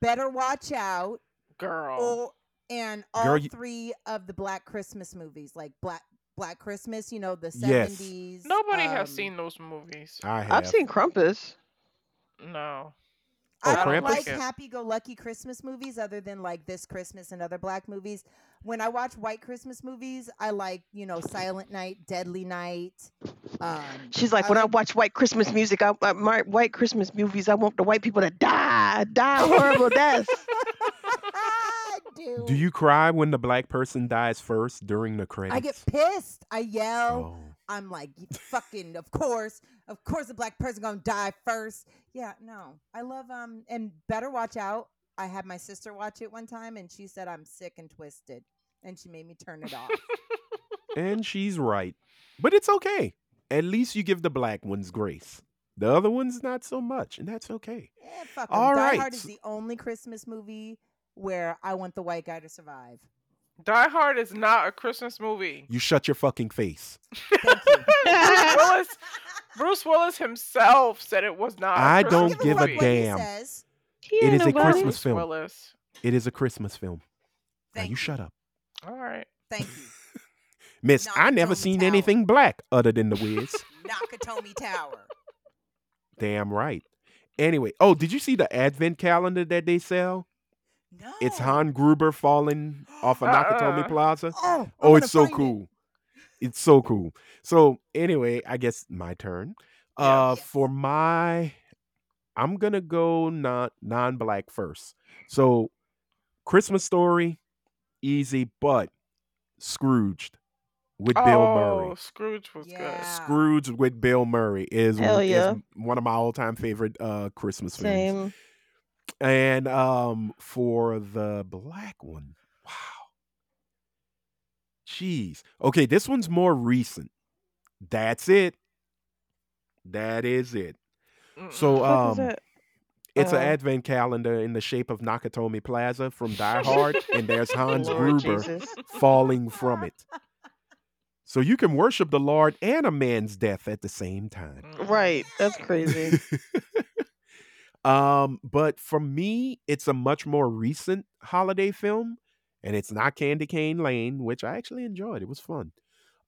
Speaker 2: Better Watch Out,
Speaker 3: girl.
Speaker 2: all and all
Speaker 1: Oh. Girl, you-
Speaker 2: three of the Black Christmas movies, like Black Black Christmas, you know, the
Speaker 1: Yes.
Speaker 2: seventies.
Speaker 3: Nobody has
Speaker 2: um,
Speaker 3: seen those movies.
Speaker 1: I have.
Speaker 4: I've seen Crumpus.
Speaker 3: No.
Speaker 1: Oh,
Speaker 2: I don't
Speaker 1: Krampus?
Speaker 2: like
Speaker 3: Yeah.
Speaker 2: happy go lucky Christmas movies other than like this Christmas and other black movies. When I watch white Christmas movies, I like, you know, Silent Night, Deadly Night. Um,
Speaker 4: She's like,
Speaker 2: I
Speaker 4: when I
Speaker 2: like-
Speaker 4: watch white Christmas music, I, I my white Christmas movies, I want the white people to die,
Speaker 1: [laughs]
Speaker 4: die horrible deaths.
Speaker 2: I do.
Speaker 1: Do you cry when the black person dies first during the credits?
Speaker 2: I get pissed. I yell.
Speaker 1: Oh.
Speaker 2: I'm like, "You fucking, of course, of course, the black person gonna die first. Yeah, no, I love um, and better watch out. I had my sister watch it one time, and she said I'm sick and twisted, and she made me turn
Speaker 1: [laughs]
Speaker 2: it off.
Speaker 1: And she's right. But it's okay. At least you give the black ones grace. The other ones, not so much. And that's okay.
Speaker 2: yeah, Eh, fuck 'em.
Speaker 1: All
Speaker 2: Die
Speaker 1: right,
Speaker 2: Hard is
Speaker 1: so-
Speaker 2: the only Christmas movie where I want the white guy
Speaker 1: [laughs]
Speaker 2: to survive.
Speaker 3: Die Hard is not a Christmas movie.
Speaker 1: You shut your fucking face.
Speaker 2: Thank you.
Speaker 3: Bruce Willis Bruce Willis himself said it was not. I
Speaker 1: I don't give a
Speaker 2: fuck what he
Speaker 1: damn.
Speaker 2: says.
Speaker 4: He
Speaker 1: It
Speaker 4: ain't
Speaker 1: is a
Speaker 4: nobody.
Speaker 1: Christmas film.
Speaker 3: Willis.
Speaker 1: It is a Christmas film. Now
Speaker 2: Thank
Speaker 1: you shut up.
Speaker 3: All right.
Speaker 2: Thank
Speaker 1: [laughs]
Speaker 2: you.
Speaker 1: Miss,
Speaker 2: Knock
Speaker 1: I
Speaker 2: it
Speaker 1: never
Speaker 2: on the
Speaker 1: seen
Speaker 2: tower.
Speaker 1: anything black other than the
Speaker 2: [laughs]
Speaker 1: Wiz.
Speaker 2: Nakatomi Tower.
Speaker 1: Damn right. Anyway, oh, did you see the advent calendar that they sell?
Speaker 2: No.
Speaker 1: It's Han Gruber falling off of Nakatomi
Speaker 3: Uh-uh.
Speaker 1: Plaza.
Speaker 2: Oh, I
Speaker 1: Oh,
Speaker 2: wanna
Speaker 1: it's so
Speaker 2: find it.
Speaker 1: cool. It's so cool. So anyway, I guess my turn. Uh
Speaker 2: Yes.
Speaker 1: for my I'm gonna go non non black first. So Christmas story, easy, but Scrooged with Bill Murray.
Speaker 3: Oh, Scrooge was
Speaker 2: Yeah. [laughs]
Speaker 1: Scrooge with Bill Murray is,
Speaker 4: Hell
Speaker 1: is
Speaker 4: yeah.
Speaker 1: one of my all time favorite uh Christmas films.
Speaker 4: Same.
Speaker 1: And um for the black one. Wow. Jeez. Okay, this one's more recent. That's it. That is it.
Speaker 3: good. Mm-mm.
Speaker 1: So
Speaker 4: What is
Speaker 1: um
Speaker 4: that?
Speaker 1: it's an
Speaker 4: Uh,
Speaker 1: advent calendar in the shape of Nakatomi Plaza
Speaker 4: [laughs]
Speaker 1: from Die Hard and there's Hans
Speaker 4: Lord
Speaker 1: Gruber
Speaker 4: Jesus.
Speaker 1: falling from
Speaker 4: [laughs]
Speaker 1: it. So you can worship the Lord and a man's death at the same time.
Speaker 3: [laughs] Mm-mm.
Speaker 4: Right. That's crazy.
Speaker 1: um, but for me, it's a much more recent holiday film, and it's not Candy Cane Lane, which I actually enjoyed. It was fun.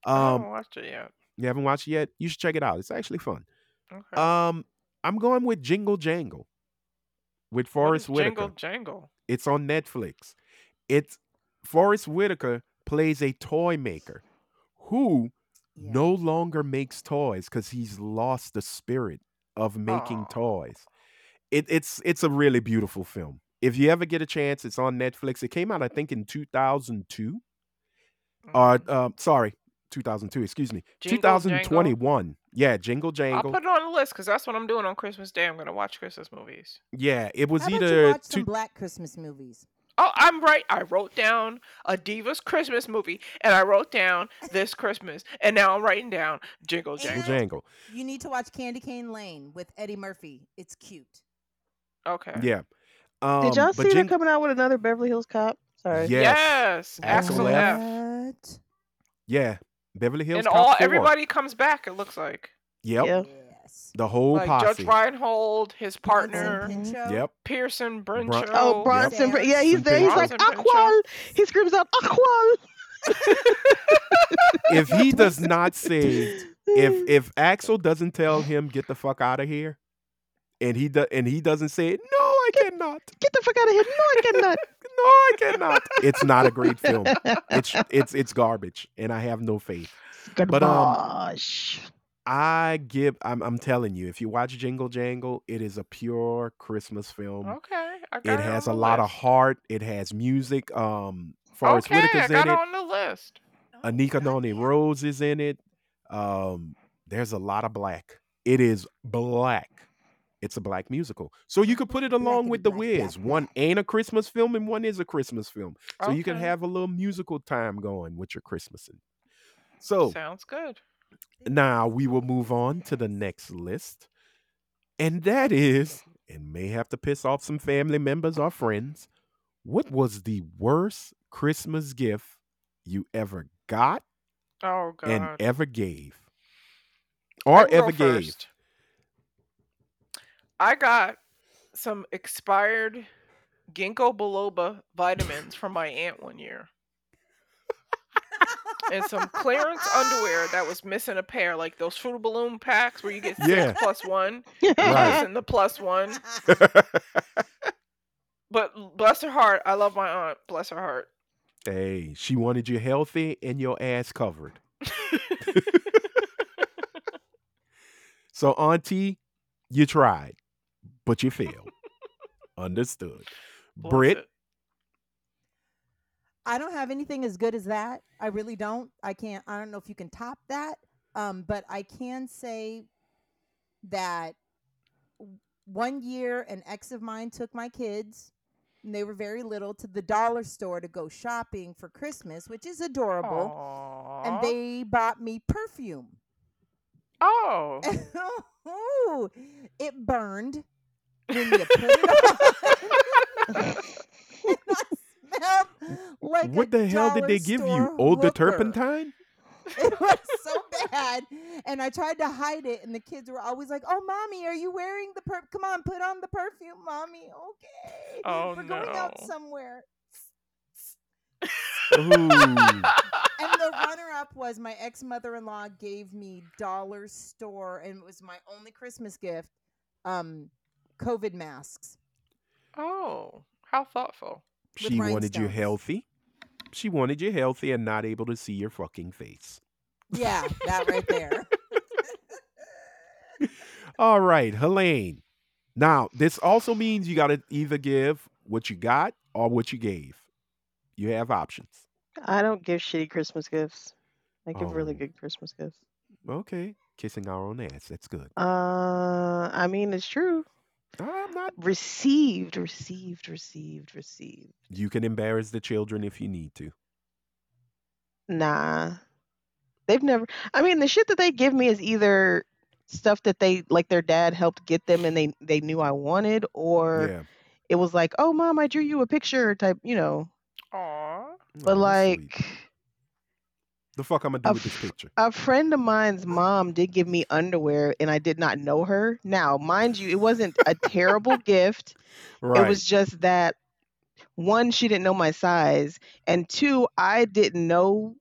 Speaker 3: I
Speaker 1: Um,
Speaker 3: haven't watched it yet.
Speaker 1: you haven't watched it yet? You should check it out. It's actually fun.
Speaker 3: Okay.
Speaker 1: Um, I'm going with Jingle Jangle with
Speaker 3: What
Speaker 1: Forrest
Speaker 3: is
Speaker 1: Whitaker.
Speaker 3: Jingle Jangle.
Speaker 1: It's on Netflix. It's Forrest Whitaker plays a toy maker who
Speaker 2: Yeah.
Speaker 1: no longer makes toys because he's lost the spirit of making
Speaker 3: Aw.
Speaker 1: toys. It, it's it's a really beautiful film. If you ever get a chance, it's on Netflix. It came out, I think, in 2002. Or,
Speaker 3: Mm.
Speaker 1: um, sorry, 2002. Excuse me,
Speaker 3: Jingle
Speaker 1: 2021. Yeah, Jingle
Speaker 3: I'll
Speaker 1: Jangle.
Speaker 3: put it on the list because that's what I'm doing on Christmas Day. I'm gonna watch Christmas movies.
Speaker 1: yeah, it was
Speaker 2: How about
Speaker 1: either
Speaker 2: you watch
Speaker 1: two-
Speaker 2: some black Christmas movies?
Speaker 3: Oh, I'm right. I wrote down a Diva's Christmas movie, and I wrote down this Christmas, and now I'm writing down Jingle
Speaker 1: Jingle
Speaker 3: Jangle.
Speaker 1: Jangle.
Speaker 2: You need to watch Candy Cane Lane with Eddie Murphy. It's cute.
Speaker 3: Okay.
Speaker 1: Yeah. [laughs] Um,
Speaker 4: Did y'all
Speaker 1: but
Speaker 4: see
Speaker 1: Jing-
Speaker 4: they're coming out with another Beverly Hills Cop? Sorry.
Speaker 1: Yeah.
Speaker 3: Yes.
Speaker 1: Axel
Speaker 3: Axel
Speaker 1: What?
Speaker 3: F.
Speaker 2: What?
Speaker 1: Yeah, Beverly Hills
Speaker 3: And
Speaker 1: Cop
Speaker 3: all
Speaker 1: 4.
Speaker 3: everybody comes back. It looks like
Speaker 1: Yep,
Speaker 4: Yeah.
Speaker 2: Yes.
Speaker 1: the whole
Speaker 3: like
Speaker 1: posse.
Speaker 3: Judge Reinhold, his partner
Speaker 2: Vincent Pinchot.
Speaker 3: [laughs]
Speaker 1: Yep.
Speaker 3: Pearson
Speaker 1: Bron-
Speaker 3: Brincho.
Speaker 4: Oh, Bronson.
Speaker 2: Bronson.
Speaker 4: Yeah, he's there. He's like,
Speaker 3: Bronson Pinchot.
Speaker 4: Aqual. He screams out, Aqual.
Speaker 1: If he does
Speaker 3: [laughs]
Speaker 1: not say,
Speaker 4: [laughs]
Speaker 1: if if Axel doesn't tell him get the fuck out of here, and he do- and he doesn't say it, no, I cannot,
Speaker 4: Get the fuck out of here. No, I
Speaker 1: no, I cannot. It's not a great film.
Speaker 4: cannot. [laughs]
Speaker 1: It's it's it's garbage, and I have no faith. But, um,
Speaker 4: Garbage.
Speaker 1: I give. I'm I'm telling you, if you watch Jingle Jangle, it is a pure Christmas film.
Speaker 3: Okay. I got
Speaker 1: Um, It
Speaker 3: on
Speaker 1: has
Speaker 3: the
Speaker 1: a lot of
Speaker 3: list.
Speaker 1: heart. It has music. Um, Forrest
Speaker 3: Okay, I
Speaker 1: Whitaker's
Speaker 3: got
Speaker 1: in
Speaker 3: it
Speaker 1: it.
Speaker 3: on the list.
Speaker 1: Anika Noni Rose is in it. Um, there's a lot of black. It is black. It's a black musical. So you could put it along with The
Speaker 2: Blackety black,
Speaker 1: Wiz.
Speaker 2: black,
Speaker 1: One
Speaker 2: black.
Speaker 1: ain't a Christmas film and one is a Christmas film. So you can
Speaker 3: Okay.
Speaker 1: have a little musical time going with your Christmasing. So
Speaker 3: Sounds good.
Speaker 1: now we will move on to the next list. And that is, and may have to piss off some family members or friends. What was the worst Christmas gift you ever got
Speaker 3: Oh God.
Speaker 1: and ever gave?
Speaker 3: I
Speaker 1: or
Speaker 3: can go
Speaker 1: ever gave.
Speaker 3: first. I got some expired ginkgo biloba vitamins from my aunt one year, and some clearance underwear that was missing a pair, like those fruit balloon packs where you get six
Speaker 1: Yeah.
Speaker 3: plus one,
Speaker 1: [laughs] Right.
Speaker 3: and the plus one.
Speaker 2: [laughs]
Speaker 3: But l- bless her heart, I love my aunt. Bless her heart.
Speaker 1: [laughs] Hey, she wanted you healthy and your ass covered. So, Auntie, you tried, but you failed. Understood.
Speaker 3: Bless
Speaker 1: Brit,
Speaker 3: it.
Speaker 2: I don't have anything as good as that. I really don't. I can't. I don't know if you can top that. Um, but I can say that w- one year, an ex of mine took my kids, and they were very little, to the dollar store to go shopping for Christmas, which is adorable.
Speaker 3: Aw.
Speaker 2: And they bought me perfume.
Speaker 3: oh,
Speaker 2: Ooh, it burned when you put it on. [laughs] I smelled like a
Speaker 1: what the hell did
Speaker 2: dollar
Speaker 1: they give you?
Speaker 2: store
Speaker 1: Old the
Speaker 2: hooker.
Speaker 1: turpentine?
Speaker 2: [laughs] It was so bad, and I tried to hide it, and the kids were always like, "Oh, mommy, are you wearing the perp? Come on, put on the perfume, mommy. Okay,
Speaker 3: Oh,
Speaker 2: we're going out
Speaker 3: no.
Speaker 2: somewhere."
Speaker 1: Ooh.
Speaker 2: And the runner-up was my ex-mother-in-law gave me dollar store, and it was my only Christmas gift. Um, COVID masks.
Speaker 3: oh, how thoughtful.
Speaker 1: She wanted you
Speaker 2: rhinestones.
Speaker 1: healthy. She wanted you healthy and not able to see your fucking face.
Speaker 2: Yeah, that right there.
Speaker 1: All right, Helene. Now, this also means you got to either give what you got or what you gave. You have options.
Speaker 4: [laughs] I don't give shitty Christmas gifts. I give really
Speaker 1: Oh.
Speaker 4: good Christmas gifts.
Speaker 1: Okay. Kissing our own ass. That's good.
Speaker 4: Uh, I mean, it's true.
Speaker 1: I'm not.
Speaker 4: Received, received, received, received.
Speaker 1: You can embarrass the children if you need to.
Speaker 4: Nah, they've never. I mean, the shit that they give me is either stuff that they like their dad helped get them and they they knew I wanted, or
Speaker 1: Yeah.
Speaker 4: it was like, oh mom, I drew you a picture type, you know.
Speaker 3: Aw.
Speaker 4: But
Speaker 1: Aw, that's
Speaker 4: like.
Speaker 1: sweet. the fuck I'm gonna do
Speaker 4: a
Speaker 1: with this
Speaker 4: f- [laughs]
Speaker 1: picture?
Speaker 4: a friend of mine's mom did give me underwear and I did not know her. Now, mind you, it wasn't a terrible gift.
Speaker 1: Right.
Speaker 4: It was just that one, she didn't know my size, and two, I didn't know.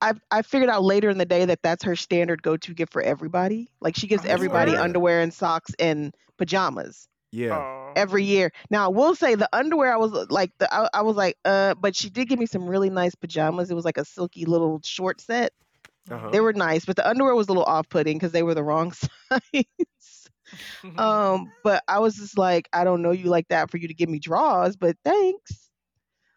Speaker 4: I, I figured out later in the day that that's her standard go to gift for everybody. Like she gives
Speaker 3: Oh,
Speaker 4: everybody
Speaker 1: word.
Speaker 4: underwear and socks and pajamas uh,
Speaker 1: yeah.
Speaker 3: Oh.
Speaker 4: every year. Now I will say the underwear I was uh, like the I, I was like uh, but she did give me some really nice pajamas. It was like a silky little short set
Speaker 1: Uh-huh.
Speaker 4: they were nice, but the underwear was a little off-putting because they were the wrong [laughs] size.
Speaker 3: Mm-hmm.
Speaker 4: um, but I was just like, I don't know you like that for you to give me draws, but thanks.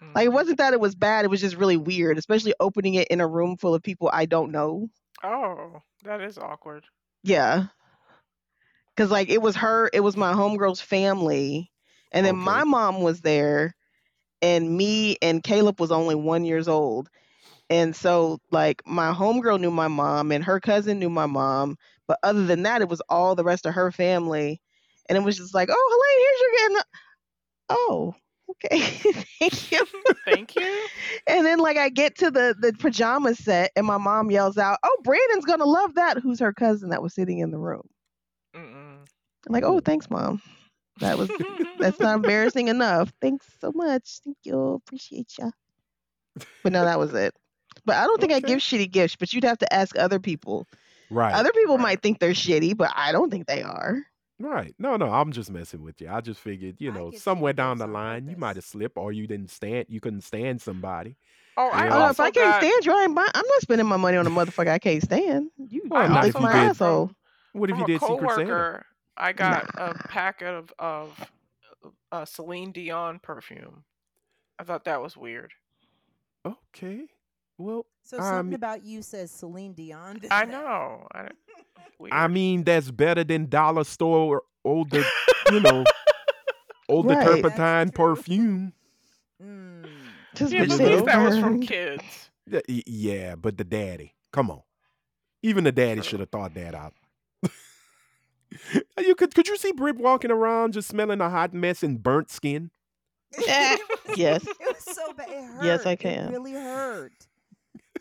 Speaker 3: Mm-hmm.
Speaker 4: Like it wasn't that it was bad; it was just really weird, especially opening it in a room full of people I don't know.
Speaker 3: Oh, that is awkward.
Speaker 4: Yeah, because like it was her, it was my homegirl's family, and then
Speaker 1: Okay.
Speaker 4: my mom was there, and me and Caleb was only one years old. And so, like, my homegirl knew my mom and her cousin knew my mom. But other than that, it was all the rest of her family. And it was just like, oh, Helene, here's your getting. Oh, okay. [laughs] [laughs] Thank you.
Speaker 3: Thank you.
Speaker 4: And then, like, I get to the, the pajama set and my mom yells out, oh, Brandon's going to love that. Who's her cousin that was sitting in the room?
Speaker 3: Mm-mm.
Speaker 4: I'm like, oh, thanks, mom.
Speaker 3: [laughs]
Speaker 4: That was. That's not embarrassing enough. Thanks so much. Thank you. Appreciate ya. But no, that was it. But I don't think I
Speaker 1: Okay.
Speaker 4: give shitty gifts, but you'd have to ask other people.
Speaker 1: Right.
Speaker 4: Other people
Speaker 3: right.
Speaker 4: might think they're shitty, but I don't think they are.
Speaker 1: right. No, no, I'm just messing with you. I just figured, you
Speaker 2: I
Speaker 1: know,
Speaker 2: give shitty
Speaker 1: somewhere down
Speaker 2: gifts
Speaker 1: the
Speaker 2: on
Speaker 1: line you
Speaker 2: purpose.
Speaker 1: might have slipped or you didn't stand you couldn't stand somebody.
Speaker 3: Oh, I
Speaker 1: Yeah.
Speaker 4: Oh no, if
Speaker 3: also
Speaker 4: I can't
Speaker 3: got.
Speaker 4: stand you, I ain't buy- I'm not spending my money on a motherfucker I can't stand. You
Speaker 1: Well,
Speaker 3: I
Speaker 1: not
Speaker 4: lick
Speaker 1: if
Speaker 3: also
Speaker 1: you
Speaker 4: my
Speaker 1: did-
Speaker 3: got
Speaker 4: asshole.
Speaker 3: from,
Speaker 1: What if
Speaker 3: from
Speaker 1: you
Speaker 3: a
Speaker 1: did Secret Santa?
Speaker 3: coworker. I got a packet of of uh, Celine Dion perfume. I thought that was weird.
Speaker 1: Okay. Well,
Speaker 2: [laughs] So
Speaker 1: I
Speaker 2: something
Speaker 1: mean-
Speaker 2: about you says Celine Dion. did
Speaker 3: I
Speaker 2: that.
Speaker 3: know.
Speaker 1: [laughs]
Speaker 3: I, don't- weird.
Speaker 1: I mean that's better than dollar store older,
Speaker 3: [laughs]
Speaker 1: you know, older
Speaker 4: Right.
Speaker 1: turpentine
Speaker 2: That's true.
Speaker 1: perfume.
Speaker 2: Mm.
Speaker 4: Just
Speaker 3: yeah,
Speaker 4: bitch
Speaker 3: but at
Speaker 4: said
Speaker 3: least
Speaker 4: it
Speaker 3: that was
Speaker 4: [laughs]
Speaker 3: from
Speaker 4: burned.
Speaker 3: kids.
Speaker 1: Yeah, y- Yeah, but the daddy. Come on. Even the daddy
Speaker 3: True.
Speaker 1: should have thought that out. [laughs] you could could you see Brit walking around just smelling a hot mess and burnt skin?
Speaker 4: Eh, yes.
Speaker 2: It was so bad. It hurt.
Speaker 4: Yes, I
Speaker 2: It
Speaker 4: can.
Speaker 2: really hurt.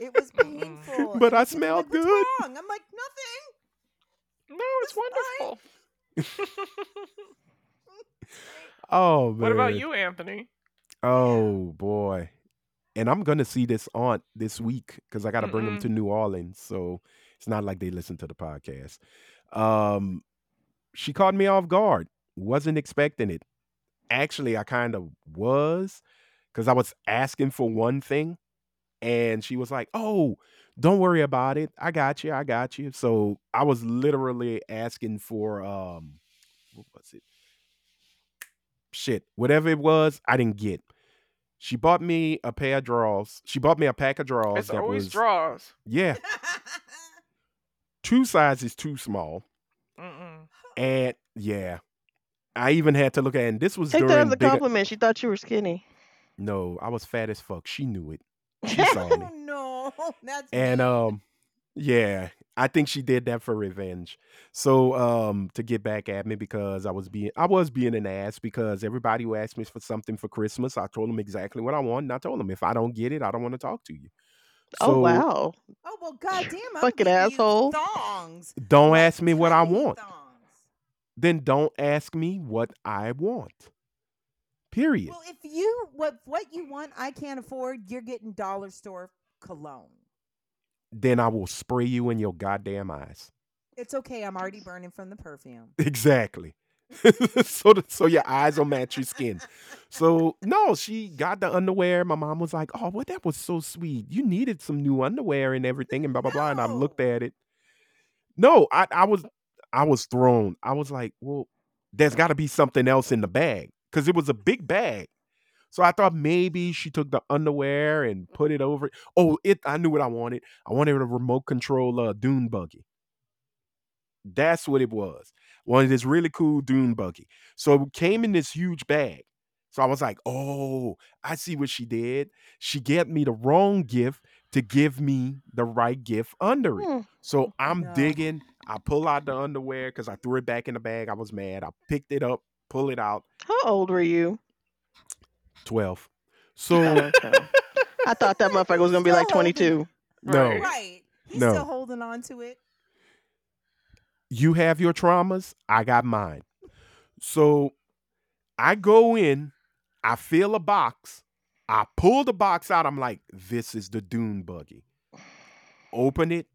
Speaker 2: It was painful.
Speaker 1: But
Speaker 2: and
Speaker 1: I [laughs]
Speaker 2: the kids were
Speaker 1: smelled
Speaker 2: [laughs] like, "What's
Speaker 1: good." [laughs]
Speaker 2: Wrong? I'm like, nothing.
Speaker 3: [laughs] No, it's wonderful.
Speaker 1: [laughs] Oh man.
Speaker 3: what about you, Anthony?
Speaker 1: Oh boy. And I'm gonna see this aunt this week because I gotta bring them
Speaker 3: Mm-mm.
Speaker 1: to New Orleans. So it's not like they listen to the podcast. Um she caught me off guard. Wasn't expecting it. Actually, I kind of was because I was asking for one thing. And she was like, Oh, don't worry about it. I got you. I got you. So I was literally asking for um what was it? Shit. Whatever it was, I didn't get. She bought me a pair of draws. She bought me a pack of draws
Speaker 3: it's
Speaker 1: that
Speaker 3: always
Speaker 1: was
Speaker 3: draws.
Speaker 2: [laughs]
Speaker 1: yeah, two sizes too small.
Speaker 3: Mm-mm.
Speaker 1: And yeah, I even had to look at, and this was
Speaker 4: Take
Speaker 1: during
Speaker 4: that as a
Speaker 1: big-
Speaker 4: compliment. She thought you were skinny.
Speaker 1: No, I was fat as fuck. She knew it. She saw me.
Speaker 5: oh no,
Speaker 2: [laughs]
Speaker 5: that's
Speaker 1: And
Speaker 5: mean.
Speaker 1: um, yeah, I think she did that for revenge. So um, to get back at me because I was being I was being an ass because everybody who asked me for something for Christmas, I told them exactly what I want, and I told them if I don't get it, I don't want to talk to you.
Speaker 4: oh
Speaker 1: So
Speaker 4: wow.
Speaker 5: oh well, goddamn, I'm
Speaker 4: Fucking
Speaker 5: getting you
Speaker 4: asshole.
Speaker 5: thongs.
Speaker 1: don't
Speaker 5: Like,
Speaker 1: ask me what I
Speaker 5: tiny
Speaker 1: want.
Speaker 5: thongs.
Speaker 1: Then don't ask me what I want. Period.
Speaker 5: Well, if you what what you want, I can't afford. You're getting dollar store cologne.
Speaker 1: then I will spray you in your goddamn eyes.
Speaker 5: It's okay. I'm already burning from the perfume.
Speaker 1: Exactly. [laughs] so th- so your eyes will match your skin. So no, she got the underwear. My mom was like, "Oh, well, that was so sweet. You needed some new underwear and everything, and blah blah blah." And I looked
Speaker 5: No.
Speaker 1: at it. No, I I was I was thrown. I was like, "Well, there's got to be something else in the bag because it was a big bag." So I thought maybe she took the underwear and put it over. Oh, it! I knew what I wanted. I wanted a remote control uh, dune buggy. That's what it was. Wanted this really cool dune buggy. So it came in this huge bag. So I was like, "Oh, I see what she did. She gave me the wrong gift to give me the right gift under it."
Speaker 4: Hmm.
Speaker 1: So I'm
Speaker 5: No.
Speaker 1: digging. I pull out the underwear because I threw it back in the bag. I was mad. I picked it up, pull it out.
Speaker 4: How old were you?
Speaker 1: Twelve.
Speaker 4: I
Speaker 1: So
Speaker 4: don't know. I thought that motherfucker was gonna
Speaker 1: [laughs]
Speaker 4: be like
Speaker 5: Still holding-
Speaker 4: 22.
Speaker 1: no.
Speaker 3: Right.
Speaker 5: Right. He's
Speaker 1: No.
Speaker 5: still holding on to it.
Speaker 1: you have your traumas, I got mine. So I go in, I feel a box, I pull the box out. I'm like, this is the Dune buggy. Open it,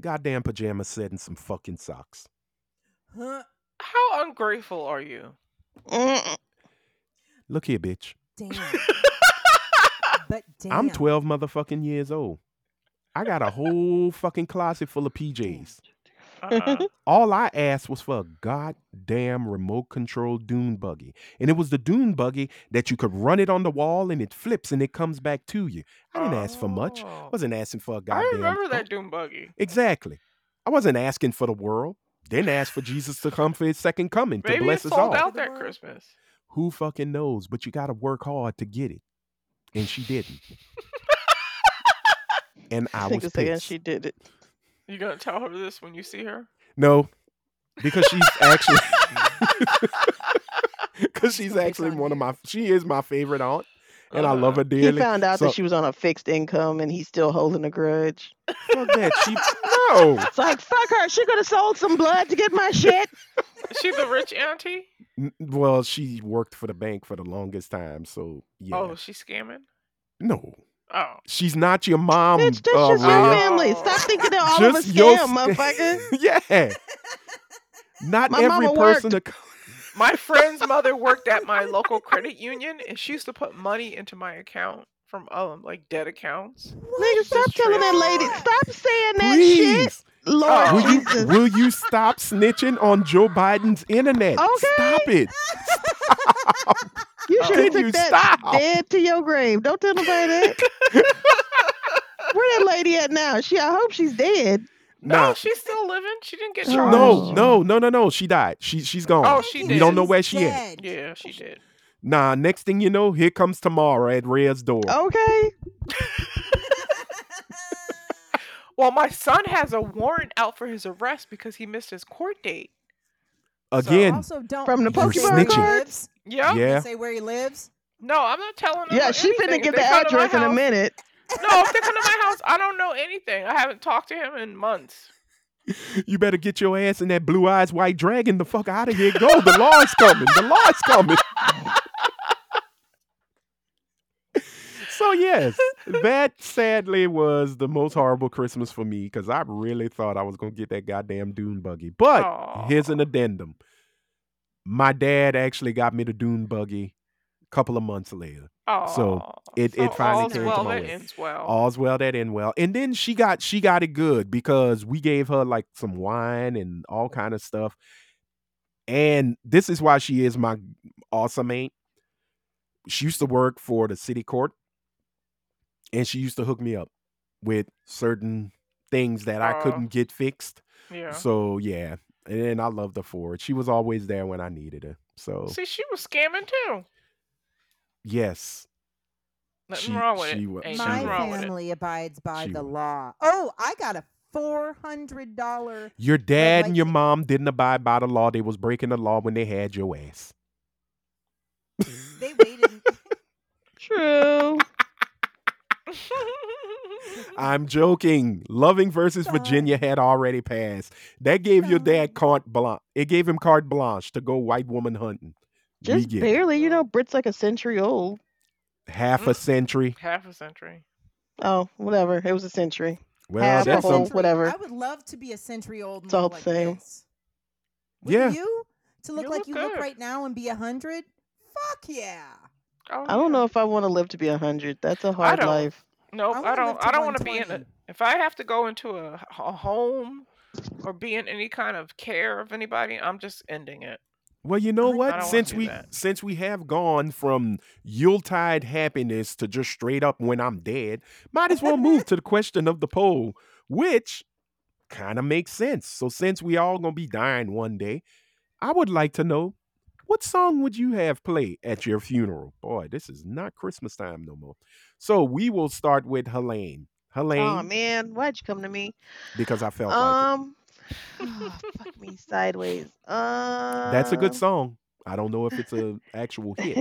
Speaker 1: goddamn pajama set and some fucking socks.
Speaker 5: Huh.
Speaker 3: How ungrateful are you?
Speaker 4: Mm-mm.
Speaker 1: Look here, bitch. [laughs]
Speaker 5: Damn. But damn.
Speaker 1: I'm 12 motherfucking years old. I got a whole fucking closet full of PJs.
Speaker 3: Uh-uh.
Speaker 1: All I asked was for a goddamn remote control dune buggy. And it was the dune buggy that you could run it on the wall and it flips and it comes back to you. [laughs] I didn't ask for much.
Speaker 3: Oh.
Speaker 1: Wasn't asking for a
Speaker 3: I
Speaker 1: goddamn
Speaker 3: remember
Speaker 1: thought.
Speaker 3: that Doom Buggy.
Speaker 1: Exactly. I wasn't asking for the world. Didn't ask for Jesus to come for his second coming to
Speaker 3: Maybe it
Speaker 1: bless us all.
Speaker 3: sold out
Speaker 5: To the
Speaker 3: that
Speaker 5: world.
Speaker 3: Christmas.
Speaker 1: Who fucking knows? But you gotta work hard to get it. And she
Speaker 3: [laughs]
Speaker 1: didn't. and I was
Speaker 4: Nigga saying
Speaker 1: pissed.
Speaker 4: she did it.
Speaker 3: You gonna tell her this when you see her?
Speaker 1: No, because
Speaker 4: [laughs]
Speaker 1: she's actually [laughs] because she's
Speaker 5: Bitch
Speaker 1: actually
Speaker 5: on
Speaker 1: one of
Speaker 5: here.
Speaker 1: my she is my favorite aunt, and I love
Speaker 3: Uh-huh.
Speaker 1: her dearly.
Speaker 4: He found out
Speaker 1: so,
Speaker 4: that she was on a fixed income and he's still holding a grudge.
Speaker 1: fuck that. She no,
Speaker 4: It's like fuck her. She could have sold some blood to get
Speaker 1: [laughs]
Speaker 4: my shit.
Speaker 3: Is she the rich auntie?
Speaker 1: N- well, she worked for the bank for the longest time, so yeah.
Speaker 3: Oh, she's scamming?
Speaker 1: No,
Speaker 3: Oh.
Speaker 1: she's not your mom,
Speaker 4: Bitch, that's
Speaker 1: uh,
Speaker 4: just your
Speaker 1: Rhea.
Speaker 4: family. Stop
Speaker 3: Oh.
Speaker 4: thinking they're all of a
Speaker 1: Just your
Speaker 4: scam,
Speaker 1: sc-
Speaker 4: motherfucker.
Speaker 1: [laughs]
Speaker 4: [laughs]
Speaker 1: yeah, not
Speaker 4: My
Speaker 1: every
Speaker 4: mama
Speaker 1: person. To co-
Speaker 3: My friend's mother worked at my local credit union and she used to put money into my account from um like debt accounts.
Speaker 4: Nigga, stop telling that lady.
Speaker 3: transfer.
Speaker 4: Stop saying that shit.
Speaker 1: Please,
Speaker 4: Lord
Speaker 3: Oh.
Speaker 1: will you
Speaker 4: [laughs] Jesus.
Speaker 1: will you stop snitching on Joe Biden's internet?
Speaker 4: Okay.
Speaker 1: Stop it.
Speaker 4: You
Speaker 3: Oh.
Speaker 4: should have
Speaker 1: Can you
Speaker 4: took that
Speaker 1: stop?
Speaker 4: dead to your grave. Don't tell nobody
Speaker 1: [laughs]
Speaker 4: that. Where that lady at now? She I hope she's dead.
Speaker 3: No,
Speaker 1: Nah.
Speaker 3: Oh, she's still living. She didn't get
Speaker 4: No.
Speaker 3: charged.
Speaker 1: No,
Speaker 4: Oh.
Speaker 1: no, no, no, no. She died. She she's gone.
Speaker 3: Oh, she
Speaker 1: We don't know
Speaker 3: did.
Speaker 1: where she
Speaker 5: dead.
Speaker 1: at.
Speaker 5: [laughs]
Speaker 3: Yeah, she did.
Speaker 1: Nah, next thing you know, here comes Tamara at Rhea's door.
Speaker 4: Oh, Okay.
Speaker 3: Well, my son has a warrant out for his arrest because he missed his court date.
Speaker 1: Again.
Speaker 5: also, don't
Speaker 4: From the
Speaker 5: you can say
Speaker 1: Pokemon
Speaker 5: where he
Speaker 4: cards?
Speaker 5: lives.
Speaker 3: Yeah.
Speaker 5: You can
Speaker 1: yeah.
Speaker 5: Say where he lives.
Speaker 3: No, I'm not telling them.
Speaker 4: Yeah, she
Speaker 3: anything.
Speaker 4: finna
Speaker 3: If
Speaker 4: get
Speaker 3: they
Speaker 4: the
Speaker 3: come to my
Speaker 4: address in a
Speaker 3: house-
Speaker 4: minute.
Speaker 3: No, if they come to my house, I don't know anything. I haven't talked to him in months.
Speaker 1: you better get your ass in that blue eyes white dragon the fuck out of here. Go. The law's coming. The law's coming. [laughs] so yes, that sadly was the most horrible Christmas for me because I really thought I was gonna get that goddamn Dune buggy. But here's an
Speaker 3: Aw.
Speaker 1: addendum. My dad actually got me the Dune buggy a couple of months later. so
Speaker 3: Aw.
Speaker 1: it- it finally
Speaker 3: all's
Speaker 1: came to
Speaker 3: well
Speaker 1: my
Speaker 3: that
Speaker 1: way.
Speaker 3: ends well.
Speaker 1: All's well that end well. And then she got she got it good because we gave her like some wine and all kind of stuff. And this is why she is my awesome aunt. She used to work for the city court and she used to hook me up with certain things that I
Speaker 3: Aw.
Speaker 1: couldn't get fixed.
Speaker 3: yeah.
Speaker 1: So yeah. And then I loved her for it. She was always there when I needed her. So
Speaker 3: See, she was scamming too.
Speaker 1: yes.
Speaker 3: Nothing
Speaker 1: She-
Speaker 3: wrong with
Speaker 1: she
Speaker 3: it.
Speaker 1: wa-
Speaker 3: Ain't
Speaker 1: she
Speaker 5: My
Speaker 1: was.
Speaker 3: nothing wrong with it.
Speaker 5: family abides by
Speaker 1: She
Speaker 5: the
Speaker 1: was.
Speaker 5: law. Oh, I got a four hundred dollar.
Speaker 1: Your dad and
Speaker 5: light
Speaker 1: your
Speaker 5: thing.
Speaker 1: mom didn't abide by the law. They was breaking the law when they had your ass.
Speaker 5: They waited.
Speaker 4: True.
Speaker 3: [laughs] Mm-hmm.
Speaker 1: I'm joking. Loving versus Virginia had already passed. That gave your dad carte blanche. It gave him carte blanche to go white woman hunting. We
Speaker 4: Just
Speaker 1: get it.
Speaker 4: barely. You know, Brit's like a century old.
Speaker 1: half a
Speaker 3: Mm.
Speaker 1: century.
Speaker 3: Half a century.
Speaker 4: Oh, whatever. It was a century.
Speaker 1: Well,
Speaker 4: Half
Speaker 5: a
Speaker 1: that's
Speaker 4: whole-
Speaker 1: some,
Speaker 5: century.
Speaker 4: whatever.
Speaker 5: I would love to be a century old.
Speaker 4: It's
Speaker 5: and look
Speaker 4: all the
Speaker 5: like
Speaker 4: same.
Speaker 5: this. Wouldn't
Speaker 1: Yeah.
Speaker 5: You to look
Speaker 3: You
Speaker 5: like
Speaker 3: look
Speaker 5: you look
Speaker 3: good.
Speaker 5: right now and be a hundred. Fuck yeah.
Speaker 3: Oh,
Speaker 4: I don't
Speaker 3: yeah.
Speaker 4: know if I want to live to be a hundred. That's a hard
Speaker 3: don't.
Speaker 4: life.
Speaker 3: Nope,
Speaker 5: wanna
Speaker 3: Oh, I
Speaker 5: live
Speaker 3: don't.
Speaker 5: to
Speaker 3: I don't want to be in a.
Speaker 5: 120.
Speaker 3: If I have to go into a, h- a home or be in any kind of care of anybody, I'm just
Speaker 1: [laughs]
Speaker 3: ending it.
Speaker 1: Well, you know
Speaker 5: I
Speaker 1: what?
Speaker 3: don't wanna
Speaker 1: Since
Speaker 3: do
Speaker 1: we
Speaker 3: that.
Speaker 1: since we have gone from Yuletide happiness to just straight up when I'm dead, might as well move to the question of the poll, which kind of makes sense. So since we all gonna be dying one day, I would like to know what song would you have play at your funeral? Boy, this is not Christmas time no more. So we will start with Helene.
Speaker 4: Oh
Speaker 1: Helene,
Speaker 4: man, why'd you come to me?
Speaker 1: because I felt like
Speaker 4: Um, fuck me sideways. Um,
Speaker 1: it. That's a good song. I don't know if it's a
Speaker 4: [laughs]
Speaker 1: actual hit.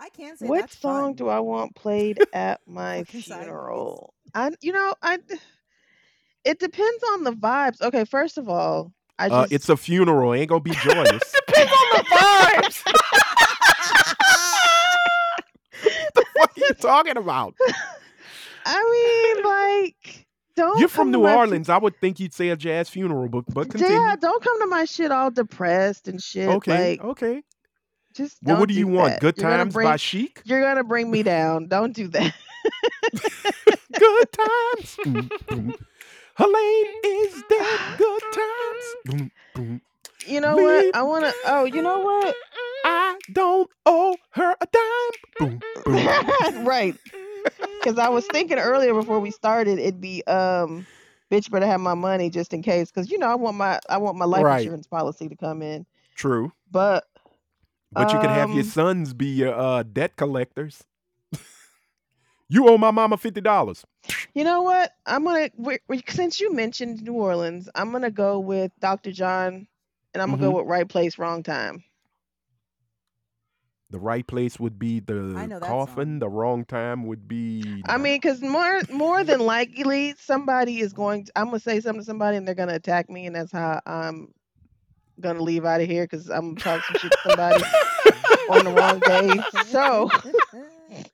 Speaker 5: I can say
Speaker 4: what
Speaker 5: that's
Speaker 4: song
Speaker 5: fun.
Speaker 4: do I want played at my
Speaker 5: Fucking sideways.
Speaker 4: funeral? I, you know, I. [sighs] It depends on the vibes. Okay, first of all, I
Speaker 1: Uh,
Speaker 4: just
Speaker 1: it's a funeral. Ain't
Speaker 4: [laughs]
Speaker 1: gonna be joyous.
Speaker 3: Depends on the vibes.
Speaker 1: what are you talking about?
Speaker 4: I mean, like, don't.
Speaker 1: You're from
Speaker 4: come to
Speaker 1: New
Speaker 4: my fu-
Speaker 1: Orleans. I would think you'd say a jazz funeral, but but continue.
Speaker 4: Yeah, don't come to my shit all depressed and shit.
Speaker 1: okay,
Speaker 4: like,
Speaker 1: okay.
Speaker 4: just
Speaker 1: Well,
Speaker 4: don't
Speaker 1: what do you
Speaker 4: do
Speaker 1: want?
Speaker 4: that.
Speaker 1: Good
Speaker 4: You're gonna
Speaker 1: times
Speaker 4: bring-
Speaker 1: by Chic.
Speaker 4: You're gonna bring me down. Don't do that. [laughs]
Speaker 1: Good times. Boom, boom. Helene is dead.
Speaker 4: [gasps]
Speaker 1: Good times. Boom, boom.
Speaker 4: You know what?
Speaker 1: Leave-
Speaker 4: I wanna. Oh, you know [laughs] what?
Speaker 1: I don't owe her a dime. Boom, boom.
Speaker 4: [laughs] right. Because I was thinking earlier before we started, it'd be um, bitch better have my money just in case. Because you know I want my I want my life
Speaker 1: Right.
Speaker 4: insurance policy to come in.
Speaker 1: True,
Speaker 4: But
Speaker 1: but you could have your
Speaker 4: Um,
Speaker 1: sons be your uh, debt collectors. [laughs] you owe my mama fifty dollars.
Speaker 4: you know what? I'm gonna we we- since you mentioned New Orleans, I'm gonna go with Dr. John, and I'm gonna
Speaker 1: Mhm.
Speaker 4: go with right place, wrong time.
Speaker 1: The right place would be the
Speaker 5: know that
Speaker 1: coffin.
Speaker 5: song.
Speaker 1: The wrong time would be.
Speaker 4: I mean, because more more than likely somebody is going. To, I'm gonna say something to somebody, and they're gonna attack me, and that's how I'm gonna leave out of here because I'm gonna talk some shit
Speaker 1: [laughs]
Speaker 4: to somebody on the wrong day. So [laughs]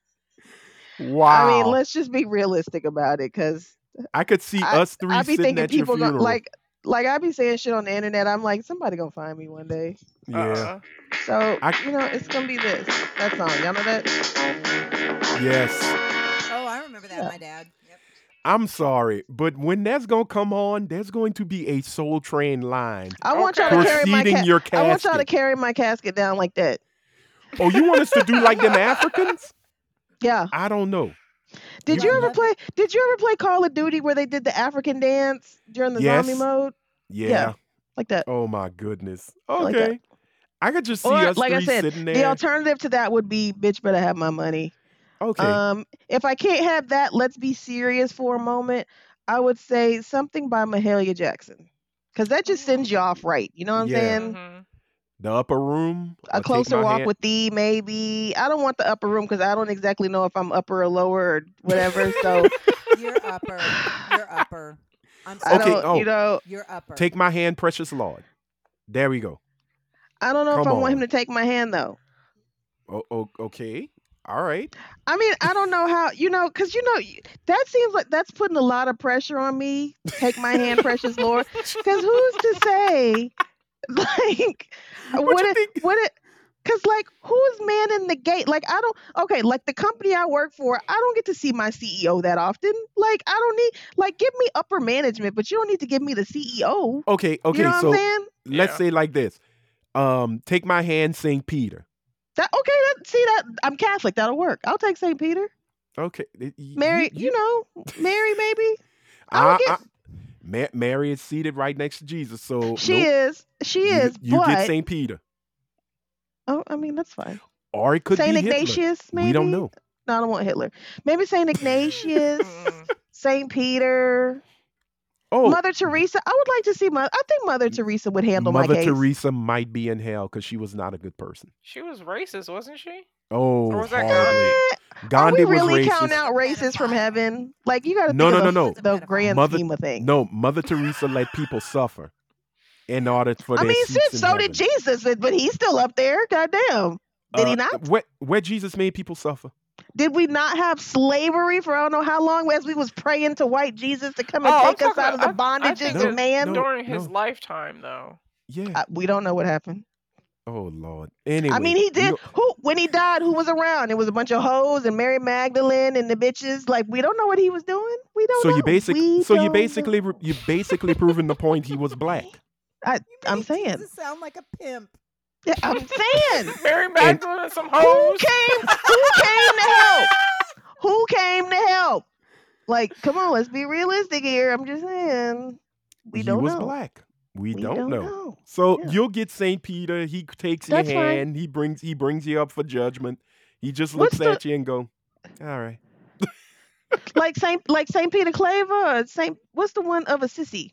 Speaker 1: wow.
Speaker 4: I mean, let's just be realistic about it, because
Speaker 1: I could see
Speaker 4: I-
Speaker 1: us three
Speaker 4: I be
Speaker 1: sitting
Speaker 4: thinking
Speaker 1: at your
Speaker 4: people
Speaker 1: funeral.
Speaker 4: gonna like like I be saying shit on the internet. I'm like, somebody gonna find me one day. uh,
Speaker 1: yeah.
Speaker 3: Uh-uh.
Speaker 4: So
Speaker 1: I-
Speaker 4: you know, it's gonna be this that song. Y'all know that?
Speaker 1: Yes.
Speaker 5: [laughs] oh, I remember that,
Speaker 4: Yeah.
Speaker 5: my dad. Yep.
Speaker 1: I'm sorry, but when that's gonna come on, there's going to be a Soul Train line
Speaker 4: I want y'all to
Speaker 3: Okay.
Speaker 4: carry my
Speaker 1: preceding
Speaker 4: ca-
Speaker 1: your
Speaker 4: I
Speaker 1: casket.
Speaker 4: want y'all to carry my casket down like that.
Speaker 1: oh, you want us to do like them
Speaker 4: [laughs]
Speaker 1: Africans?
Speaker 4: Yeah.
Speaker 1: I don't know.
Speaker 4: Did
Speaker 1: You
Speaker 4: you,
Speaker 1: might
Speaker 4: ever
Speaker 5: love
Speaker 4: play? Did you ever play Call of Duty where they did the African dance during the
Speaker 1: Yes.
Speaker 4: zombie mode
Speaker 1: Yeah.
Speaker 4: Yeah. like that?
Speaker 1: Oh my goodness.
Speaker 4: like that.
Speaker 1: Okay. I could just see
Speaker 4: Or,
Speaker 1: us
Speaker 4: like I
Speaker 1: three
Speaker 4: said,
Speaker 1: sitting
Speaker 4: The
Speaker 1: there.
Speaker 4: alternative to that would be bitch better have my money.
Speaker 1: okay.
Speaker 4: Um, if I can't have that, let's be serious for a moment. I would say something by Mahalia Jackson, because that just sends you off right. You know what I'm
Speaker 1: Yeah.
Speaker 4: saying?
Speaker 3: Mhm.
Speaker 1: the upper room.
Speaker 4: a
Speaker 1: I'll take
Speaker 4: closer
Speaker 1: my
Speaker 4: walk
Speaker 1: hand-
Speaker 4: with thee, maybe. I don't want the upper room because I don't exactly
Speaker 1: [laughs]
Speaker 4: know if I'm upper or lower or whatever. So
Speaker 5: You're upper. You're upper. I'm
Speaker 4: I
Speaker 5: sorry.
Speaker 1: Okay,
Speaker 4: don't,
Speaker 1: oh.
Speaker 4: you know,
Speaker 5: You're upper.
Speaker 1: Take my hand, precious Lord. There we go.
Speaker 4: I don't know if I
Speaker 1: Come
Speaker 4: want him
Speaker 1: on.
Speaker 4: to take my hand though.
Speaker 1: O- o- okay. All right.
Speaker 4: I mean, I don't know how you know, because you know y- that seems like that's putting a lot of pressure on me. Take my hand, precious Lord, because who's to say, [laughs] like,
Speaker 1: What,
Speaker 4: what
Speaker 1: you
Speaker 4: if,
Speaker 1: think?
Speaker 4: what it, because like who's manning the gate? Like I don't, okay, like the company I work for, I don't get to see my CEO that often. Like I don't need, like, give me upper management, but you don't need to give me the CEO.
Speaker 1: Okay. Okay.
Speaker 4: you know what
Speaker 1: so
Speaker 4: I'm saying?
Speaker 1: let's
Speaker 3: Yeah.
Speaker 1: say like this. Um, take my hand, Saint Peter.
Speaker 4: That okay? That see that I'm Catholic. That'll work. I'll take Saint Peter,
Speaker 1: Okay. y- y-
Speaker 4: Mary. You, know, Mary maybe. I don't get-
Speaker 1: Ma- Mary is seated right next to Jesus, so
Speaker 4: She
Speaker 1: Oh, nope,
Speaker 4: is. She
Speaker 1: you,
Speaker 4: is.
Speaker 1: You
Speaker 4: but
Speaker 1: get Saint Peter,
Speaker 4: Oh, I mean, that's fine.
Speaker 1: or it could
Speaker 4: Saint
Speaker 1: be Hitler.
Speaker 4: Ignatius, maybe.
Speaker 1: We don't know.
Speaker 4: No, I don't want Hitler.
Speaker 1: [laughs]
Speaker 4: Maybe Saint Ignatius,
Speaker 3: Mm.
Speaker 4: Saint Peter,
Speaker 1: Oh,
Speaker 4: Mother Teresa. I would like to see Mother. I think Mother Teresa would handle my
Speaker 1: Mother
Speaker 4: case.
Speaker 1: Teresa might be in hell because she was not a good person.
Speaker 3: she was racist, wasn't she?
Speaker 1: Oh,
Speaker 3: Or was that
Speaker 1: horribly.
Speaker 4: Eh, Are
Speaker 1: Gandhi
Speaker 4: we
Speaker 1: was
Speaker 4: really
Speaker 1: racist.
Speaker 4: counting out
Speaker 5: She's a
Speaker 4: racists from
Speaker 5: pedophile.
Speaker 4: heaven? Like you got to
Speaker 1: No,
Speaker 4: think
Speaker 1: no,
Speaker 4: of
Speaker 1: no,
Speaker 4: the-
Speaker 1: no.
Speaker 5: She's a
Speaker 4: the
Speaker 5: pedophile.
Speaker 4: grand
Speaker 1: Mother-
Speaker 4: scheme of things.
Speaker 1: No, Mother Teresa let people suffer in order for
Speaker 4: I
Speaker 1: their
Speaker 4: mean,
Speaker 1: seats
Speaker 4: shit.
Speaker 1: in
Speaker 4: So
Speaker 1: heaven.
Speaker 4: did Jesus, but, but he's still up there. Goddamn. Did he
Speaker 1: Uh,
Speaker 4: not?
Speaker 1: Where, where Jesus made people suffer?
Speaker 4: Did we not have slavery for I don't know how long as we was praying to white Jesus to come and
Speaker 3: Oh, I'm
Speaker 4: take us out
Speaker 3: talking-
Speaker 4: of the
Speaker 3: I- I
Speaker 4: bondages
Speaker 3: think
Speaker 4: of
Speaker 3: that-
Speaker 4: man?
Speaker 1: No,
Speaker 3: During his
Speaker 1: no.
Speaker 3: lifetime, though.
Speaker 1: Yeah.
Speaker 4: I, we don't know what happened.
Speaker 1: oh Lord. Anyway,
Speaker 4: Uh, I mean, he
Speaker 1: we
Speaker 4: did.
Speaker 1: go-
Speaker 4: Who when he died? Who was around? It was a bunch of hoes and Mary Magdalene and the bitches. Like we don't know what he was doing. We don't.
Speaker 1: so
Speaker 4: know.
Speaker 1: you basic,
Speaker 4: We
Speaker 1: so you
Speaker 4: don't
Speaker 1: basically,
Speaker 4: know.
Speaker 1: re- you basically proving the point he
Speaker 4: [laughs]
Speaker 1: was black.
Speaker 5: You
Speaker 4: I'm
Speaker 5: made
Speaker 4: saying.
Speaker 5: Jesus sound like a pimp.
Speaker 4: Yeah, I'm
Speaker 1: [laughs]
Speaker 4: saying.
Speaker 3: Mary Magdalene and some
Speaker 4: who
Speaker 1: Oh,
Speaker 3: hoes.
Speaker 4: came? Who came to
Speaker 1: [laughs]
Speaker 4: help? Who came to help? Like, come on, let's be realistic here. I'm just saying. We
Speaker 1: he
Speaker 4: don't
Speaker 1: was
Speaker 4: know.
Speaker 1: black. We,
Speaker 4: We
Speaker 1: don't, know.
Speaker 4: know.
Speaker 1: So
Speaker 4: Yeah.
Speaker 1: you'll get Saint Peter. He takes
Speaker 4: That's
Speaker 1: your
Speaker 4: fine.
Speaker 1: hand. He brings he brings you up for judgment. He just looks
Speaker 4: What's the-
Speaker 1: at you and go, "All right."
Speaker 4: like Saint like Saint Peter Claver or Saint what's the one of Assisi?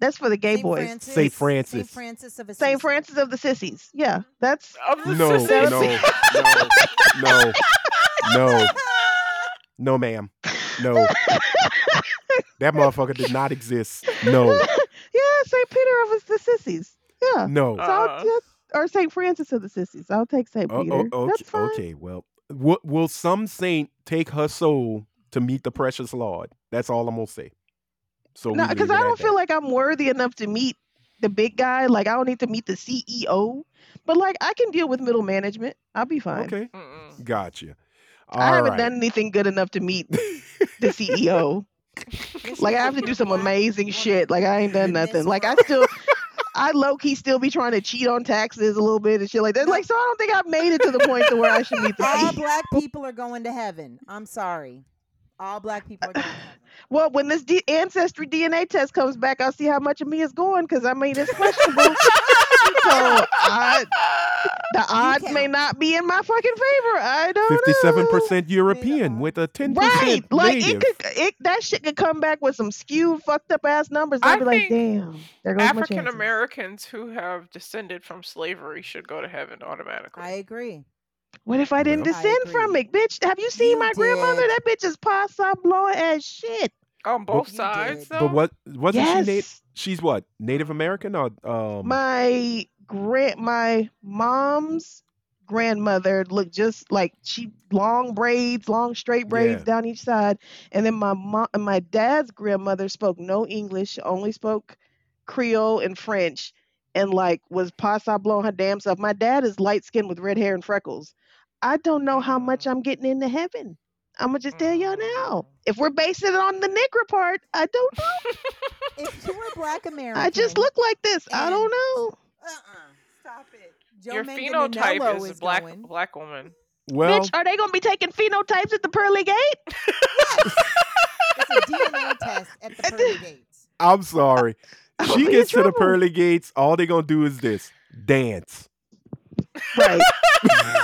Speaker 4: That's for the gay
Speaker 5: Saint
Speaker 4: boys.
Speaker 5: Francis,
Speaker 1: Saint Francis.
Speaker 5: Saint Francis of Assisi.
Speaker 4: Saint Francis of the Sissies. Yeah, that's
Speaker 3: Of the
Speaker 1: No,
Speaker 3: [laughs] sissies.
Speaker 1: no, no, no, [laughs]
Speaker 4: [laughs]
Speaker 1: no, no, ma'am, no. That motherfucker did not exist. No,
Speaker 4: [laughs] yeah Saint Peter of the Sissies. Yeah,
Speaker 1: no.
Speaker 4: so I'll,
Speaker 3: Uh.
Speaker 4: yeah, or Saint Francis of the Sissies. I'll take Saint
Speaker 1: O-
Speaker 4: Oh, Peter.
Speaker 1: o- Oh, okay,
Speaker 4: that's fine.
Speaker 1: okay, well, will, will some saint take her soul to meet the precious Lord? That's all I'm gonna say. So
Speaker 4: No,
Speaker 1: because
Speaker 4: because I don't feel like I'm worthy enough to meet the big guy. Like I don't need to meet the CEO, but like I can deal with middle management. I'll be fine.
Speaker 1: okay.
Speaker 3: Mm-mm.
Speaker 1: Gotcha. All
Speaker 4: I haven't
Speaker 1: right.
Speaker 4: done anything good enough to meet the CEO.
Speaker 5: This
Speaker 4: Like I
Speaker 5: is
Speaker 4: have to do
Speaker 5: your
Speaker 4: some
Speaker 5: black
Speaker 4: amazing
Speaker 5: woman
Speaker 4: shit. Like I ain't done
Speaker 5: in this
Speaker 4: nothing. Like I
Speaker 5: world.
Speaker 4: still, I low key still be trying to cheat on taxes a little bit and shit like that.
Speaker 5: No.
Speaker 4: Like so, I don't think I've made it to the point to where I should meet the E
Speaker 5: All
Speaker 4: CEO.
Speaker 5: black people are going to heaven. I'm sorry. All black people are going to heaven.
Speaker 4: Well, when this D- ancestry DNA test comes back, I'll see how much of me is going because I mean it's questionable. so I, the odds may
Speaker 5: count.
Speaker 4: not be in my fucking favor. I don't know.
Speaker 1: Fifty-seven percent European
Speaker 5: are.
Speaker 1: with a ten
Speaker 4: Right,
Speaker 1: percent
Speaker 4: like
Speaker 1: native.
Speaker 4: it could, it that shit could come back with some skewed, fucked up ass numbers. and
Speaker 3: I
Speaker 4: I'd be like,
Speaker 3: think
Speaker 4: damn, there goes my
Speaker 3: African
Speaker 4: chances.
Speaker 3: Americans who have descended from slavery should go to heaven
Speaker 5: I
Speaker 3: automatically.
Speaker 5: agree.
Speaker 4: What if I didn't
Speaker 1: Well-
Speaker 5: I
Speaker 4: descend from
Speaker 5: agree.
Speaker 4: it, bitch? Have you seen
Speaker 5: You
Speaker 4: my grandmother?
Speaker 5: did.
Speaker 4: That bitch is pos up blowing as shit.
Speaker 3: On both
Speaker 5: you
Speaker 3: sides,
Speaker 5: did.
Speaker 3: though.
Speaker 1: But what wasn't
Speaker 4: yes,
Speaker 1: she native? She's what Native American or um?
Speaker 4: my grand, my mom's grandmother looked just like she long braids, long straight braids
Speaker 1: Yeah.
Speaker 4: down each side, and then my mom, my dad's grandmother spoke no English, only spoke Creole and French, and like was pos up blowing her damn self. My dad is light skinned with red hair and freckles. I don't know how much
Speaker 3: Mm.
Speaker 4: I'm getting into heaven. I'm gonna just tell y'all
Speaker 1: Mm.
Speaker 4: now. If we're basing it on the nigger part, I don't.
Speaker 5: If you were black American,
Speaker 4: I just
Speaker 1: Mm-hmm.
Speaker 4: look like this. I don't
Speaker 1: Mm.
Speaker 5: And-
Speaker 4: know.
Speaker 5: Uh-uh. Stop it. Joe
Speaker 3: Your
Speaker 5: Manganiello
Speaker 3: phenotype is,
Speaker 5: is
Speaker 3: black
Speaker 5: going.
Speaker 3: black woman.
Speaker 1: Well,
Speaker 4: Bitch, are they gonna be taking phenotypes at the pearly gate?
Speaker 5: It's a
Speaker 3: [laughs]
Speaker 5: DNA test at the pearly gates.
Speaker 1: I'm sorry.
Speaker 4: [laughs] I'm gonna
Speaker 1: She
Speaker 4: be in
Speaker 1: gets to the
Speaker 4: trouble.
Speaker 1: pearly gates. All they gonna do is this dance.
Speaker 4: Right.
Speaker 1: [laughs]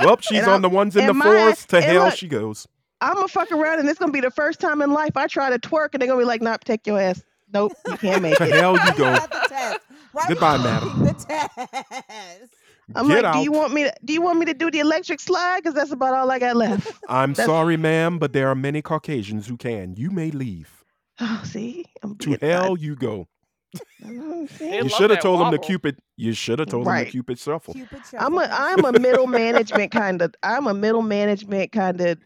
Speaker 1: Well, she's
Speaker 4: And
Speaker 1: on
Speaker 4: I'm-
Speaker 1: the ones in the
Speaker 4: and my-
Speaker 1: fours. To
Speaker 4: and
Speaker 1: hell
Speaker 4: look-
Speaker 1: she goes.
Speaker 4: I'm gonna fuck around, and it's gonna be the first time in life I try to twerk, and they're gonna be like, "Nope, take your ass. Nope, you can't make
Speaker 1: To [laughs]
Speaker 4: it."
Speaker 1: hell you
Speaker 5: Why
Speaker 1: go.
Speaker 5: is that the test? Why
Speaker 1: Goodbye,
Speaker 5: are
Speaker 1: madam.
Speaker 5: you taking the test?
Speaker 4: [laughs] I'm
Speaker 1: Get
Speaker 4: like,
Speaker 1: out.
Speaker 4: "Do you want me? To, do you want me to do the electric slide? Because
Speaker 1: [laughs]
Speaker 4: that's about all I got left."
Speaker 1: I'm
Speaker 4: That's-
Speaker 1: sorry, ma'am, but there are many Caucasians who can. You may leave.
Speaker 4: Oh, see, I'm Oh,
Speaker 1: To
Speaker 4: being
Speaker 1: hell you go.
Speaker 4: I'm
Speaker 3: They
Speaker 1: you
Speaker 3: love
Speaker 1: should have
Speaker 3: that
Speaker 1: told him the
Speaker 3: wobble.
Speaker 1: Cupid. You should have told him
Speaker 4: Right.
Speaker 1: the Cupid shuffle.
Speaker 2: Cupid
Speaker 4: I'm
Speaker 2: shuffle.
Speaker 4: a
Speaker 5: [laughs]
Speaker 4: I'm a middle management kind of I'm a middle management kind of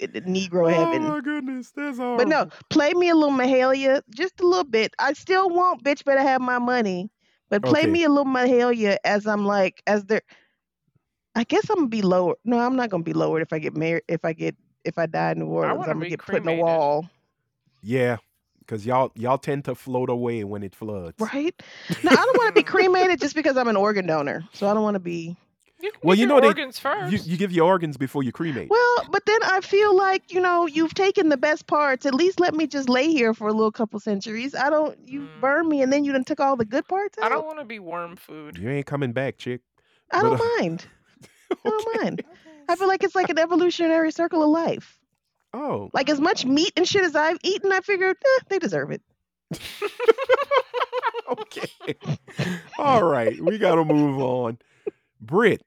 Speaker 4: Negro
Speaker 1: Oh
Speaker 4: heaven.
Speaker 1: my goodness, that's all.
Speaker 4: But
Speaker 3: Mm.
Speaker 4: no, play me a little Mahalia, just a little bit. I still want bitch better have my money. But play
Speaker 1: Okay.
Speaker 4: me a little Mahalia as I'm like as they're I guess I'm gonna be lower. No, I'm not gonna be lowered if I get married if I get if I die in New Orleans.
Speaker 3: wanna
Speaker 4: I'm gonna
Speaker 3: be
Speaker 4: get put in a
Speaker 3: cremated. [laughs]
Speaker 4: wall.
Speaker 1: Yeah, because y'all y'all tend to float away when it floods.
Speaker 4: Right? No, I don't wanna be cremated just because I'm an organ donor. So I don't wanna be
Speaker 3: You can
Speaker 1: Well,
Speaker 3: give
Speaker 1: you
Speaker 3: your
Speaker 1: know they-
Speaker 3: organs first.
Speaker 1: You, you give your organs before you cremate.
Speaker 4: Well, but then I feel like, you know, you've taken the best parts. At least let me just lay here for a little couple centuries. I don't you
Speaker 3: Mm.
Speaker 4: burn me and then you done took all the good parts out.
Speaker 3: I don't want to be worm food.
Speaker 1: You ain't coming back, chick.
Speaker 4: I
Speaker 1: but,
Speaker 4: don't
Speaker 1: uh, [laughs]
Speaker 4: mind. I don't
Speaker 1: Okay.
Speaker 4: mind.
Speaker 2: Okay.
Speaker 4: I feel like it's like an evolutionary circle of life.
Speaker 1: Oh,
Speaker 4: Like as much meat and shit as I've eaten, I figured eh, they deserve it.
Speaker 1: [laughs] okay. All right, we gotta move on. Brit,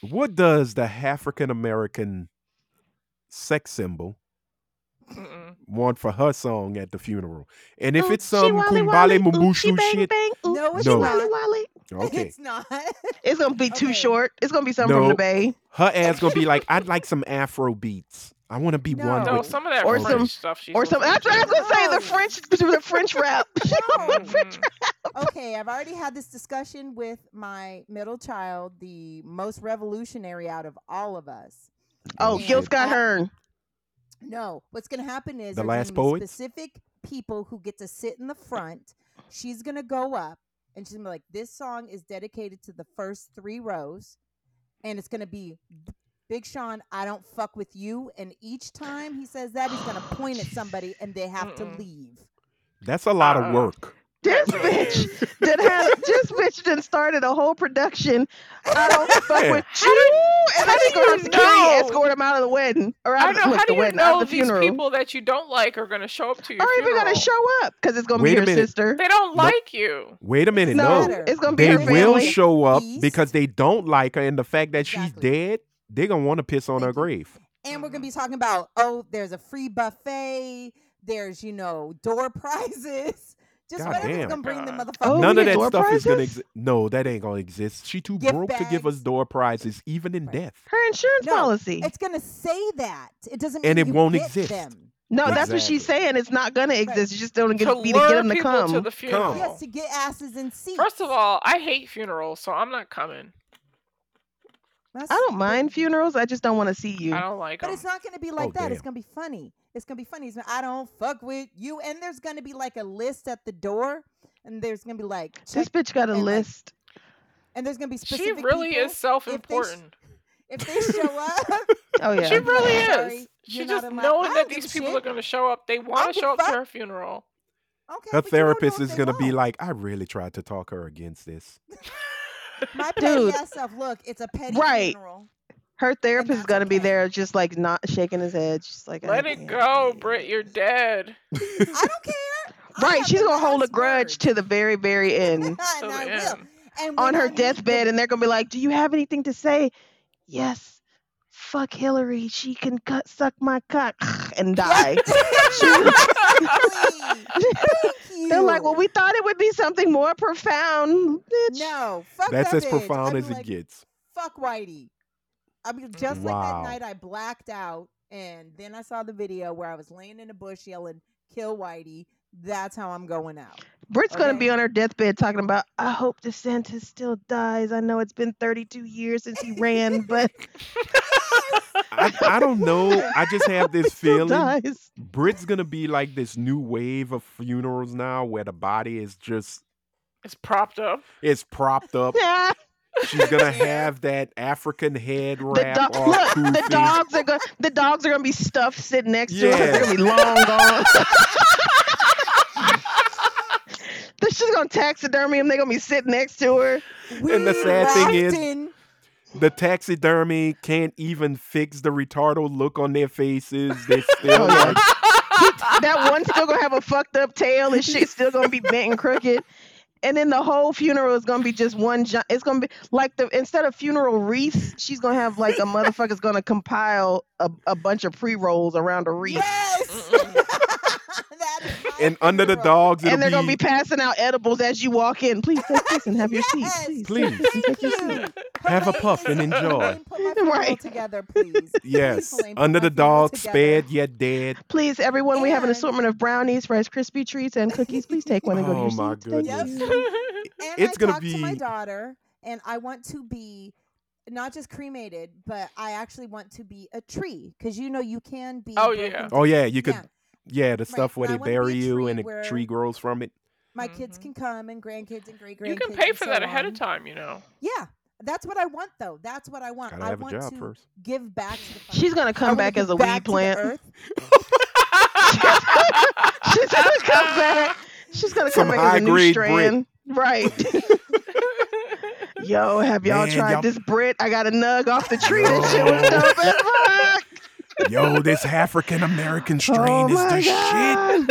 Speaker 1: what does the African American sex symbol
Speaker 3: Mm-mm.
Speaker 1: want for her song at the funeral? And if
Speaker 4: Oh,
Speaker 1: it's
Speaker 4: she
Speaker 1: some
Speaker 4: wally
Speaker 1: Kumbale
Speaker 4: wally, ooh, she
Speaker 1: Mumbushu
Speaker 4: bang,
Speaker 1: shit,
Speaker 4: Bang, ooh,
Speaker 2: No, it's
Speaker 4: she
Speaker 1: No.
Speaker 4: wally
Speaker 2: not.
Speaker 4: wally.
Speaker 1: okay.
Speaker 2: It's not.
Speaker 4: It's gonna be too
Speaker 2: Okay.
Speaker 4: short. It's gonna be something from the
Speaker 1: No.
Speaker 4: bay
Speaker 1: Her ass gonna be like, I'd like some Afro beats. I wanna be one
Speaker 2: No.
Speaker 3: No,
Speaker 1: with.
Speaker 3: some of that
Speaker 4: Or
Speaker 3: French
Speaker 4: some-
Speaker 3: stuff she's
Speaker 4: or something. I,
Speaker 3: listening
Speaker 4: I was
Speaker 3: to.
Speaker 4: gonna say
Speaker 2: No.
Speaker 4: the French, the French rap. [laughs]
Speaker 2: No.
Speaker 3: Mhm.
Speaker 2: okay, I've already had this discussion with my middle child, the most revolutionary out of all of us.
Speaker 4: Oh,
Speaker 2: Yeah.
Speaker 4: Gil
Speaker 1: shit.
Speaker 4: Scott Hearn.
Speaker 2: No, what's going to happen is
Speaker 1: The
Speaker 2: there's
Speaker 1: Last
Speaker 2: going to be
Speaker 1: Poets?
Speaker 2: specific people who get to sit in the front. She's going to go up and she's going to be like, "This song is dedicated to the first three rows," and it's going to be. Big Sean, I don't fuck with you. And each time he says that, he's gonna point at somebody, and they have
Speaker 3: Mm-mm.
Speaker 2: to leave.
Speaker 1: That's a lot
Speaker 4: Uh,
Speaker 3: Uh-uh.
Speaker 1: of work. [laughs]
Speaker 4: This bitch did had this bitch done started a
Speaker 1: [laughs]
Speaker 4: whole production. I don't fuck with you, and
Speaker 3: how
Speaker 4: I just
Speaker 3: do
Speaker 4: gonna have
Speaker 3: you
Speaker 4: security
Speaker 3: know?
Speaker 4: escort him out of the wedding or
Speaker 3: I
Speaker 4: out of
Speaker 3: know.
Speaker 4: the,
Speaker 3: How
Speaker 4: look,
Speaker 3: do
Speaker 4: the
Speaker 3: you
Speaker 4: wedding out
Speaker 3: know
Speaker 4: of the
Speaker 3: these
Speaker 4: funeral.
Speaker 3: people that you don't like are going to show up to your
Speaker 4: Or even
Speaker 3: funeral?
Speaker 4: gonna show up because it's gonna
Speaker 1: Wait
Speaker 4: be
Speaker 1: a
Speaker 4: her
Speaker 1: minute.
Speaker 4: sister.
Speaker 3: They don't
Speaker 1: No.
Speaker 3: like you.
Speaker 1: Wait a
Speaker 2: It doesn't
Speaker 1: minute,
Speaker 4: No,
Speaker 1: no.
Speaker 2: matter.
Speaker 4: it's gonna be
Speaker 1: They
Speaker 4: her
Speaker 2: Doesn't matter.
Speaker 1: will
Speaker 4: family.
Speaker 1: show up
Speaker 2: Beast.
Speaker 1: because they don't like her and the fact that she's
Speaker 2: Exactly.
Speaker 1: dead, they're gonna want to piss on her
Speaker 2: Thank you.
Speaker 1: grave.
Speaker 2: and we're
Speaker 3: Mhm.
Speaker 2: gonna be talking about oh there's a free buffet there's you know door [laughs] prizes just
Speaker 1: God
Speaker 2: whatever's
Speaker 1: damn.
Speaker 2: gonna bring the
Speaker 3: God.
Speaker 2: motherfucker
Speaker 4: Oh, we
Speaker 1: None
Speaker 4: get
Speaker 1: of that
Speaker 4: door
Speaker 1: stuff is gonna
Speaker 4: prizes?
Speaker 1: exist. No, that ain't gonna exist. She too
Speaker 2: Gift
Speaker 1: broke to give us
Speaker 2: bags.
Speaker 1: door prizes, even in
Speaker 2: Right.
Speaker 1: death.
Speaker 4: Her insurance
Speaker 2: No,
Speaker 4: policy.
Speaker 2: it's gonna say that it doesn't mean
Speaker 1: And it
Speaker 2: you
Speaker 1: won't
Speaker 2: get
Speaker 1: exist.
Speaker 2: them
Speaker 4: No, that's what she's
Speaker 1: Exactly.
Speaker 4: saying. It's not gonna exist. It's just
Speaker 3: To
Speaker 4: gonna get, be to get
Speaker 3: lure
Speaker 4: them to
Speaker 3: people
Speaker 4: come.
Speaker 3: to the
Speaker 4: Oh.
Speaker 3: funeral.
Speaker 2: yes to get asses in seats
Speaker 3: First of all, I hate funerals, so I'm not coming.
Speaker 2: That's-
Speaker 4: I don't mind
Speaker 2: but,
Speaker 4: funerals. I just don't want to see you.
Speaker 3: I don't like
Speaker 2: but
Speaker 3: them.
Speaker 2: it's not gonna be like
Speaker 1: Oh,
Speaker 2: that it's
Speaker 1: damn.
Speaker 2: gonna be funny it's gonna be funny it's gonna, i don't fuck with you and there's gonna be like a list at the door and there's gonna be like
Speaker 4: This
Speaker 2: check,
Speaker 4: bitch got a
Speaker 2: and, like,
Speaker 4: list.
Speaker 2: and there's gonna be
Speaker 3: She
Speaker 2: specific
Speaker 3: really
Speaker 2: people.
Speaker 3: is self-important.
Speaker 2: if they
Speaker 3: [laughs]
Speaker 2: show up [laughs]
Speaker 4: Oh yeah.
Speaker 3: She
Speaker 2: I'd be like,
Speaker 3: really
Speaker 2: "Sorry,
Speaker 3: is. She
Speaker 2: you're not
Speaker 3: just
Speaker 2: allowed." I
Speaker 3: knowing
Speaker 2: don't
Speaker 3: that
Speaker 2: give a
Speaker 3: these people
Speaker 2: shit.
Speaker 3: are going to show up, they
Speaker 2: I
Speaker 3: want
Speaker 2: don't
Speaker 3: to
Speaker 2: give
Speaker 3: show
Speaker 2: a
Speaker 3: up to
Speaker 2: fuck.
Speaker 3: her
Speaker 2: Okay,
Speaker 3: funeral.
Speaker 1: Her
Speaker 2: but you don't know
Speaker 1: therapist
Speaker 2: if
Speaker 1: is
Speaker 2: they
Speaker 1: gonna be
Speaker 2: won't.
Speaker 1: like, I really tried to talk her against this.
Speaker 2: my petty
Speaker 4: Dude.
Speaker 2: ass self. Look, it's a petty
Speaker 4: Right. [laughs]
Speaker 2: funeral.
Speaker 4: Her therapist is
Speaker 2: that's
Speaker 4: gonna be
Speaker 2: okay.
Speaker 4: there, just like not shaking his head. She's like,
Speaker 3: Let
Speaker 4: "I
Speaker 3: it
Speaker 4: can't
Speaker 3: go,
Speaker 4: believe
Speaker 3: Britt.
Speaker 4: it."
Speaker 3: You're dead.
Speaker 2: [laughs]
Speaker 3: [laughs]
Speaker 2: I don't care. I
Speaker 4: Right?
Speaker 2: have
Speaker 4: She's
Speaker 2: the
Speaker 4: gonna hold a
Speaker 2: last
Speaker 4: grudge
Speaker 2: word.
Speaker 4: to the very, very
Speaker 2: [laughs]
Speaker 4: end
Speaker 2: and I will.
Speaker 3: end.
Speaker 2: And
Speaker 4: on
Speaker 2: when
Speaker 4: her
Speaker 2: I meet
Speaker 4: deathbed,
Speaker 2: The,
Speaker 4: and they're gonna be like, "Do you have anything to say?" Yes. Fuck Hillary. She can cut, suck my cock [sighs]
Speaker 3: [laughs]
Speaker 4: and die.
Speaker 2: [laughs]
Speaker 4: She's-
Speaker 2: exactly. Thank you.
Speaker 4: [laughs] they're like, "Well, we thought it would be something more profound, bitch."
Speaker 2: no. Fuck
Speaker 1: That's
Speaker 2: that
Speaker 1: as
Speaker 2: bitch.
Speaker 1: profound
Speaker 2: I'd
Speaker 1: as
Speaker 2: be
Speaker 1: it
Speaker 2: like,
Speaker 1: gets.
Speaker 2: Fuck Whitey. I mean, just
Speaker 1: Wow.
Speaker 2: like that night, I blacked out, and then I saw the video where I was laying in a bush yelling, "Kill Whitey." That's how I'm going out.
Speaker 4: Britt's gonna
Speaker 2: Okay.
Speaker 4: be on her deathbed talking about, I hope DeSantis still dies. I know it's been 32 years since he
Speaker 3: [laughs]
Speaker 4: ran, but
Speaker 1: I, I don't know. I just
Speaker 4: [laughs]
Speaker 1: have this
Speaker 4: still
Speaker 1: feeling
Speaker 4: dies. [laughs]
Speaker 1: Brit's gonna be like this new wave of funerals now where the body is just
Speaker 3: It's propped up.
Speaker 1: it's propped up.
Speaker 4: Yeah,
Speaker 1: She's
Speaker 4: [laughs]
Speaker 1: gonna have that African head
Speaker 4: the
Speaker 1: wrap
Speaker 4: do-
Speaker 1: all
Speaker 4: look, the
Speaker 1: poofy.
Speaker 4: dogs are gonna the dogs are gonna be stuffed sitting next to her. They're gonna be long gone. This she's gonna taxidermy them. They're gonna be sitting next to her.
Speaker 1: And the sad thing is-
Speaker 2: laughed in-
Speaker 1: The taxidermy can't even fix the retardo look on their faces. They're still
Speaker 4: Oh, yeah.
Speaker 1: like,
Speaker 4: That one's still gonna have a fucked up tail and shit's still gonna be bent and crooked. And then the whole funeral is gonna be just one. Gi- it's gonna be like the instead of funeral wreaths, she's gonna have like a motherfucker's gonna compile a, a bunch of pre rolls around a wreath.
Speaker 2: Yes.
Speaker 3: Mm-mm.
Speaker 2: [laughs] that is
Speaker 1: and under the dogs, it'll
Speaker 4: and they're gonna
Speaker 1: be,
Speaker 4: be passing out edibles as you walk in. Please take this and have your seat.
Speaker 5: Yes.
Speaker 4: Please,
Speaker 1: Please.
Speaker 4: take this and take your seat.
Speaker 5: Thank you.
Speaker 1: Have a
Speaker 5: Put my
Speaker 1: puff and
Speaker 5: hands on
Speaker 1: enjoy.
Speaker 5: my phone, Put my finger
Speaker 4: Right.
Speaker 5: together, please.
Speaker 4: [laughs]
Speaker 1: yes,
Speaker 5: Please, Elaine, put
Speaker 1: under
Speaker 5: my
Speaker 1: the
Speaker 5: finger
Speaker 1: dogs,
Speaker 5: together.
Speaker 1: sped yet dead.
Speaker 4: Please, everyone, we have an
Speaker 5: And-
Speaker 4: assortment of brownies, Rice Krispie treats, and cookies. Please take one and go to
Speaker 1: Oh,
Speaker 4: your
Speaker 1: my
Speaker 4: seats. Thank
Speaker 5: Yep.
Speaker 1: goodness.
Speaker 4: you.
Speaker 5: and
Speaker 1: It's
Speaker 5: I
Speaker 1: gonna
Speaker 5: talked to my
Speaker 1: be-
Speaker 5: daughter, and I want to be not just cremated, but I actually want to be a tree because you know you can be.
Speaker 3: Oh,
Speaker 5: broken
Speaker 3: yeah.
Speaker 5: down.
Speaker 1: Oh yeah, you could.
Speaker 5: Yeah.
Speaker 1: Yeah, the stuff
Speaker 5: and
Speaker 1: where
Speaker 5: I
Speaker 1: they
Speaker 5: wanna be a
Speaker 1: bury you
Speaker 5: tree
Speaker 1: and a
Speaker 5: where-
Speaker 1: tree grows from it.
Speaker 5: My kids
Speaker 3: Mhm.
Speaker 5: can come, and grandkids and great grandkids.
Speaker 3: You can pay for that ahead of
Speaker 5: time.
Speaker 3: time,
Speaker 2: [laughs]
Speaker 3: you know.
Speaker 5: Yeah, that's what I want, though. That's what I want.
Speaker 1: Gotta
Speaker 5: I
Speaker 1: have a
Speaker 5: want
Speaker 1: job
Speaker 5: to
Speaker 4: [laughs]
Speaker 1: first.
Speaker 5: give back to the. fucking
Speaker 4: She's gonna
Speaker 5: earth. I
Speaker 4: come
Speaker 5: wanna
Speaker 4: back
Speaker 5: give
Speaker 4: as a
Speaker 5: back to the
Speaker 4: weed
Speaker 1: [laughs]
Speaker 4: plant.
Speaker 5: earth.
Speaker 4: [laughs] She's gonna come back. She's gonna
Speaker 1: Some
Speaker 4: come back as a new
Speaker 1: high-grade Brit.
Speaker 4: strand.
Speaker 5: [laughs]
Speaker 4: Right. Yo, have y'all
Speaker 1: Man,
Speaker 4: tried
Speaker 1: y'all-
Speaker 4: this Brit? I got a nug off the tree. That shit was
Speaker 1: No.
Speaker 4: dope as fuck.
Speaker 1: Yo, this African American strain
Speaker 4: Oh
Speaker 1: is
Speaker 4: my
Speaker 1: the shit.
Speaker 5: [laughs]
Speaker 4: god.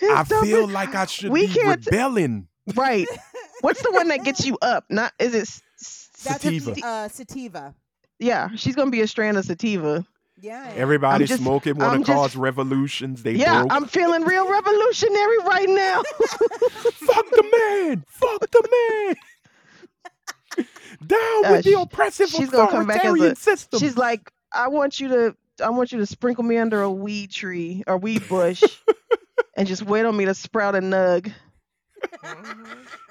Speaker 4: It's
Speaker 1: I
Speaker 4: dope
Speaker 1: feel
Speaker 4: as-
Speaker 1: like I should
Speaker 4: We
Speaker 1: be
Speaker 4: can't-
Speaker 1: rebelling.
Speaker 4: right. What's the one that gets you up? Not is it? s- s-
Speaker 5: That's
Speaker 1: Sativa.
Speaker 5: Uh, sativa.
Speaker 4: Yeah, she's gonna be a strand of sativa.
Speaker 5: Yeah.
Speaker 1: Everybody
Speaker 4: I'm just-
Speaker 1: smoking want
Speaker 4: I'm
Speaker 1: to
Speaker 4: just-
Speaker 1: cause revolutions. They
Speaker 4: yeah,
Speaker 1: broke.
Speaker 4: I'm feeling real revolutionary
Speaker 3: [laughs]
Speaker 4: right now.
Speaker 1: Fuck the man. Fuck the man. Down
Speaker 4: Uh,
Speaker 1: with
Speaker 4: she-
Speaker 1: the oppressive
Speaker 4: she's gonna come back as
Speaker 1: authoritarian
Speaker 4: a-
Speaker 1: system.
Speaker 4: She's like, I want you to, I want you to sprinkle me under a weed tree or
Speaker 3: [laughs]
Speaker 4: weed bush, and just wait on me to sprout a nug.
Speaker 3: Mhm.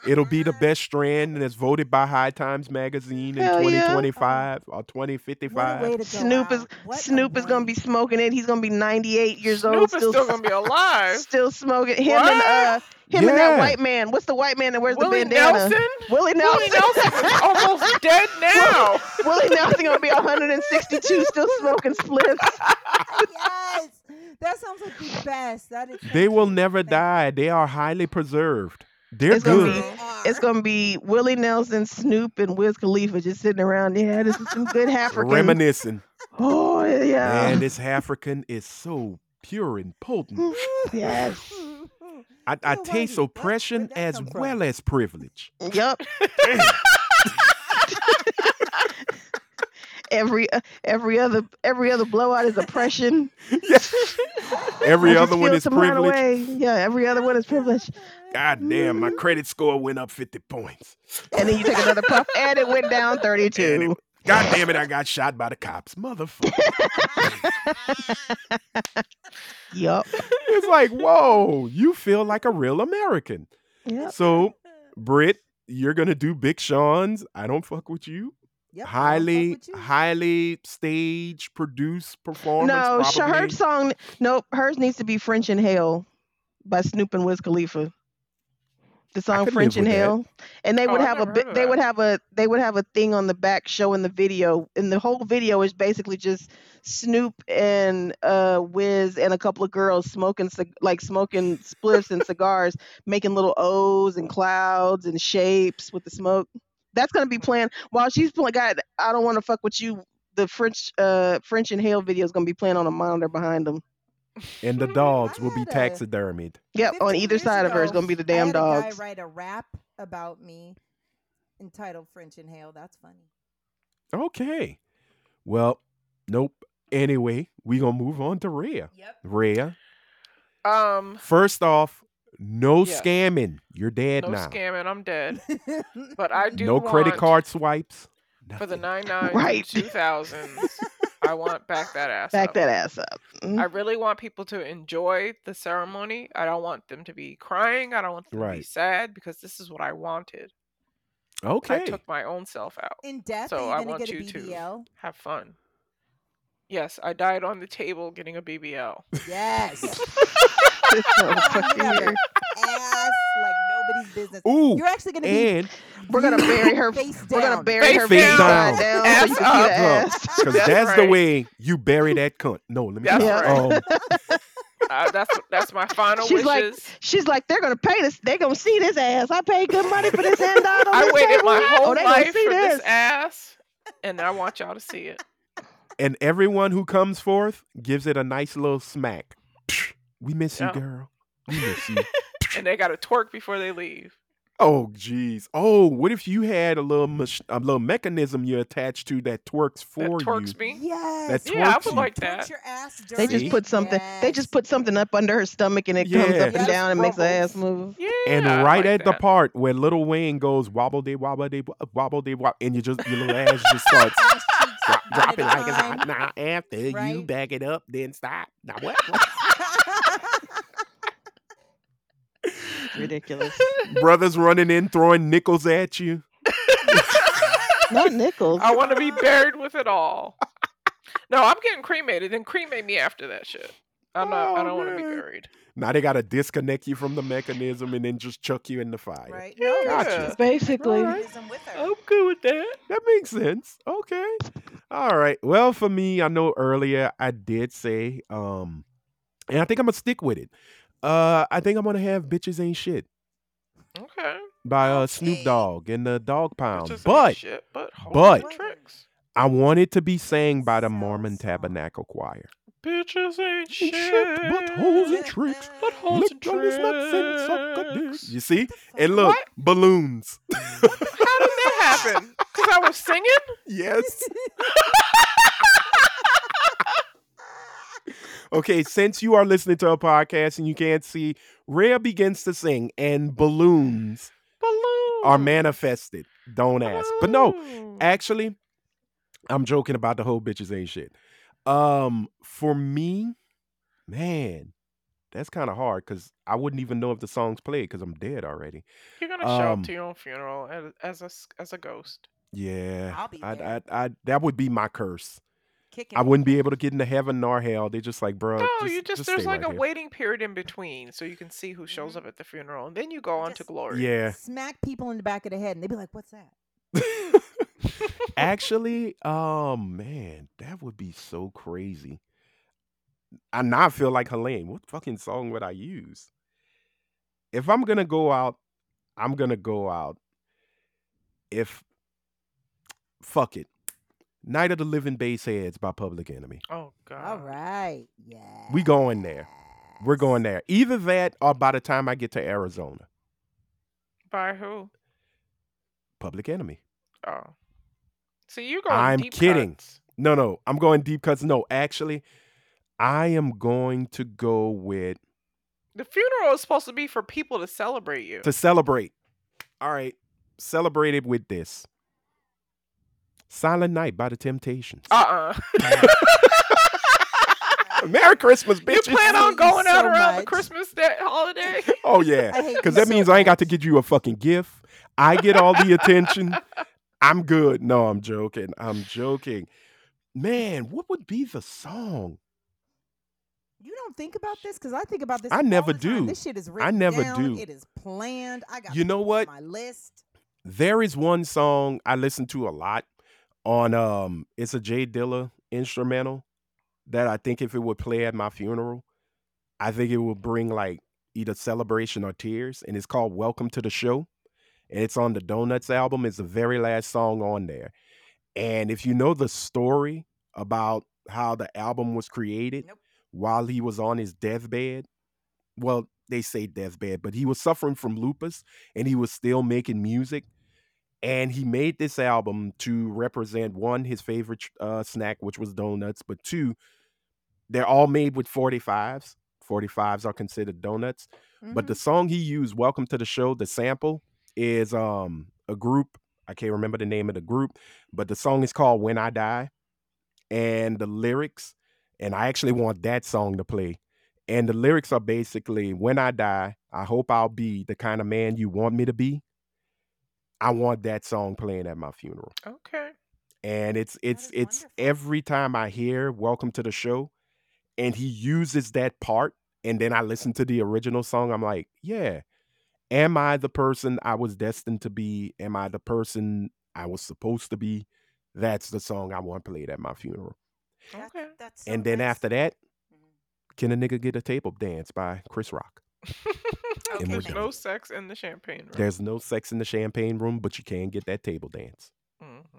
Speaker 1: It'll be the best strand that's voted by High Times magazine in
Speaker 4: Hell yeah.
Speaker 1: 2025 or
Speaker 5: What a
Speaker 1: 2055.
Speaker 5: way to go
Speaker 4: Snoop is
Speaker 5: out. What a
Speaker 4: Snoop is gonna
Speaker 5: way.
Speaker 4: be smoking it. He's gonna be 98 years
Speaker 3: Mm-hmm. Snoop
Speaker 4: old,
Speaker 3: is still gonna be
Speaker 4: [laughs]
Speaker 3: alive.
Speaker 4: still smoking. Him and uh, him and
Speaker 1: Yeah.
Speaker 4: that white man. What's the white man that wears
Speaker 3: Willie
Speaker 4: the bandana?
Speaker 3: Nelson.
Speaker 4: Willie Nelson.
Speaker 3: Willie Nelson is almost dead now.
Speaker 4: [laughs] Willie Nelson gonna be 162, still smoking spliffs. [laughs]
Speaker 5: yes, that sounds like the best. That is.
Speaker 1: They will
Speaker 5: fantastic.
Speaker 1: never
Speaker 5: Thank you.
Speaker 1: die. They are highly preserved. They're
Speaker 4: It's gonna
Speaker 1: good.
Speaker 4: be-
Speaker 5: They are.
Speaker 4: It's gonna be Willie Nelson, Snoop, and Wiz Khalifa just sitting around. Yeah, this is some good African.
Speaker 1: Reminiscing.
Speaker 4: oh yeah.
Speaker 1: Man, this African is so pure and potent.
Speaker 4: Mm, [laughs] [laughs] yes.
Speaker 1: I, I
Speaker 5: Yo,
Speaker 1: taste
Speaker 5: Whitey, what-
Speaker 1: oppression
Speaker 5: where'd that
Speaker 1: as
Speaker 5: come from?
Speaker 1: well as
Speaker 4: [laughs]
Speaker 1: privilege.
Speaker 4: Yep. Every uh, every other every other blowout is oppression. I
Speaker 1: Every
Speaker 4: just
Speaker 1: other one
Speaker 4: feel
Speaker 1: is
Speaker 4: some kind of
Speaker 1: privilege.
Speaker 4: way. Yeah, every other one is privilege.
Speaker 1: God damn,
Speaker 4: Mm-hmm.
Speaker 1: my credit score went up 50 points.
Speaker 4: And then you take another puff, and it went down 32.
Speaker 1: And it- God damn it, I got shot by the cops. Motherfucker.
Speaker 4: Yup.
Speaker 1: it's like, whoa, you feel like a real American.
Speaker 4: Yep.
Speaker 1: So, Britt, you're going to do Big Sean's I Don't Fuck With You.
Speaker 5: Yep, I don't
Speaker 1: highly,
Speaker 5: fuck with you.
Speaker 1: highly stage produced performance.
Speaker 4: No, sh-
Speaker 1: probably.
Speaker 4: her song. Nope, hers needs to be French in Hell by Snoop and Wiz Khalifa. The song
Speaker 1: could
Speaker 4: French
Speaker 1: live
Speaker 4: in
Speaker 1: with that.
Speaker 4: Hell, and they
Speaker 3: Oh,
Speaker 4: would
Speaker 3: I've
Speaker 4: have a
Speaker 3: never
Speaker 4: bi-
Speaker 3: heard of
Speaker 4: they
Speaker 3: that.
Speaker 4: would have a they would have a thing on the back showing the video, and the whole video is basically just Snoop and uh, Wiz and a couple of girls smoking cig- like smoking spliffs and cigars, making little O's and clouds and shapes with the smoke. That's gonna be playing while she's playing. God, I don't want to fuck with you. The French uh, French and Hale video is gonna be playing on a monitor behind them.
Speaker 1: and
Speaker 3: [laughs] Um,
Speaker 1: the dogs will be
Speaker 5: I had a-
Speaker 1: taxidermied.
Speaker 4: Yep, on
Speaker 5: 15
Speaker 4: either
Speaker 5: years
Speaker 4: side of her is
Speaker 5: ago,
Speaker 4: gonna be the
Speaker 5: I
Speaker 4: damn
Speaker 5: had a guy
Speaker 4: dogs.
Speaker 5: write a rap about me entitled "French Inhale." That's funny.
Speaker 1: Okay. Well, nope. Anyway, we gonna move on to Rhea.
Speaker 5: Yep.
Speaker 1: Rhea,
Speaker 3: Um,
Speaker 1: first off, no
Speaker 3: Yeah.
Speaker 1: scamming. You're dead
Speaker 3: no
Speaker 1: now.
Speaker 3: scamming. I'm dead.
Speaker 1: [laughs]
Speaker 3: But I do
Speaker 1: no credit
Speaker 3: want-
Speaker 1: card swipes.
Speaker 3: for the
Speaker 1: Nothing. [laughs]
Speaker 3: nine nine
Speaker 4: Right.
Speaker 3: two thousands. I want back
Speaker 4: [laughs]
Speaker 3: that ass.
Speaker 4: Back
Speaker 3: up.
Speaker 4: that ass up. Mhm.
Speaker 3: I really want people to enjoy the ceremony. I don't want them to be crying. I don't want them to be
Speaker 1: Right.
Speaker 3: sad because this is what I wanted. I
Speaker 1: Okay.
Speaker 3: took my own self out.
Speaker 5: [laughs] In death,
Speaker 3: So
Speaker 5: are
Speaker 3: I
Speaker 5: you going
Speaker 3: want
Speaker 5: to get a
Speaker 3: you to- [laughs]
Speaker 5: BBL?
Speaker 3: Have fun. Yes, I died on the table getting a BBL.
Speaker 5: Yes. [laughs]
Speaker 4: This motherfucker
Speaker 5: Whatever.
Speaker 4: here.
Speaker 5: Ass like nobody's business.
Speaker 1: Ooh,
Speaker 5: You're actually going to be
Speaker 3: [laughs]
Speaker 1: and
Speaker 4: We're gonna bury her.
Speaker 5: face
Speaker 4: We're gonna
Speaker 5: down.
Speaker 4: bury
Speaker 3: Face
Speaker 4: her
Speaker 1: down.
Speaker 4: side down so
Speaker 3: Ass
Speaker 4: you
Speaker 3: up.
Speaker 4: can see the ass. [laughs]
Speaker 1: because that's,
Speaker 3: That's
Speaker 1: the
Speaker 3: right.
Speaker 1: way you bury that cunt. No, let me.
Speaker 3: That's
Speaker 1: stop.
Speaker 4: right.
Speaker 3: [laughs]
Speaker 1: Um,
Speaker 3: Uh, that's that's my final
Speaker 4: She's like-
Speaker 3: wishes.
Speaker 4: She's like, they're gonna pay this. They're gonna see this ass. I paid good money for this hand out on
Speaker 3: I
Speaker 4: this
Speaker 3: waited my
Speaker 4: table.
Speaker 3: whole
Speaker 4: oh, they
Speaker 3: life
Speaker 4: gonna
Speaker 3: for
Speaker 4: see
Speaker 3: this
Speaker 4: this.
Speaker 3: ass, and I want y'all to see it.
Speaker 1: and everyone who comes forth gives it a nice little smack. [sniffs] We miss
Speaker 3: Yeah.
Speaker 1: you, girl. We miss you.
Speaker 3: [laughs] And they got to twerk before they leave.
Speaker 1: Oh, jeez. Oh, what if you had a little mach- a little mechanism you attach to that twerks for
Speaker 3: that
Speaker 1: you?
Speaker 3: twerks me.
Speaker 5: Yes.
Speaker 1: That's
Speaker 3: Yeah, I
Speaker 1: twerks
Speaker 3: would
Speaker 1: you.
Speaker 3: like
Speaker 5: Twerk
Speaker 3: that.
Speaker 5: your ass
Speaker 4: They
Speaker 5: dirty.
Speaker 4: just put something. They just
Speaker 5: Yes.
Speaker 4: put something up under her stomach, and it comes
Speaker 1: Yeah.
Speaker 4: up and
Speaker 3: Yes,
Speaker 4: down and makes her
Speaker 3: rumbles.
Speaker 4: ass move.
Speaker 3: Yeah.
Speaker 1: And
Speaker 3: I
Speaker 1: right
Speaker 3: like
Speaker 1: at the
Speaker 3: that.
Speaker 1: part where Little Wayne goes wobble de wobble de wo- wobble de wobble, and you just your little ass just starts
Speaker 5: Ass cheeks
Speaker 3: [laughs]
Speaker 5: one
Speaker 1: drop,
Speaker 5: at
Speaker 1: dropping
Speaker 5: a
Speaker 1: like it's
Speaker 5: time.
Speaker 1: hot now. After you
Speaker 5: Right.
Speaker 1: back it up, then stop. Now what? what?
Speaker 4: Ridiculous.
Speaker 1: Brothers running in, throwing nickels at you.
Speaker 4: [laughs] Not nickels.
Speaker 3: I want to be buried with it all. [laughs] No, I'm getting cremated. Then cremate me after that shit. I'm not.
Speaker 1: Oh,
Speaker 3: I don't want to be
Speaker 1: man.
Speaker 3: buried.
Speaker 1: Now they gotta disconnect you from the mechanism and then just chuck you in
Speaker 5: [laughs]
Speaker 1: the fire.
Speaker 5: Right.
Speaker 3: Yeah.
Speaker 1: Gotcha.
Speaker 4: Basically,
Speaker 1: Alright.
Speaker 5: Mechanism with her.
Speaker 1: Oh,
Speaker 3: I'm good with that.
Speaker 1: That makes sense. Okay. All right. Well, for me, I know earlier I did say, um, and I think I'm gonna stick with it. Uh, I think I'm gonna have "Bitches Ain't Shit"
Speaker 3: Okay.
Speaker 1: by uh, Snoop
Speaker 5: Okay.
Speaker 1: Dogg and the Dog
Speaker 3: It's
Speaker 1: Pound,
Speaker 3: just ain't
Speaker 1: Um, but
Speaker 3: shit, but hold
Speaker 1: but-
Speaker 3: on tricks.
Speaker 1: I want it to be sang by the
Speaker 5: Sounds
Speaker 1: Mormon
Speaker 5: song.
Speaker 1: Tabernacle Choir.
Speaker 3: Bitches ain't
Speaker 1: Ain't
Speaker 3: shit,
Speaker 1: shit but hoes and tricks.
Speaker 3: But hoes
Speaker 1: Lick
Speaker 3: and
Speaker 1: your lips, not sin, suck a dick.
Speaker 3: tricks.
Speaker 1: You see?
Speaker 5: What the
Speaker 1: And
Speaker 5: fuck?
Speaker 1: look,
Speaker 3: What?
Speaker 1: balloons.
Speaker 3: How did that happen? Because I was singing.
Speaker 1: [laughs] yes. Okay, since you are listening to a podcast and you can't see, Rhea begins to sing and balloons
Speaker 3: [laughs] Balloon.
Speaker 1: are manifested. Don't ask. But no,
Speaker 3: Balloon.
Speaker 1: actually, I'm joking about the whole bitches ain't shit. Um, for me, man, that's kind of hard because I wouldn't even know if the song's played because I'm dead already.
Speaker 3: you're gonna show
Speaker 1: um,
Speaker 3: up to your own funeral as, as a s- as a ghost.
Speaker 1: Yeah,
Speaker 5: I'll be
Speaker 1: I,
Speaker 5: there.
Speaker 1: I, I, that would be my curse.
Speaker 5: Kicking
Speaker 1: I
Speaker 5: it.
Speaker 1: wouldn't be able to get into heaven nor hell. They're just like, bro,
Speaker 3: No,
Speaker 1: just,
Speaker 3: you just,
Speaker 1: just
Speaker 3: there's
Speaker 1: stay
Speaker 3: like
Speaker 1: right
Speaker 3: a
Speaker 1: here."
Speaker 3: waiting period in between, so you can see who shows
Speaker 5: Mhm.
Speaker 3: up at the funeral, and then you go on to
Speaker 5: Just-
Speaker 3: glory. [laughs]
Speaker 1: Yeah.
Speaker 5: Smack people in the back of the head, and they'd be like, "What's that?"
Speaker 1: [laughs] Actually, oh man, that would be so crazy. I now feel like Helene. What fucking song would I use? If I'm gonna go out, I'm gonna go out. If fuck it, Night of the Living Baseheads by Public Enemy.
Speaker 3: Oh god.
Speaker 5: All right. Yeah.
Speaker 1: Uh, We going there. We're going there. Either that, or by the time I get to Arizona,
Speaker 3: By who?
Speaker 1: Public Enemy.
Speaker 3: Oh. See, you going?
Speaker 1: I'm
Speaker 3: deep
Speaker 1: kidding.
Speaker 3: cuts.
Speaker 1: No, no, I'm going deep cuts. No, actually, I am going to go with
Speaker 3: The funeral is supposed to be for people to celebrate you.
Speaker 1: to celebrate. All right, celebrate it with this. Silent Night by the Temptations.
Speaker 3: Uh uh
Speaker 1: [laughs] Merry Christmas,
Speaker 3: you
Speaker 1: bitches.
Speaker 3: plan on
Speaker 5: Thank you
Speaker 3: going out
Speaker 5: so
Speaker 3: around the
Speaker 5: much.
Speaker 3: Christmas day
Speaker 5: [laughs]
Speaker 3: holiday?
Speaker 1: Oh yeah,
Speaker 5: I hate you
Speaker 1: because that
Speaker 5: so
Speaker 1: means I ain't got to
Speaker 5: much.
Speaker 1: get you a fucking gift. I get all the attention. I'm good. No, I'm joking. I'm joking. Man, what would be the song?
Speaker 5: You don't think about this because I think about this.
Speaker 1: I
Speaker 5: all
Speaker 1: never
Speaker 5: the time.
Speaker 1: do.
Speaker 5: This shit is written
Speaker 1: never
Speaker 5: down.
Speaker 1: do.
Speaker 5: It is planned. I got
Speaker 1: You know
Speaker 5: people on
Speaker 1: what?
Speaker 5: My list.
Speaker 1: there is one song I listen to a lot on um it's a Jay Dilla instrumental that I think if it would play at my funeral, I think it would bring like either celebration or tears. And it's called Welcome to the Show. And it's on the Donuts album. It's the very last song on there. And if you know the story about how the album was created
Speaker 5: Nope.
Speaker 1: while he was on his deathbed, well, they say deathbed, but he was suffering from lupus and he was still making music and he made this album to represent one his favorite uh, snack which was donuts but two they're all made with 45s 45s are considered donuts
Speaker 5: Mm-hmm.
Speaker 1: but the song he used welcome to the show the sample is um a group i can't remember the name of the group but the song is called when i die and the lyrics and i actually want that song to play and the lyrics are basically when i die i hope i'll be the kind of man you want me to be i want that song playing at my funeral
Speaker 3: okay.
Speaker 1: and it's it's
Speaker 5: is
Speaker 1: it's
Speaker 5: wonderful.
Speaker 1: every time i hear welcome to the show and he uses that part and then i listen to the original song i'm like yeah am i the person i was destined to be am i the person i was supposed to be that's the song i want played at my funeral
Speaker 5: That-
Speaker 3: Okay.
Speaker 5: that's so
Speaker 1: and then
Speaker 5: nice.
Speaker 1: after that
Speaker 5: Mhm.
Speaker 1: can a nigga get a table dance by chris rock
Speaker 5: And we're
Speaker 3: There's
Speaker 5: done.
Speaker 3: no sex in the champagne room.
Speaker 1: there's no sex in the champagne room but you can get that table dance
Speaker 3: Mhm.
Speaker 5: Mm-hmm.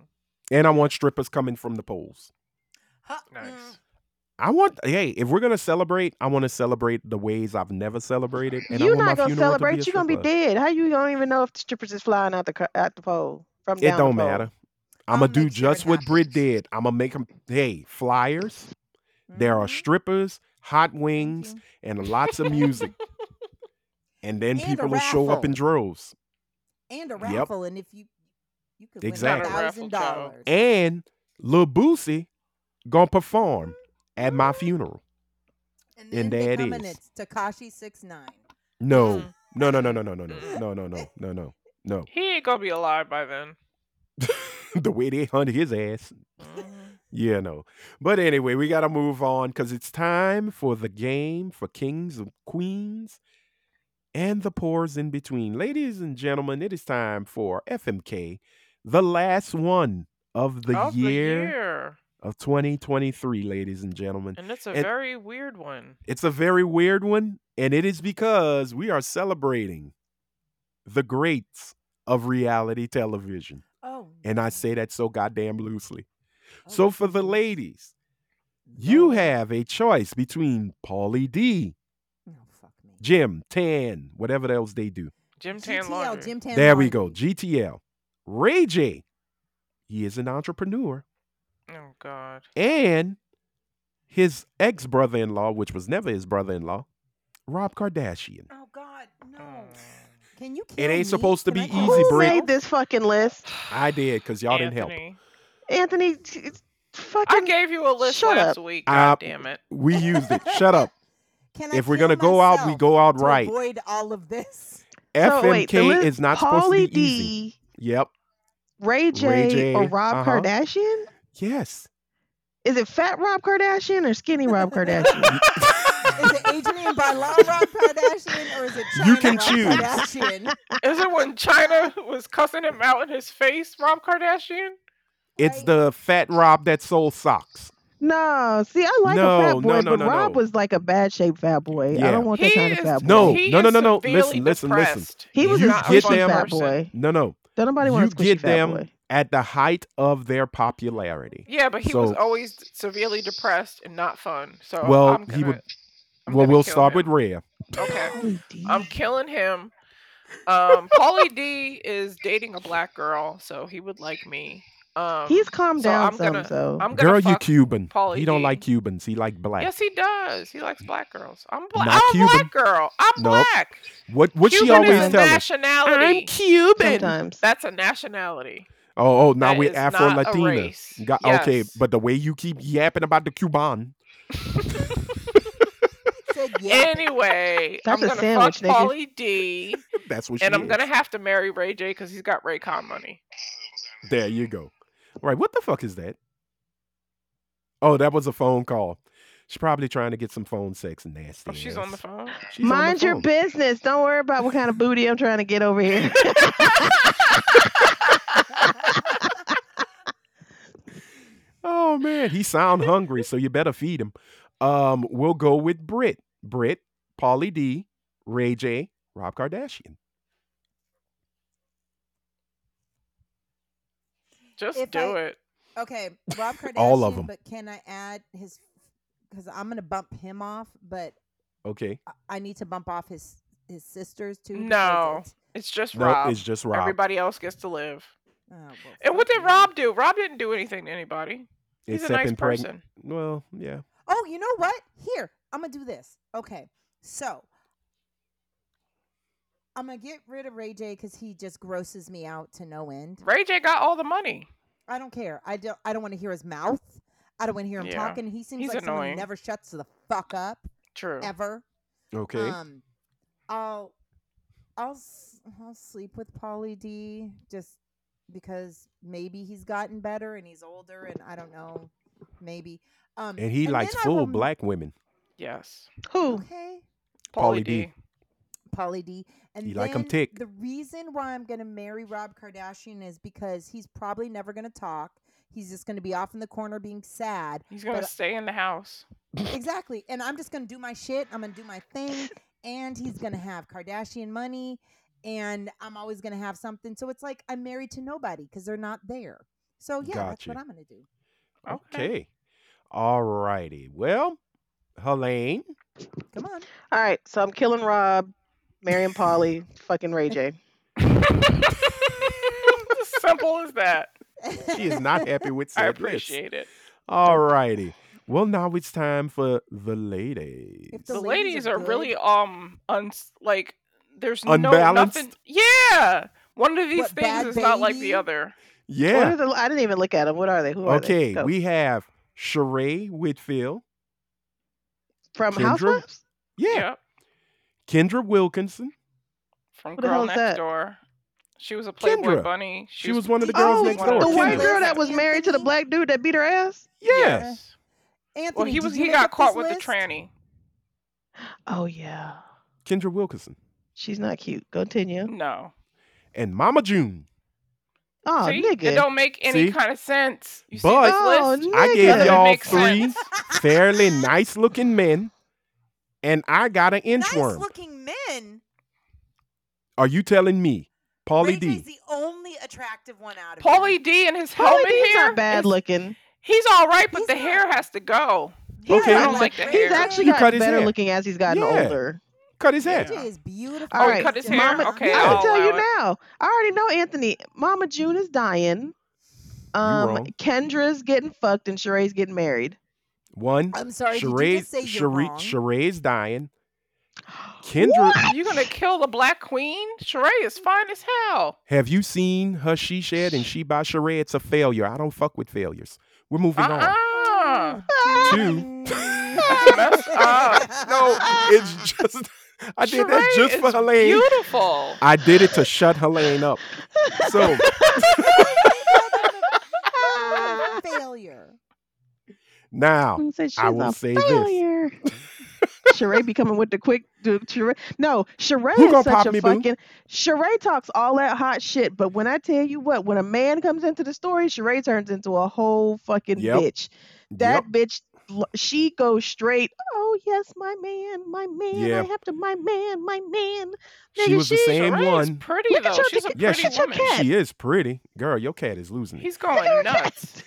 Speaker 1: and i want strippers coming from the poles
Speaker 5: Huh,
Speaker 3: Nice.
Speaker 5: mm.
Speaker 1: I want hey, if we're gonna celebrate, I want to celebrate the ways I've never celebrated. And I
Speaker 4: You're
Speaker 1: want my
Speaker 4: not gonna
Speaker 1: funeral to
Speaker 4: celebrate.
Speaker 1: a
Speaker 4: You're gonna be
Speaker 1: strip club.
Speaker 4: dead. How you don't even know if the strippers is flying out the cr- out the pole from down
Speaker 1: It
Speaker 4: the
Speaker 1: don't
Speaker 4: pole?
Speaker 1: matter.
Speaker 2: I'll
Speaker 1: I'm gonna do
Speaker 2: make sure it
Speaker 1: just what Brit did. I'm gonna make them hey flyers. There
Speaker 5: Mm-hmm.
Speaker 1: are
Speaker 2: Mhm.
Speaker 1: strippers, hot
Speaker 2: Thank
Speaker 1: wings,
Speaker 2: you.
Speaker 1: and lots of music. and then
Speaker 2: And a
Speaker 1: people will show up in
Speaker 2: raffle.
Speaker 1: droves.
Speaker 2: and a
Speaker 1: Yep.
Speaker 2: raffle, and if you you could
Speaker 1: Exactly.
Speaker 2: win
Speaker 1: Not
Speaker 2: a
Speaker 1: a
Speaker 2: thousand
Speaker 3: raffle,
Speaker 2: dollars.
Speaker 3: child.
Speaker 1: And Lil Boosie gonna perform at my funeral.
Speaker 2: And
Speaker 1: and
Speaker 2: they
Speaker 1: there it
Speaker 2: come and
Speaker 1: is.
Speaker 2: it's Takashi six nine.
Speaker 1: No,
Speaker 3: Mm-mm.
Speaker 1: no, no, no, no, no, no, no, no, no, no, no, no, no. [laughs]
Speaker 3: He ain't gonna be alive by then.
Speaker 1: the way they hunt his ass.
Speaker 3: Mhm.
Speaker 1: Yeah, no. But anyway, we gotta move on because it's time for the game for kings and queens and the pores in between. Ladies and gentlemen, it is time for FMK, the last one of the,
Speaker 3: of
Speaker 1: year,
Speaker 3: the year,
Speaker 1: of 2023, ladies and gentlemen.
Speaker 3: and it's a
Speaker 1: And-
Speaker 3: very weird one.
Speaker 1: It's a very weird one, and it is because we are celebrating the greats of reality television.
Speaker 2: Oh,
Speaker 1: And I
Speaker 2: no.
Speaker 1: say that so goddamn loosely.
Speaker 2: Oh,
Speaker 1: So for the
Speaker 2: geez.
Speaker 1: ladies, you
Speaker 4: Oh.
Speaker 2: Lord.
Speaker 1: have a choice between Paulie D,
Speaker 2: No, fuck me.
Speaker 1: Jim Tan, whatever else they do.
Speaker 3: Jim Tan
Speaker 2: GTL,
Speaker 3: Laundry.
Speaker 2: Jim Tan
Speaker 1: there we go.
Speaker 2: Laundry.
Speaker 1: GTL. Ray J. He is an entrepreneur.
Speaker 3: Oh God.
Speaker 1: And his ex brother in law, which was never his brother in law, Rob Kardashian.
Speaker 2: Oh God, no!
Speaker 3: Mm.
Speaker 2: Can you? Kill
Speaker 1: ain't
Speaker 2: me?
Speaker 1: supposed to
Speaker 2: Can I
Speaker 1: be
Speaker 2: kill
Speaker 1: easy,
Speaker 4: Who
Speaker 1: Brit.
Speaker 2: myself?
Speaker 4: made this fucking list?
Speaker 1: I did because y'all didn't help.
Speaker 3: Anthony.
Speaker 4: Anthony, t- t-
Speaker 3: I
Speaker 4: fucking
Speaker 3: gave you a list
Speaker 4: Shut
Speaker 3: last
Speaker 4: up.
Speaker 3: week.
Speaker 1: Uh,
Speaker 3: God damn it.
Speaker 1: We used it. Shut
Speaker 4: [laughs]
Speaker 1: up.
Speaker 2: Can I
Speaker 1: If we're
Speaker 2: kill
Speaker 1: gonna go out, we
Speaker 2: myself
Speaker 1: go out
Speaker 2: to
Speaker 1: right.
Speaker 2: Avoid all of this.
Speaker 4: so wait. the
Speaker 1: FMK
Speaker 4: list-
Speaker 1: is not
Speaker 4: Pauly
Speaker 1: supposed to be easy.
Speaker 4: D,
Speaker 1: Yep.
Speaker 4: Ray J, or
Speaker 1: J,
Speaker 4: Rob
Speaker 1: uh-huh.
Speaker 4: Kardashian?
Speaker 1: Yes.
Speaker 4: Is it Fat Rob Kardashian or Skinny Rob
Speaker 1: [laughs]
Speaker 4: Kardashian?
Speaker 2: Is it Adrian Barlow Rob Kardashian or is it China
Speaker 1: You can
Speaker 2: Rob
Speaker 1: choose.
Speaker 2: Kardashian?
Speaker 3: Is it
Speaker 4: [laughs]
Speaker 3: when China was cussing him out in his face, Rob Kardashian?
Speaker 1: It's
Speaker 2: Right.
Speaker 1: the fat Rob that sold socks.
Speaker 4: No, see, I like
Speaker 1: No,
Speaker 4: a fat
Speaker 1: no,
Speaker 4: boy,
Speaker 1: no,
Speaker 4: but
Speaker 1: no,
Speaker 4: Rob
Speaker 1: no.
Speaker 4: was like a bad shaped fat boy. I
Speaker 1: Yeah.
Speaker 4: don't want
Speaker 3: he
Speaker 4: that kind of
Speaker 3: is
Speaker 4: fat boy.
Speaker 1: No,
Speaker 3: he
Speaker 1: no, no,
Speaker 3: is
Speaker 1: no, no. Listen,
Speaker 3: severely
Speaker 1: listen, listen.
Speaker 3: depressed.
Speaker 4: He was
Speaker 1: You
Speaker 4: not a
Speaker 1: get
Speaker 4: squishy
Speaker 1: them-
Speaker 4: fat boy.
Speaker 1: No, no.
Speaker 4: Don't nobody
Speaker 1: you
Speaker 4: want a squishy
Speaker 1: get
Speaker 4: fat
Speaker 1: them
Speaker 4: boy.
Speaker 1: at the height of their popularity.
Speaker 3: Yeah, but he was
Speaker 1: So-
Speaker 3: always severely depressed and not fun. So
Speaker 1: Well,
Speaker 3: I'm
Speaker 1: he
Speaker 3: gonna.
Speaker 1: would-
Speaker 3: I'm
Speaker 1: well,
Speaker 3: gonna
Speaker 1: we'll
Speaker 3: kill
Speaker 1: start
Speaker 3: him.
Speaker 1: with Rhea.
Speaker 3: Okay,
Speaker 4: Pauly D.
Speaker 3: I'm killing him. Um, Paulie D is dating a black girl, so he would like me. Um,
Speaker 4: He's calmed
Speaker 3: so
Speaker 4: down
Speaker 3: I'm
Speaker 4: some,
Speaker 3: gonna-
Speaker 4: so
Speaker 3: I'm gonna
Speaker 1: Girl, you
Speaker 3: fuck.
Speaker 1: Cuban.
Speaker 3: Pauly
Speaker 1: he don't
Speaker 3: D.
Speaker 1: like Cubans. He like black.
Speaker 3: Yes, he does. He likes black girls. I'm black.
Speaker 1: Not
Speaker 3: I'm a
Speaker 1: Cuban.
Speaker 3: black girl. I'm
Speaker 1: Nope.
Speaker 3: black.
Speaker 1: What what she
Speaker 3: Cuban is
Speaker 1: always
Speaker 3: a
Speaker 1: tell us?
Speaker 3: nationality.
Speaker 1: Cuban.
Speaker 4: sometimes.
Speaker 3: That's a nationality.
Speaker 1: Oh, oh, now
Speaker 3: That
Speaker 1: we're
Speaker 3: is not a
Speaker 1: Afro Latina.
Speaker 3: race.
Speaker 1: Got okay,
Speaker 3: Yes.
Speaker 1: but the way you keep yapping about the Cuban,
Speaker 2: Said
Speaker 3: [laughs]
Speaker 2: yeah.
Speaker 3: Anyway,
Speaker 4: That's
Speaker 3: I'm
Speaker 4: a
Speaker 3: gonna
Speaker 4: sandwich,
Speaker 3: fuck
Speaker 4: nigga.
Speaker 3: Paulie D,
Speaker 1: that's what she
Speaker 3: and I'm
Speaker 1: is.
Speaker 3: gonna have to marry Ray J because he's got Raycon money.
Speaker 1: There you go. All right, what the fuck is that? Oh, that was a phone call. She's probably trying to get some phone sex and nasty.
Speaker 3: Oh, she's
Speaker 1: ass.
Speaker 3: on the phone.
Speaker 1: She's on the
Speaker 4: Mind your
Speaker 1: phone.
Speaker 4: business. Don't worry about what kind of booty I'm trying to get
Speaker 1: [laughs]
Speaker 4: over here.
Speaker 1: Oh man, he sound hungry, so you better feed him. Um, we'll go with Brit, Brit, Pauly D, Ray J, Rob Kardashian.
Speaker 3: Just
Speaker 2: If
Speaker 3: do
Speaker 2: I-
Speaker 3: it.
Speaker 2: Okay, Rob Kardashian.
Speaker 1: All of 'em.
Speaker 2: But can I add his? Because I'm gonna bump him off, but
Speaker 1: Okay,
Speaker 2: I- I need to bump off his his sisters too. because
Speaker 3: No.
Speaker 2: it's-
Speaker 3: It's just
Speaker 1: no,
Speaker 3: Rob.
Speaker 1: it's just Rob.
Speaker 3: Everybody else gets to live.
Speaker 2: oh, well,
Speaker 3: And what
Speaker 2: fuck
Speaker 3: did
Speaker 2: you.
Speaker 3: Rob do? Rob didn't do anything to anybody. He's
Speaker 1: Except
Speaker 3: a nice
Speaker 1: in pregnant.
Speaker 3: person.
Speaker 1: Well, yeah.
Speaker 2: Oh, you know what? Here, I'm gonna do this. Okay, so I'm gonna get rid of Ray J because he just grosses me out to no end.
Speaker 3: Ray J got all the money.
Speaker 2: I don't care. I don't. I don't want to hear his mouth. I don't want to hear him
Speaker 3: Yeah.
Speaker 2: talking. He seems
Speaker 3: He's
Speaker 2: like someone who
Speaker 3: annoying.
Speaker 2: never shuts the fuck up
Speaker 3: True.
Speaker 2: ever.
Speaker 1: Okay.
Speaker 2: Um, I'll, I'll, s- I'll sleep with Pauly D just because maybe he's gotten better and he's older and I don't know, maybe. Um,
Speaker 1: and he likes
Speaker 2: then I
Speaker 1: full
Speaker 2: will-
Speaker 1: black women.
Speaker 3: Yes.
Speaker 4: Who?
Speaker 2: Okay.
Speaker 1: Pauly
Speaker 3: Paulie D.
Speaker 1: D.
Speaker 2: Polly D. And
Speaker 1: He
Speaker 2: then
Speaker 1: like 'em thick.
Speaker 2: the reason why I'm going to marry Rob Kardashian is because he's probably never going to talk. He's just going to be off in the corner being sad.
Speaker 3: He's gonna
Speaker 2: But-
Speaker 3: stay in the house.
Speaker 2: exactly. And I'm just going to do my shit. I'm going to do my thing. And he's going to have Kardashian money. And I'm always going to have something. So it's like I'm married to nobody because they're not there. So yeah, that's
Speaker 1: Gotcha.
Speaker 3: [laughs]
Speaker 2: what I'm going to do.
Speaker 1: Okay. All righty. Well, Helene.
Speaker 5: Come on.
Speaker 4: All right, so I'm killing Rob, marrying Polly, fucking Ray J.
Speaker 3: It's as simple
Speaker 1: [laughs]
Speaker 3: as that.
Speaker 1: She is
Speaker 3: [laughs]
Speaker 1: not happy with said
Speaker 3: I
Speaker 1: list.
Speaker 3: appreciate it.
Speaker 1: All righty. Well, now it's time for the ladies.
Speaker 5: If
Speaker 3: The,
Speaker 5: The ladies
Speaker 3: ladies
Speaker 5: are
Speaker 3: are
Speaker 5: good.
Speaker 3: really um uns like there's
Speaker 1: Unbalanced?
Speaker 3: no nothing. Yeah, one of these
Speaker 5: What,
Speaker 3: things
Speaker 5: Bad
Speaker 3: is not like
Speaker 5: Baby?
Speaker 3: the other.
Speaker 1: yeah.
Speaker 4: What are the, I didn't even look at them. What are they? Who are they?
Speaker 1: Okay,
Speaker 4: Go.
Speaker 1: we have Sheree Whitfield.
Speaker 4: from
Speaker 1: Kendra?
Speaker 4: Housewives.
Speaker 1: Yeah.
Speaker 3: Yep.
Speaker 1: Kendra Wilkinson.
Speaker 3: From
Speaker 4: Who the
Speaker 3: Girl
Speaker 4: hell is
Speaker 3: Next
Speaker 4: that?
Speaker 3: Door. She was a Playboy
Speaker 1: Kendra.
Speaker 3: bunny.
Speaker 1: She was one of the
Speaker 5: Did you
Speaker 1: girls
Speaker 4: Oh,
Speaker 5: see
Speaker 1: next
Speaker 5: what
Speaker 1: door.
Speaker 4: the
Speaker 5: I
Speaker 4: white
Speaker 1: Kendra.
Speaker 5: did?
Speaker 4: girl that was married to the
Speaker 5: Anthony?
Speaker 4: black dude that beat her ass.
Speaker 1: Yes.
Speaker 5: [laughs] Anthony,
Speaker 3: Well, he
Speaker 5: did
Speaker 3: was.
Speaker 5: you
Speaker 3: He
Speaker 5: make
Speaker 3: got
Speaker 5: up
Speaker 3: caught
Speaker 5: this
Speaker 3: with
Speaker 5: list?
Speaker 3: the tranny.
Speaker 4: Oh yeah,
Speaker 1: Kendra Wilkinson.
Speaker 4: she's not cute. Continue.
Speaker 3: No.
Speaker 1: And Mama June.
Speaker 4: Oh
Speaker 3: see, it
Speaker 4: nigga.
Speaker 3: don't make any
Speaker 1: See?
Speaker 3: kind of sense. You
Speaker 1: But-
Speaker 3: see this
Speaker 4: Oh,
Speaker 3: list?
Speaker 1: I gave
Speaker 4: Nigga.
Speaker 3: Doesn't
Speaker 1: y'all
Speaker 3: make
Speaker 1: three
Speaker 3: sense.
Speaker 1: fairly nice looking men. And I got an
Speaker 5: Nice
Speaker 1: inchworm.
Speaker 5: looking men.
Speaker 1: Are you telling me? Paulie
Speaker 5: Ray
Speaker 1: D.
Speaker 5: J's the only attractive one out of here.
Speaker 3: Paulie D and his
Speaker 4: Polly
Speaker 3: helmet
Speaker 4: D's
Speaker 3: hair.
Speaker 4: not bad
Speaker 3: is-
Speaker 4: looking.
Speaker 3: He's all right, but
Speaker 5: He's
Speaker 3: the
Speaker 5: not.
Speaker 3: hair has to go.
Speaker 5: Yeah,
Speaker 1: Okay. I
Speaker 3: don't like
Speaker 5: Ray
Speaker 3: the
Speaker 4: He's
Speaker 3: hair.
Speaker 4: actually
Speaker 1: You
Speaker 4: gotten
Speaker 1: cut his
Speaker 4: better
Speaker 1: hair.
Speaker 4: looking as he's gotten
Speaker 1: Yeah.
Speaker 4: older.
Speaker 1: Cut his head.
Speaker 5: Ray
Speaker 3: Yeah.
Speaker 5: J is beautiful.
Speaker 4: All right,
Speaker 3: Oh, cut his
Speaker 5: Just
Speaker 3: hair.
Speaker 5: not
Speaker 3: Okay,
Speaker 5: hot.
Speaker 4: I can
Speaker 3: I'll
Speaker 4: tell
Speaker 3: allow
Speaker 4: you
Speaker 3: it.
Speaker 4: now. I already know Anthony. Mama June is dying. Um,
Speaker 1: wrong.
Speaker 4: Kendra's getting fucked and Sheree's
Speaker 3: [laughs]
Speaker 4: getting married.
Speaker 1: One.
Speaker 5: I'm sorry. did you
Speaker 1: Sheree's,
Speaker 5: just say you're
Speaker 1: Sheree,
Speaker 5: wrong?
Speaker 1: Sheree's dying. Kendra,
Speaker 3: [laughs] You gonna kill the black queen? Sheree is fine as hell.
Speaker 1: have you seen her she shed and she by Sheree? It's a failure. I don't fuck with failures. We're moving on.
Speaker 3: Uh-uh.
Speaker 1: Two.
Speaker 3: Messed up.
Speaker 1: No, [laughs] it's just I did that
Speaker 3: Sheree
Speaker 1: just for
Speaker 3: is
Speaker 1: Helene.
Speaker 3: Beautiful.
Speaker 1: I did it to shut Helene up. So
Speaker 5: failure.
Speaker 1: now
Speaker 4: Said she's
Speaker 1: I will
Speaker 4: a
Speaker 1: say this.
Speaker 4: failure. Sheree be coming with the quick. Dude, Sheree, no, Sheree
Speaker 1: Who gonna
Speaker 4: is such
Speaker 1: pop
Speaker 4: a
Speaker 1: me, boo?
Speaker 4: fucking. Sheree talks all that hot shit, but when I tell you what, when a man comes into the story, Sheree turns into a whole fucking
Speaker 1: Yep.
Speaker 4: bitch. That bitch, l- she goes straight. Oh yes, my man, my man.
Speaker 1: Yeah.
Speaker 4: I have to, my man, my
Speaker 1: Yep,
Speaker 4: man.
Speaker 1: she
Speaker 4: nigga,
Speaker 1: was the
Speaker 4: she-
Speaker 1: same
Speaker 3: Sheree is
Speaker 1: one.
Speaker 3: pretty
Speaker 4: Look at
Speaker 3: though.
Speaker 4: your
Speaker 3: She's a
Speaker 4: dick-
Speaker 3: pretty
Speaker 1: Yeah, she-
Speaker 3: woman.
Speaker 4: your cat.
Speaker 1: She is pretty. Girl, your cat is losing it.
Speaker 3: He's going nuts.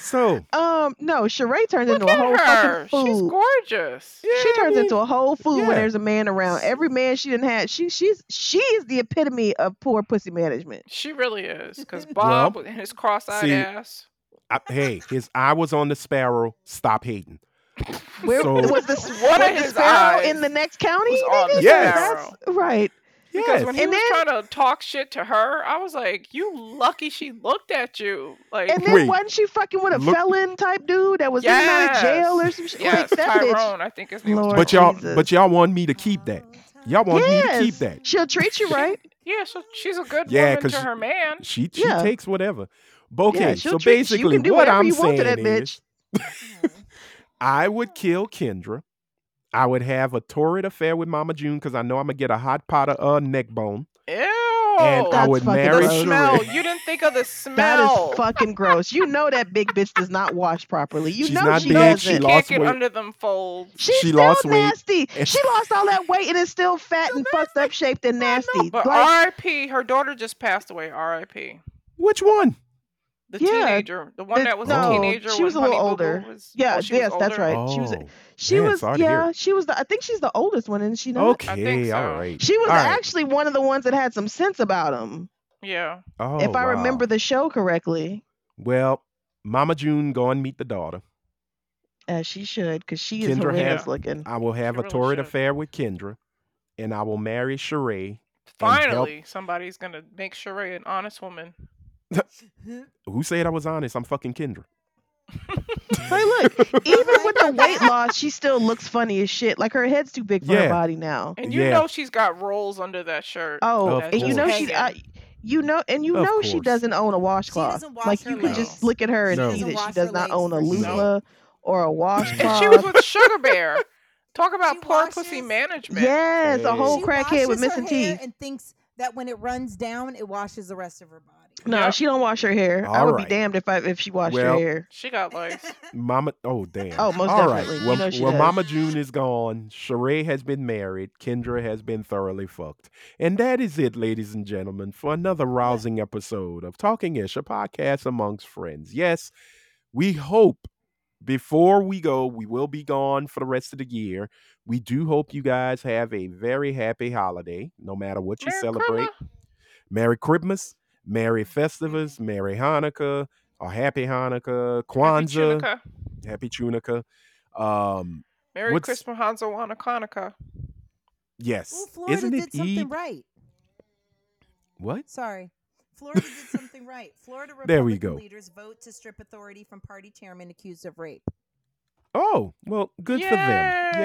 Speaker 1: So
Speaker 4: [laughs] Um, no, Sheree turns
Speaker 3: Look
Speaker 4: into a
Speaker 3: at
Speaker 4: whole
Speaker 3: her.
Speaker 4: fucking
Speaker 3: She's
Speaker 4: fool.
Speaker 3: gorgeous.
Speaker 1: yeah,
Speaker 4: she
Speaker 1: I
Speaker 4: turns
Speaker 1: mean,
Speaker 4: into a whole fool
Speaker 1: yeah.
Speaker 4: when there's a man around. Every man she didn't have, she she's she is the epitome of poor pussy management.
Speaker 3: She really is. Because Bob and his cross-eyed
Speaker 1: see-
Speaker 3: ass.
Speaker 1: I- hey, his eye was on the sparrow. Stop hating.
Speaker 4: Where
Speaker 1: So-
Speaker 4: [laughs] was this
Speaker 3: One
Speaker 4: was
Speaker 3: of
Speaker 4: the
Speaker 3: his
Speaker 4: sparrow in
Speaker 3: eyes
Speaker 4: the next county?
Speaker 3: was on
Speaker 4: nigga?
Speaker 3: the
Speaker 1: Yes.
Speaker 4: That's-
Speaker 3: sparrow.
Speaker 4: right.
Speaker 3: Because
Speaker 1: Yes.
Speaker 3: when he
Speaker 4: And
Speaker 3: was
Speaker 4: then-
Speaker 3: trying to talk shit to her, I was like, "You lucky she looked at you." Like,
Speaker 4: And then
Speaker 1: Wait.
Speaker 4: wasn't she fucking with a
Speaker 1: Look-
Speaker 4: felon type dude that was in and out of jail or some shit?
Speaker 3: yes,
Speaker 4: Like that bitch.
Speaker 3: Tyrone, I think his name. was
Speaker 4: Lord.
Speaker 1: but y'all
Speaker 4: Oh, Jesus.
Speaker 1: but y'all want me to keep that. Y'all want me to keep
Speaker 4: Yes.
Speaker 1: that.
Speaker 4: She'll treat you right.
Speaker 3: Yeah, so she's a good
Speaker 1: Yeah,
Speaker 3: woman
Speaker 1: 'cause
Speaker 3: to
Speaker 1: she-
Speaker 3: her man.
Speaker 1: She she
Speaker 4: Yeah.
Speaker 1: takes whatever. [laughs] Okay,
Speaker 4: yeah, she'll
Speaker 1: so
Speaker 4: treat you.
Speaker 1: basically
Speaker 4: You can do
Speaker 1: what
Speaker 4: whatever
Speaker 1: I'm
Speaker 4: you
Speaker 1: saying
Speaker 4: want to that
Speaker 1: is
Speaker 4: bitch.
Speaker 1: I would kill Kendra. I would have a torrid affair with Mama June because I know I'm gonna get a hot pot of uh, neck bone,
Speaker 3: Ew.
Speaker 1: and I
Speaker 4: That's
Speaker 1: would
Speaker 4: fucking
Speaker 1: marry
Speaker 4: gross.
Speaker 3: the Oh, smell.
Speaker 1: Sheree.
Speaker 3: You didn't think of the
Speaker 4: That is
Speaker 3: smell.
Speaker 4: fucking gross. You know that big bitch does not wash properly. You
Speaker 1: She's
Speaker 4: know
Speaker 1: not
Speaker 4: she
Speaker 1: big,
Speaker 3: no,
Speaker 4: doesn't.
Speaker 1: she
Speaker 3: she
Speaker 1: lost
Speaker 3: can't get
Speaker 1: weight.
Speaker 3: under them folds.
Speaker 4: She's
Speaker 1: She
Speaker 4: still
Speaker 1: lost weight. [laughs]
Speaker 4: nasty.
Speaker 1: And-
Speaker 4: She lost all that weight and is still fat and fucked up, shaped and nasty.
Speaker 3: But
Speaker 4: Like,
Speaker 3: R.I.P. Her daughter just passed away. R.I.P.
Speaker 1: Which one?
Speaker 3: The
Speaker 4: Yeah,
Speaker 3: teenager, the one
Speaker 4: the-
Speaker 3: that was
Speaker 1: no,
Speaker 3: a teenager.
Speaker 4: she was
Speaker 3: when
Speaker 4: a little
Speaker 3: Honey Boo
Speaker 4: older.
Speaker 3: Boo Was,
Speaker 4: Yeah,
Speaker 3: oh, she
Speaker 4: yes,
Speaker 3: was
Speaker 4: that's
Speaker 3: older?
Speaker 4: right.
Speaker 1: Oh,
Speaker 4: She was- she
Speaker 1: man,
Speaker 4: was,
Speaker 1: sorry to hear
Speaker 4: yeah,
Speaker 1: it.
Speaker 4: she was. The, I think she's the oldest one, isn't she? Not?
Speaker 3: I think
Speaker 1: okay, all
Speaker 3: so.
Speaker 1: right.
Speaker 4: She was
Speaker 1: All right.
Speaker 4: actually one of the ones that had some sense about him,
Speaker 3: Yeah.
Speaker 1: Oh,
Speaker 4: if I
Speaker 1: wow.
Speaker 4: remember the show correctly.
Speaker 1: Well, Mama June go and meet the daughter.
Speaker 4: As she should, because she is
Speaker 1: Kendra
Speaker 4: horrendous
Speaker 3: Ham.
Speaker 4: looking.
Speaker 1: I will have
Speaker 3: She
Speaker 1: a
Speaker 3: really
Speaker 1: torrid
Speaker 3: should.
Speaker 1: affair with Kendra, and I will marry Sheree, help-
Speaker 3: Finally, somebody's gonna make Sheree an honest woman.
Speaker 1: who said I was honest. I'm fucking Kendra.
Speaker 4: But look, even with the weight loss, she still looks funny as shit. Like her head's too big for
Speaker 1: Yeah.
Speaker 4: her body now.
Speaker 3: And you
Speaker 1: Yeah.
Speaker 3: know she's got rolls under that shirt.
Speaker 4: Oh,
Speaker 1: Of
Speaker 3: that
Speaker 4: and you
Speaker 3: she's
Speaker 4: know
Speaker 1: course.
Speaker 4: she,
Speaker 3: hanging.
Speaker 4: I, you know, and you
Speaker 1: Of
Speaker 4: know she
Speaker 1: course.
Speaker 4: doesn't own a washcloth.
Speaker 5: doesn't wash
Speaker 4: like
Speaker 5: her
Speaker 4: you can just
Speaker 1: legs.
Speaker 4: look at her and
Speaker 1: No.
Speaker 4: see
Speaker 1: She
Speaker 5: doesn't
Speaker 4: that she
Speaker 5: wash
Speaker 4: does
Speaker 5: her
Speaker 4: not
Speaker 5: legs
Speaker 4: own a
Speaker 5: for
Speaker 1: sure.
Speaker 4: loofah or
Speaker 1: [laughs]
Speaker 4: a washcloth.
Speaker 3: she was with Sugar
Speaker 4: [laughs]
Speaker 3: Bear. Talk about
Speaker 5: She
Speaker 3: poor
Speaker 5: washes-
Speaker 3: pussy management.
Speaker 4: yes, a whole
Speaker 1: She
Speaker 4: crackhead with
Speaker 5: washes her
Speaker 4: missing
Speaker 5: hair
Speaker 4: teeth.
Speaker 5: and thinks that when it runs down, it washes the rest of her body.
Speaker 4: No,
Speaker 3: Yeah.
Speaker 4: she don't wash her hair. I
Speaker 1: All
Speaker 4: would
Speaker 1: right.
Speaker 4: be damned if I if she washed
Speaker 1: Well-
Speaker 4: her hair.
Speaker 3: She got lice.
Speaker 1: Mama, oh damn.
Speaker 4: Oh, most
Speaker 1: All right.
Speaker 4: definitely. You
Speaker 1: Well,
Speaker 4: know she
Speaker 1: well
Speaker 4: does.
Speaker 1: Mama June is gone. Sheree has been married. Kendra has been thoroughly fucked. And that is it, ladies and gentlemen, for another rousing episode of Talking Ish, a podcast amongst friends. Yes, we hope before we go, we will be gone for the rest of the year. We do hope you guys have a very happy holiday, no matter what you
Speaker 3: Merry
Speaker 1: celebrate.
Speaker 3: Christmas.
Speaker 1: Merry Christmas, Merry Festivus, Merry Hanukkah, or Happy Hanukkah,
Speaker 3: Happy
Speaker 1: Kwanzaa,
Speaker 3: Chanukah.
Speaker 1: Happy Chunica. Um,
Speaker 3: Merry
Speaker 1: What's-
Speaker 3: Christmas, Hanzo Wana Hanukkah.
Speaker 1: yes,
Speaker 5: [laughs] Ooh, Florida
Speaker 1: isn't it E?
Speaker 5: did something
Speaker 1: Eid?
Speaker 5: right.
Speaker 1: What?
Speaker 5: Sorry. Florida did something
Speaker 1: [laughs]
Speaker 5: right. Florida Republican
Speaker 1: There we go.
Speaker 5: leaders vote to strip authority from party chairman accused of rape.
Speaker 1: Oh, well, good for them.
Speaker 3: Yay,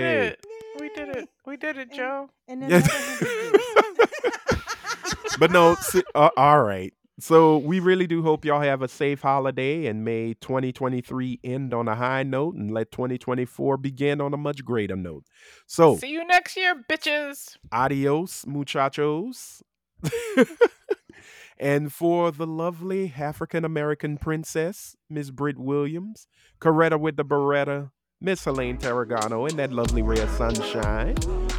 Speaker 3: We did
Speaker 1: Yay!
Speaker 3: it. We did
Speaker 5: Yay.
Speaker 3: it. We did it,
Speaker 5: And-
Speaker 3: Joe.
Speaker 5: And
Speaker 1: Yes.
Speaker 5: another hundred years.
Speaker 1: [laughs] but no, se- uh, all right. So we really do hope y'all have a safe holiday and may 2023 end on a high note and let 2024 begin on a much greater note. So,
Speaker 3: See you next year, bitches.
Speaker 1: adios, muchachos. and for the lovely African American princess, Miss Britt Williams, Coretta with the Beretta, Miss Helene Tarragano, and that lovely ray of sunshine,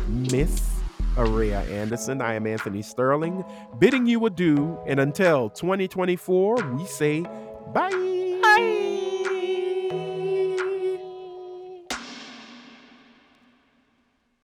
Speaker 1: Miss Aria Anderson. I am Anthony Sterling, bidding you adieu. And until 2024, we say bye.
Speaker 3: Bye.